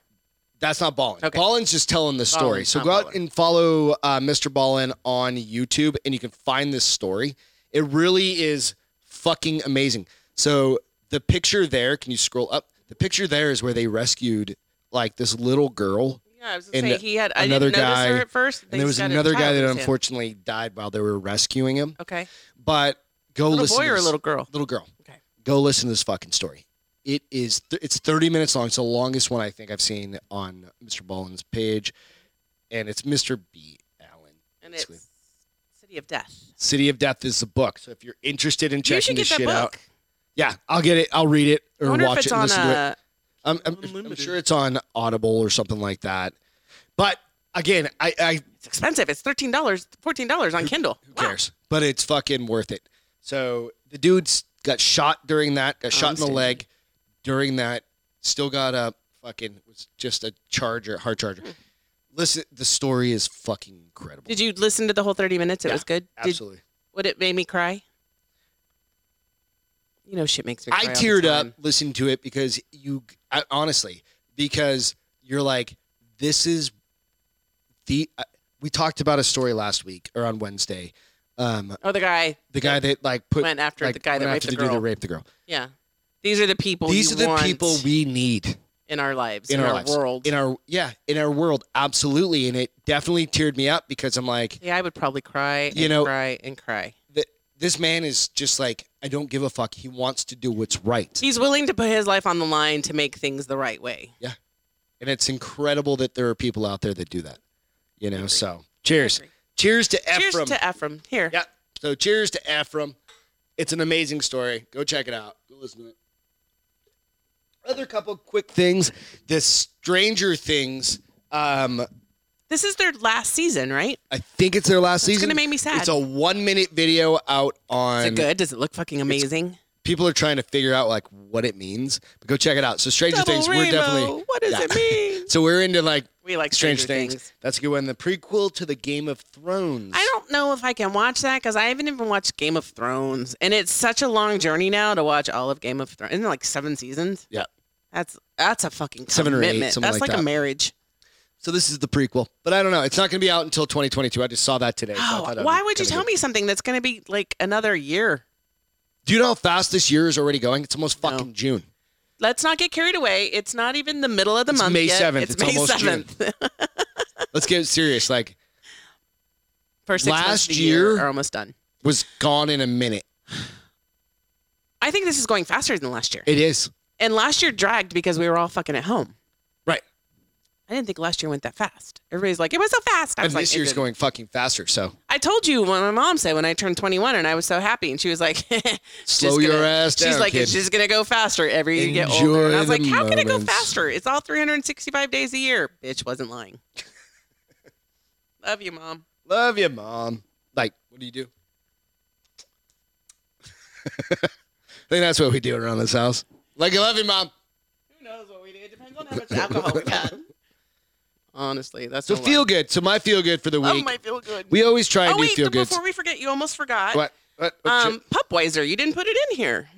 S2: That's not Ballin.
S1: Okay.
S2: Ballin's just telling the story.
S1: Ballin's
S2: so
S1: not
S2: go out
S1: Ballin.
S2: and follow uh, Mr. Ballin on YouTube, and you can find this story. It really is fucking amazing. So the picture there, can you scroll up? The picture there is where they rescued like this little girl,
S1: Yeah, I was
S2: And
S1: gonna say he had. I
S2: another
S1: didn't notice her
S2: guy-
S1: at first.
S2: and there was another guy that unfortunately died while they were rescuing him.
S1: Okay,
S2: But go
S1: little
S2: listen.
S1: boy
S2: to
S1: or a
S2: this-
S1: little girl?
S2: little girl.
S1: Okay.
S2: Go listen to this fucking story. It is th- it's 30 minutes long. It's the longest one I think I've seen on Mr. Ballin's page, and it's Mr. B. Allen.
S1: And
S2: basically.
S1: it's City of Death.
S2: City of Death is the book. So if you're interested in
S1: You should
S2: checking this
S1: get that
S2: shit
S1: book.
S2: out, yeah, I'll get it. I'll read it
S1: I
S2: or
S1: wonder
S2: watch
S1: if it's on
S2: it and
S1: uh,
S2: listen to it.
S1: a.
S2: I'm, I'm, I'm
S1: Unlimited.
S2: sure it's on Audible or something like that. But again, I, I
S1: It's expensive. It's thirteen dollars, fourteen dollars on Kindle.
S2: Who cares? (gasps) But it's fucking worth it. So the dude's got shot during that, got shot in the
S1: Understand.
S2: leg during that, still got up, fucking was just a charger, hard charger. Listen, the story is fucking incredible.
S1: Hmm. Did you listen to the whole thirty minutes? It
S2: Yeah,
S1: was good. Did,
S2: Absolutely.
S1: would it made me cry? You know, shit makes me. Cry
S2: I
S1: all the
S2: teared up
S1: time.
S2: listening to it because you I, honestly because you're like this is the uh, we talked about a story last week or on Wednesday um
S1: Oh, the guy
S2: the guy that like put
S1: went after
S2: like,
S1: the guy that
S2: went
S1: raped
S2: after
S1: the
S2: dude
S1: girl.
S2: that raped the girl
S1: yeah, these are the people.
S2: These
S1: you
S2: are the
S1: want
S2: people we need
S1: in our lives,
S2: in our, lives,
S1: world.
S2: in our yeah, in our world, absolutely. And it definitely teared me up because I'm like,
S1: yeah, I would probably cry.
S2: You
S1: and
S2: know-
S1: cry and cry.
S2: th- this man is just like, I don't give a fuck. He wants to do what's right,
S1: He's willing to put his life on the line to make things the right way.
S2: and it's incredible that there are people out there that do that. You know, so cheers, cheers to
S1: Cheers
S2: Ephraim.
S1: to Ephraim. Here.
S2: yeah, so cheers to Ephraim. It's an amazing story. Go check it out. Go listen to it. Other couple quick things. The Stranger Things. Um,
S1: This is their last season, right?
S2: I think it's their last
S1: It's
S2: season.
S1: gonna make me sad.
S2: It's a one minute video out on.
S1: Is it good? Does it look fucking amazing?
S2: People are trying to figure out like what it means, but go check it out. So Stranger
S1: Double
S2: Things,
S1: rainbow.
S2: we're definitely.
S1: What does
S2: yeah.
S1: it mean?
S2: So we're into like
S1: We like
S2: Strange
S1: Stranger,
S2: Things.
S1: Things.
S2: That's a good one. The prequel to the Game of Thrones.
S1: I don't know if I can watch that because I haven't even watched Game of Thrones, and it's such a long journey now to watch all of Game of Thrones. Isn't it like seven seasons?
S2: Yeah.
S1: That's that's a fucking
S2: Seven or eight,
S1: commitment.
S2: something
S1: that's
S2: like
S1: like, a
S2: that.
S1: marriage.
S2: So this is the prequel, but I don't know. It's not going to be out until 2022. I just saw that today. so I thought
S1: Oh,
S2: that'd
S1: why
S2: be
S1: would you
S2: kinda
S1: tell
S2: good.
S1: me something that's going to be like another year?
S2: Do you know how fast this year is already going? It's almost
S1: No.
S2: fucking June.
S1: Let's not get carried away. It's not even the middle of the
S2: It's
S1: month
S2: May
S1: yet.
S2: 7th.
S1: It's,
S2: It's
S1: May
S2: almost June.
S1: seventh. (laughs)
S2: Let's get serious. Like
S1: First six months
S2: Last
S1: of the year,
S2: year-
S1: are almost done.
S2: was gone in a minute.
S1: I think this is going faster than last year.
S2: It is
S1: And last year dragged because we were all fucking at home.
S2: right.
S1: I didn't think last year went that fast. Everybody's like, it went so fast. I
S2: And
S1: was like,
S2: this
S1: it
S2: year's
S1: didn't.
S2: going fucking faster. So
S1: I told you what my mom said when I turned 21 and I was so happy. And she was like, (laughs) "It's
S2: Slow
S1: just
S2: your
S1: gonna-
S2: ass
S1: She's
S2: down,
S1: like,
S2: kid.
S1: it's just going to go faster every you get
S2: Enjoy
S1: older. And I was
S2: the
S1: like, how can it go
S2: moments.
S1: faster? It's all 365 days a year. Bitch wasn't
S2: (laughs)
S1: lying. Love you, mom.
S2: Love you, mom. Like, what do you do? (laughs) I think that's what we do around this house. Like, I love you, mom.
S1: Who knows what we did? Depends on how much alcohol we had. (laughs) Honestly, that's
S2: So
S1: no lie.
S2: feel good. So my feel good for the
S1: Oh,
S2: week.
S1: my feel good.
S2: we always try and
S1: oh
S2: do
S1: wait,
S2: feel
S1: th-
S2: good.
S1: before we forget, you almost forgot.
S2: What? What? What?
S1: Um, Pupweiser, you didn't put it in here.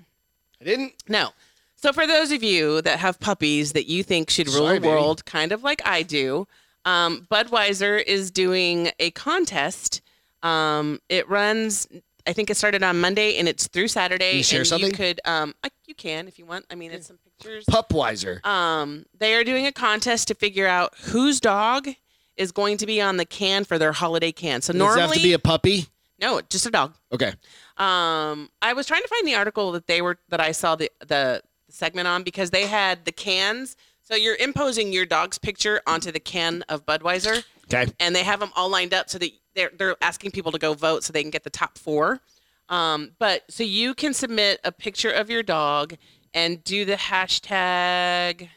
S2: I didn't.
S1: No. So for those of you that have puppies that you think should rule
S2: Sorry,
S1: the
S2: baby.
S1: world, kind of like I do, um, Budweiser is doing a contest Um, it runs. I think it started on Monday and it's through Saturday.
S2: Can you share
S1: and
S2: something?
S1: You could. Um, I, you can if you want. I mean, it's some pictures.
S2: Pupwiser.
S1: Um, they are doing a contest to figure out whose dog is going to be on the can for their holiday can. So
S2: Does it
S1: normally,
S2: have to be a puppy?
S1: no, just a dog.
S2: Okay.
S1: Um, I was trying to find the article that they were that I saw the the segment on because they had the cans. So you're imposing your dog's picture onto the can of Budweiser,
S2: Okay.
S1: and they have them all lined up so that they're they're asking people to go vote so they can get the top four. Um, but so you can submit a picture of your dog and do the hashtag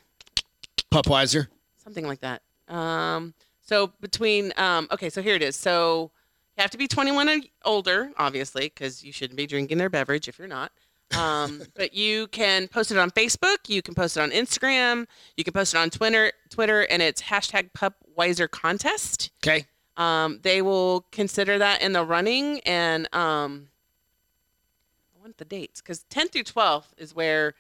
S2: Pupwiser.
S1: something like that. Um, so between um, okay, so here it is. So you have to be 21 and older, obviously, because you shouldn't be drinking their beverage if you're not. Um, but you can post it on Facebook, you can post it on Instagram, you can post it on Twitter, Twitter, and it's hashtag PupWiser Contest.
S2: Okay.
S1: Um, they will consider that in the running, and um, I want the dates because 10 through 12 is where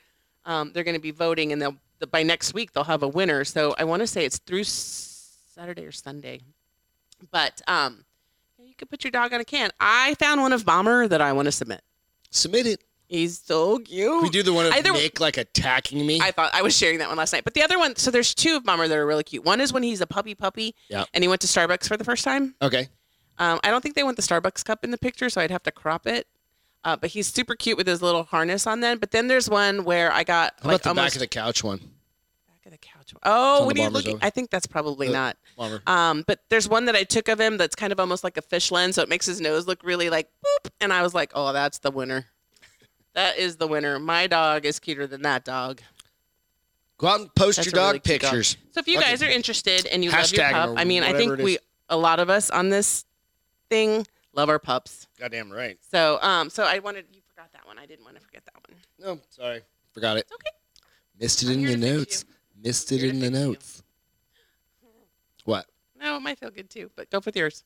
S1: um, they're going to be voting, and they'll the, by next week they'll have a winner. So I want to say it's through S- Saturday or Sunday, but um, you could put your dog on a can. I found one of Bomber that I want to submit.
S2: Submit it.
S1: He's so cute.
S2: We do the one of
S1: Either-
S2: Nick like attacking me.
S1: I thought I was sharing that one last night, but the other one. So there's two of Bomber that are really cute. One is when he's a puppy puppy,
S2: Yeah.
S1: and he went to Starbucks for the first time.
S2: okay.
S1: Um, I don't think they want the Starbucks cup in the picture, so I'd have to crop it. Uh, but he's super cute with his little harness on. Then, but then there's one where I got
S2: How
S1: like
S2: about the
S1: almost
S2: back of the couch one?
S1: back of the couch. Oh,
S2: on
S1: when
S2: the
S1: you
S2: barber's
S1: look,
S2: over.
S1: I think that's probably
S2: Uh,
S1: not.
S2: Bomber.
S1: Um, but there's one that I took of him that's kind of almost like a fish lens, so it makes his nose look really like boop. And I was like, oh, that's the winner. That is the winner. My dog is cuter than that dog.
S2: Go out and post
S1: That's
S2: your
S1: a
S2: dog
S1: really cute dog.
S2: pictures.
S1: So if you
S2: Okay.
S1: guys are interested and you love your
S2: Hashtag 'em
S1: pup,
S2: or
S1: I mean, I
S2: whatever
S1: think
S2: it is.
S1: we a lot of us on this thing love our pups.
S2: Goddamn right.
S1: So um, so I wanted you forgot that one. I didn't want to forget that one.
S2: No, sorry. Forgot it.
S1: It's okay.
S2: Missed it
S1: I'm
S2: in
S1: here
S2: the
S1: to fix
S2: notes. Missed it
S1: Here to
S2: in the
S1: fix you.
S2: notes. What?
S1: No, it might feel good too. But go with yours.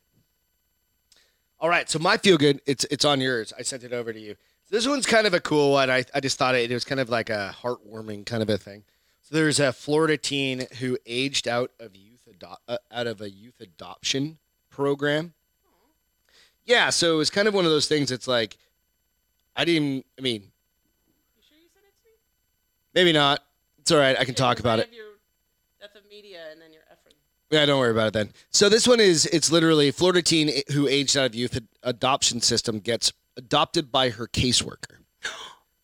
S2: All right, so my feel good, it's it's on yours. I sent it over to you. This one's kind of a cool one. I, I just thought it, it was kind of like a heartwarming kind of a thing. So there's a Florida teen who aged out of youth ado- uh, out of a youth adoption program. Yeah, so it was kind of one of those things. It's like I didn't. I mean,
S1: You sure you sent it to me?
S2: maybe not. It's all right. I can talk about it.
S1: death of media and then your effort.
S2: Yeah, don't worry about it then. So this one is it's literally Florida teen who aged out of youth ad- adoption system gets adopted by her caseworker. (gasps)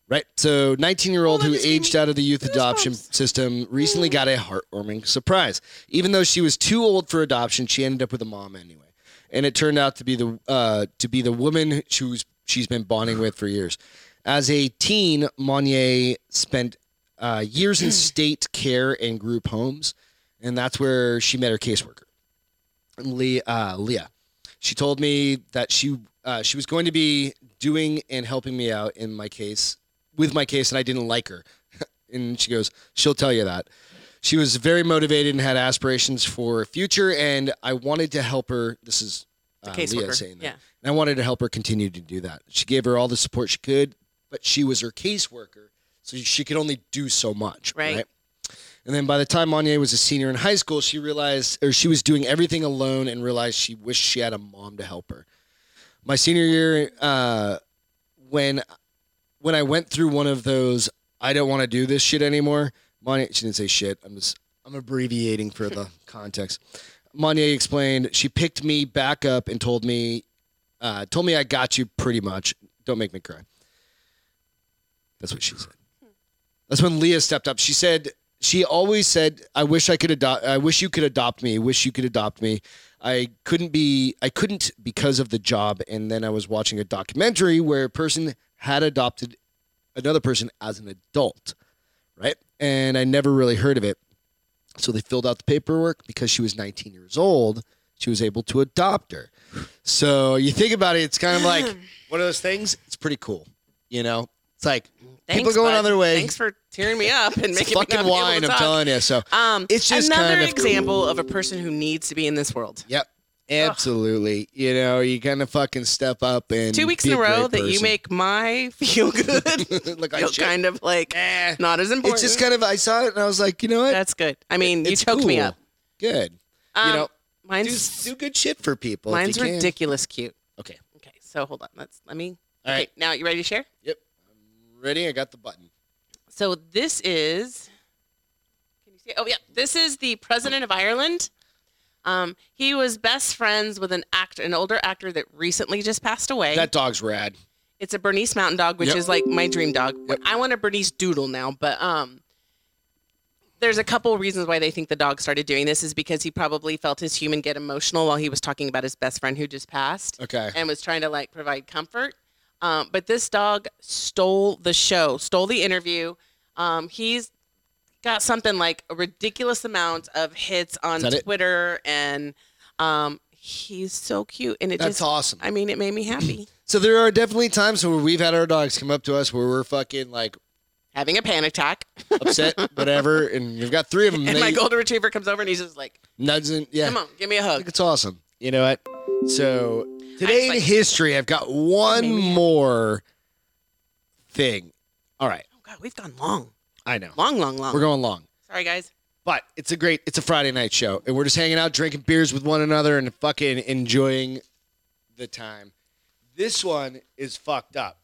S2: Right? So 19-year-old
S1: Oh,
S2: who
S1: that just gave
S2: aged
S1: me
S2: out of the youth adoption system recently got a heartwarming surprise. Even though she was too old for adoption, she ended up with a mom anyway. And it turned out to be the uh, to be the woman who's she's been bonding with for years. As a teen, Monier spent uh, years in state care and group homes, and that's where she met her caseworker, Leah. Uh, Leah. She told me that she uh, she was going to be doing and helping me out in my case with my case, and I didn't like her. and she goes, she'll tell you that. She was very motivated and had aspirations for a future, and I wanted to help her. This is uh, Leah
S1: caseworker,
S2: saying that.
S1: yeah.
S2: And I wanted to help her continue to do that. She gave her all the support she could, but she was her caseworker, so she could only do so much.
S1: Right.
S2: right? And then by the time Manya was a senior in high school, she realized, or she was doing everything alone and realized she wished she had a mom to help her. My senior year, uh, when when I went through one of those, I don't want to do this shit anymore. Manya, she didn't say shit. I'm just, I'm abbreviating for the context. Manya explained she picked me back up and told me, uh, told me I got you pretty much. Don't make me cry. That's what she said. That's when Leah stepped up. She said she always said, "I wish I could adopt. I wish you could adopt me. Wish you could adopt me. I couldn't be. I couldn't because of the job." And then I was watching a documentary where a person had adopted another person as an adult, right? And I never really heard of it. So they filled out the paperwork because she was 19 years old. She was able to adopt her. So you think about it, it's kind of like one of those things. It's pretty cool, you know. It's like people going on their way.
S1: Thanks for tearing me up and
S2: It's
S1: making me not
S2: fucking
S1: be able
S2: wine.
S1: to
S2: I'm
S1: talk.
S2: telling you. So,
S1: Um,
S2: It's just
S1: another
S2: kind of
S1: example of a person who needs to be in this world.
S2: yep, absolutely. You know, you kind of fucking step up and
S1: Two weeks
S2: be
S1: in a row
S2: great
S1: that you
S2: person. (laughs)
S1: make my (laughs) feel good
S2: look like
S1: feel
S2: shit.
S1: kind of like
S2: Eh.
S1: not as important.
S2: It's just kind of. I saw it and I was like, you know what?
S1: That's good. I mean, you
S2: It's
S1: choked me
S2: cool.
S1: up.
S2: Good.
S1: Um,
S2: you know, do,
S1: mine's
S2: do good shit for people. if
S1: mine's
S2: you can.
S1: ridiculous cute.
S2: Okay,
S1: So hold on. Let's let me.
S2: All
S1: okay,
S2: right.
S1: now you ready to share?
S2: Yep. I'm ready. I got the button.
S1: So this is. Can you see? Oh yeah, this is the president of Ireland. Um, he was best friends with an act, an older actor that recently just passed away.
S2: That dog's rad.
S1: It's a Bernese Mountain Dog, which
S2: Yep.
S1: is like my dream dog.
S2: Yep.
S1: I want a Bernese Doodle now, but um, there's a couple reasons why they think the dog started doing this is because he probably felt his human get emotional while he was talking about his best friend who just passed
S2: Okay.
S1: and was trying to like provide comfort. Um, but this dog stole the show, stole the interview. Um, he's got something like a ridiculous amount of hits on
S2: that it?
S1: Twitter, and um, he's so cute. And it
S2: That's
S1: just,
S2: awesome.
S1: I mean, it made me
S2: (clears throat)
S1: happy.
S2: So there are definitely times where we've had our dogs come up to us where we're fucking like
S1: Having a panic attack. (laughs)
S2: upset, whatever, and we've got three of them.
S1: And
S2: they
S1: my golden retriever comes over and he's just like,
S2: nuds in, yeah.
S1: "Come on, give me a
S2: I think
S1: hug."
S2: it's awesome. You know what? So today
S1: I
S2: in
S1: just
S2: history, I've got one
S1: Maybe.
S2: more thing. All right,
S1: Oh God, we've gone long,
S2: I know
S1: long, long, long.
S2: we're going long,
S1: Sorry, guys.
S2: but it's a great. It's a Friday night show, and we're just hanging out, drinking beers with one another, and fucking enjoying the time. This one is fucked up.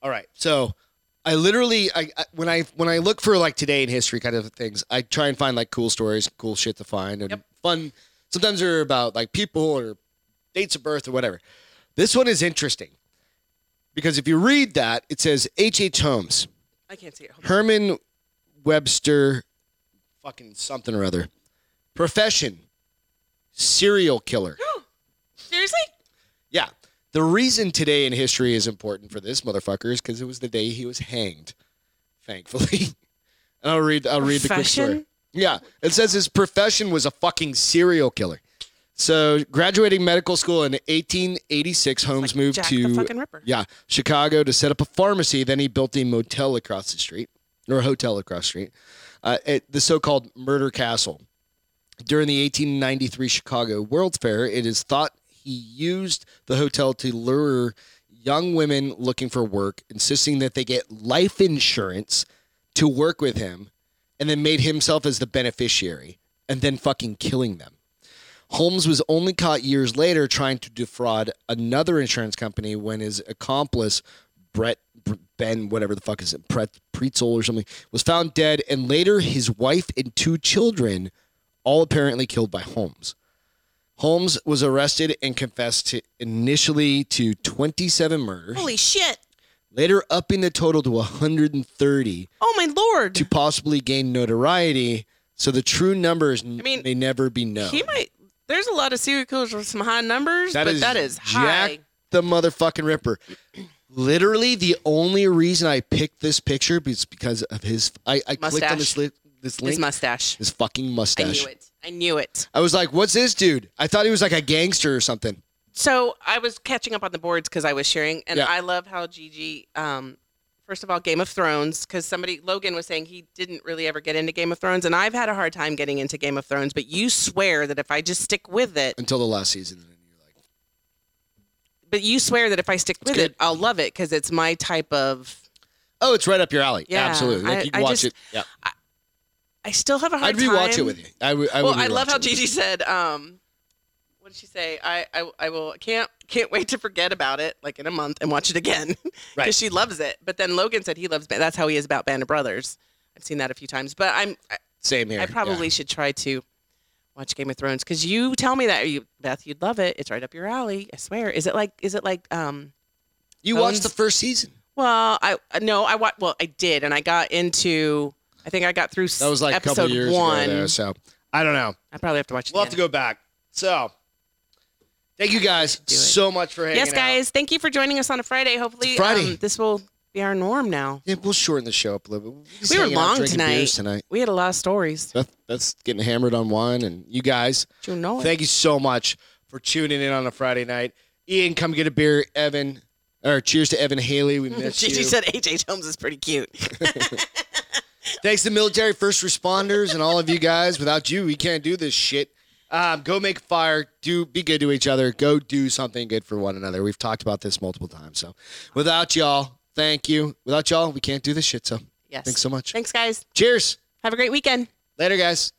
S2: All right, so I literally, I, I when I when I look for like today in history kind of things, I try and find like cool stories, cool shit to find, and
S1: Yep.
S2: fun. Sometimes they're about like people or dates of birth or whatever. This one is interesting because if you read that, it says H. H. Holmes,
S1: I can't see it. Hold on.
S2: Herman Webster, fucking something or other, profession, serial killer.
S1: (gasps) Seriously?
S2: Yeah. The reason today in history is important for this motherfucker is because it was the day he was hanged, thankfully. (laughs) and I'll read. I'll read the quick story.
S1: Profession?
S2: Yeah, it says his profession was a fucking serial killer. So, graduating medical school in 1886, Holmes
S1: Like
S2: moved
S1: Jack
S2: to
S1: the fucking Ripper.
S2: yeah, Chicago to set up a pharmacy. Then he built a motel across the street, or a hotel across the street, uh, at the so-called Murder Castle. During the 1893 Chicago World's Fair, it is thought he used the hotel to lure young women looking for work, insisting that they get life insurance to work with him, and then made himself as the beneficiary, and then fucking killing them. Holmes was only caught years later trying to defraud another insurance company when his accomplice, Brett Br- Ben, whatever the fuck is it, Brett Pretzel or something, was found dead, and later his wife and two children, all apparently killed by Holmes. Holmes was arrested and confessed to initially to 27 murders,
S1: Holy shit!
S2: later upping the total to 130
S1: Oh my lord!
S2: to possibly gain notoriety. So the true numbers n-
S1: I mean,
S2: may never be known.
S1: He might. There's a lot of serial killers with some high numbers,
S2: That
S1: but
S2: is
S1: that is high.
S2: Jack the motherfucking Ripper. Literally, the only reason I picked this picture is because of his. I, I clicked
S1: Mustache.
S2: on this li- this link.
S1: His
S2: His,
S1: mustache.
S2: fucking
S1: I
S2: mustache.
S1: knew it. I knew it.
S2: I was like, "What's this dude?" I thought he was like a gangster or something.
S1: So I was catching up on the boards because I was sharing, and
S2: Yeah.
S1: I love how Gigi. Um, first of all, Game of Thrones, because somebody Logan was saying he didn't really ever get into Game of Thrones, and I've had a hard time getting into Game of Thrones. But you swear that if I just stick with it,
S2: Until the last season, and you're like,
S1: but you swear that if I stick with
S2: good.
S1: it, I'll love it because it's my type of.
S2: "Oh, it's right up your alley."
S1: Yeah,
S2: absolutely. Like
S1: I-
S2: you can
S1: I
S2: watch
S1: just-
S2: it. Yeah,
S1: I still have a hard
S2: I'd
S1: time.
S2: rewatch it with you. I would. I
S1: well,
S2: would
S1: I love
S2: rewatch
S1: how
S2: it with you.
S1: Gigi said, um, "What did she say? I, I, I will can't can't wait to forget about it like in a month and watch it again (laughs) because
S2: Right.
S1: she loves it." But then Logan said he loves. Ba- That's how he is about Band of Brothers. I've seen that a few times, but I'm I,
S2: Same here.
S1: I probably should try to watch Game of Thrones because you tell me that you Beth you'd love it. It's right up your alley. I swear. Is it like is it like um
S2: Yeah. You watched
S1: Bones-
S2: the first season.
S1: well, I uh, no, I wa- well, I did, and I got into. I think I got through. s-
S2: That was like a
S1: episode
S2: couple years
S1: one.
S2: ago. Though, so I don't know.
S1: I probably have to watch. It
S2: We'll
S1: again.
S2: have to go back. So, thank you guys
S1: it.
S2: so much for hanging
S1: Yes,
S2: out.
S1: guys, thank you for joining us on a Friday. Hopefully,
S2: It's Friday.
S1: Um, this will be our norm now.
S2: Yeah, we'll shorten the show up a little bit. We'll just
S1: We were
S2: hang out
S1: long
S2: drinking
S1: tonight.
S2: beers tonight.
S1: We had a lot of stories.
S2: Beth, Beth's getting hammered on wine, and you guys,
S1: Did you know it?
S2: thank you so much for tuning in on a Friday night. Ian, come get a beer. Evan, or cheers to Evan
S1: (laughs)
S2: Haley. We missed
S1: Gigi
S2: you.
S1: said AJ Holmes is pretty
S2: (laughs)
S1: cute.
S2: Thanks to military first responders and all of you guys. Without you, we can't do this shit. Um, go make fire. Do be good to each other. Go do something good for one another. We've talked about this multiple times. So, without y'all, thank you. Without y'all, we can't do this shit. So,
S1: Yes.
S2: thanks so much.
S1: Thanks, guys.
S2: Cheers.
S1: Have a great weekend.
S2: Later, guys.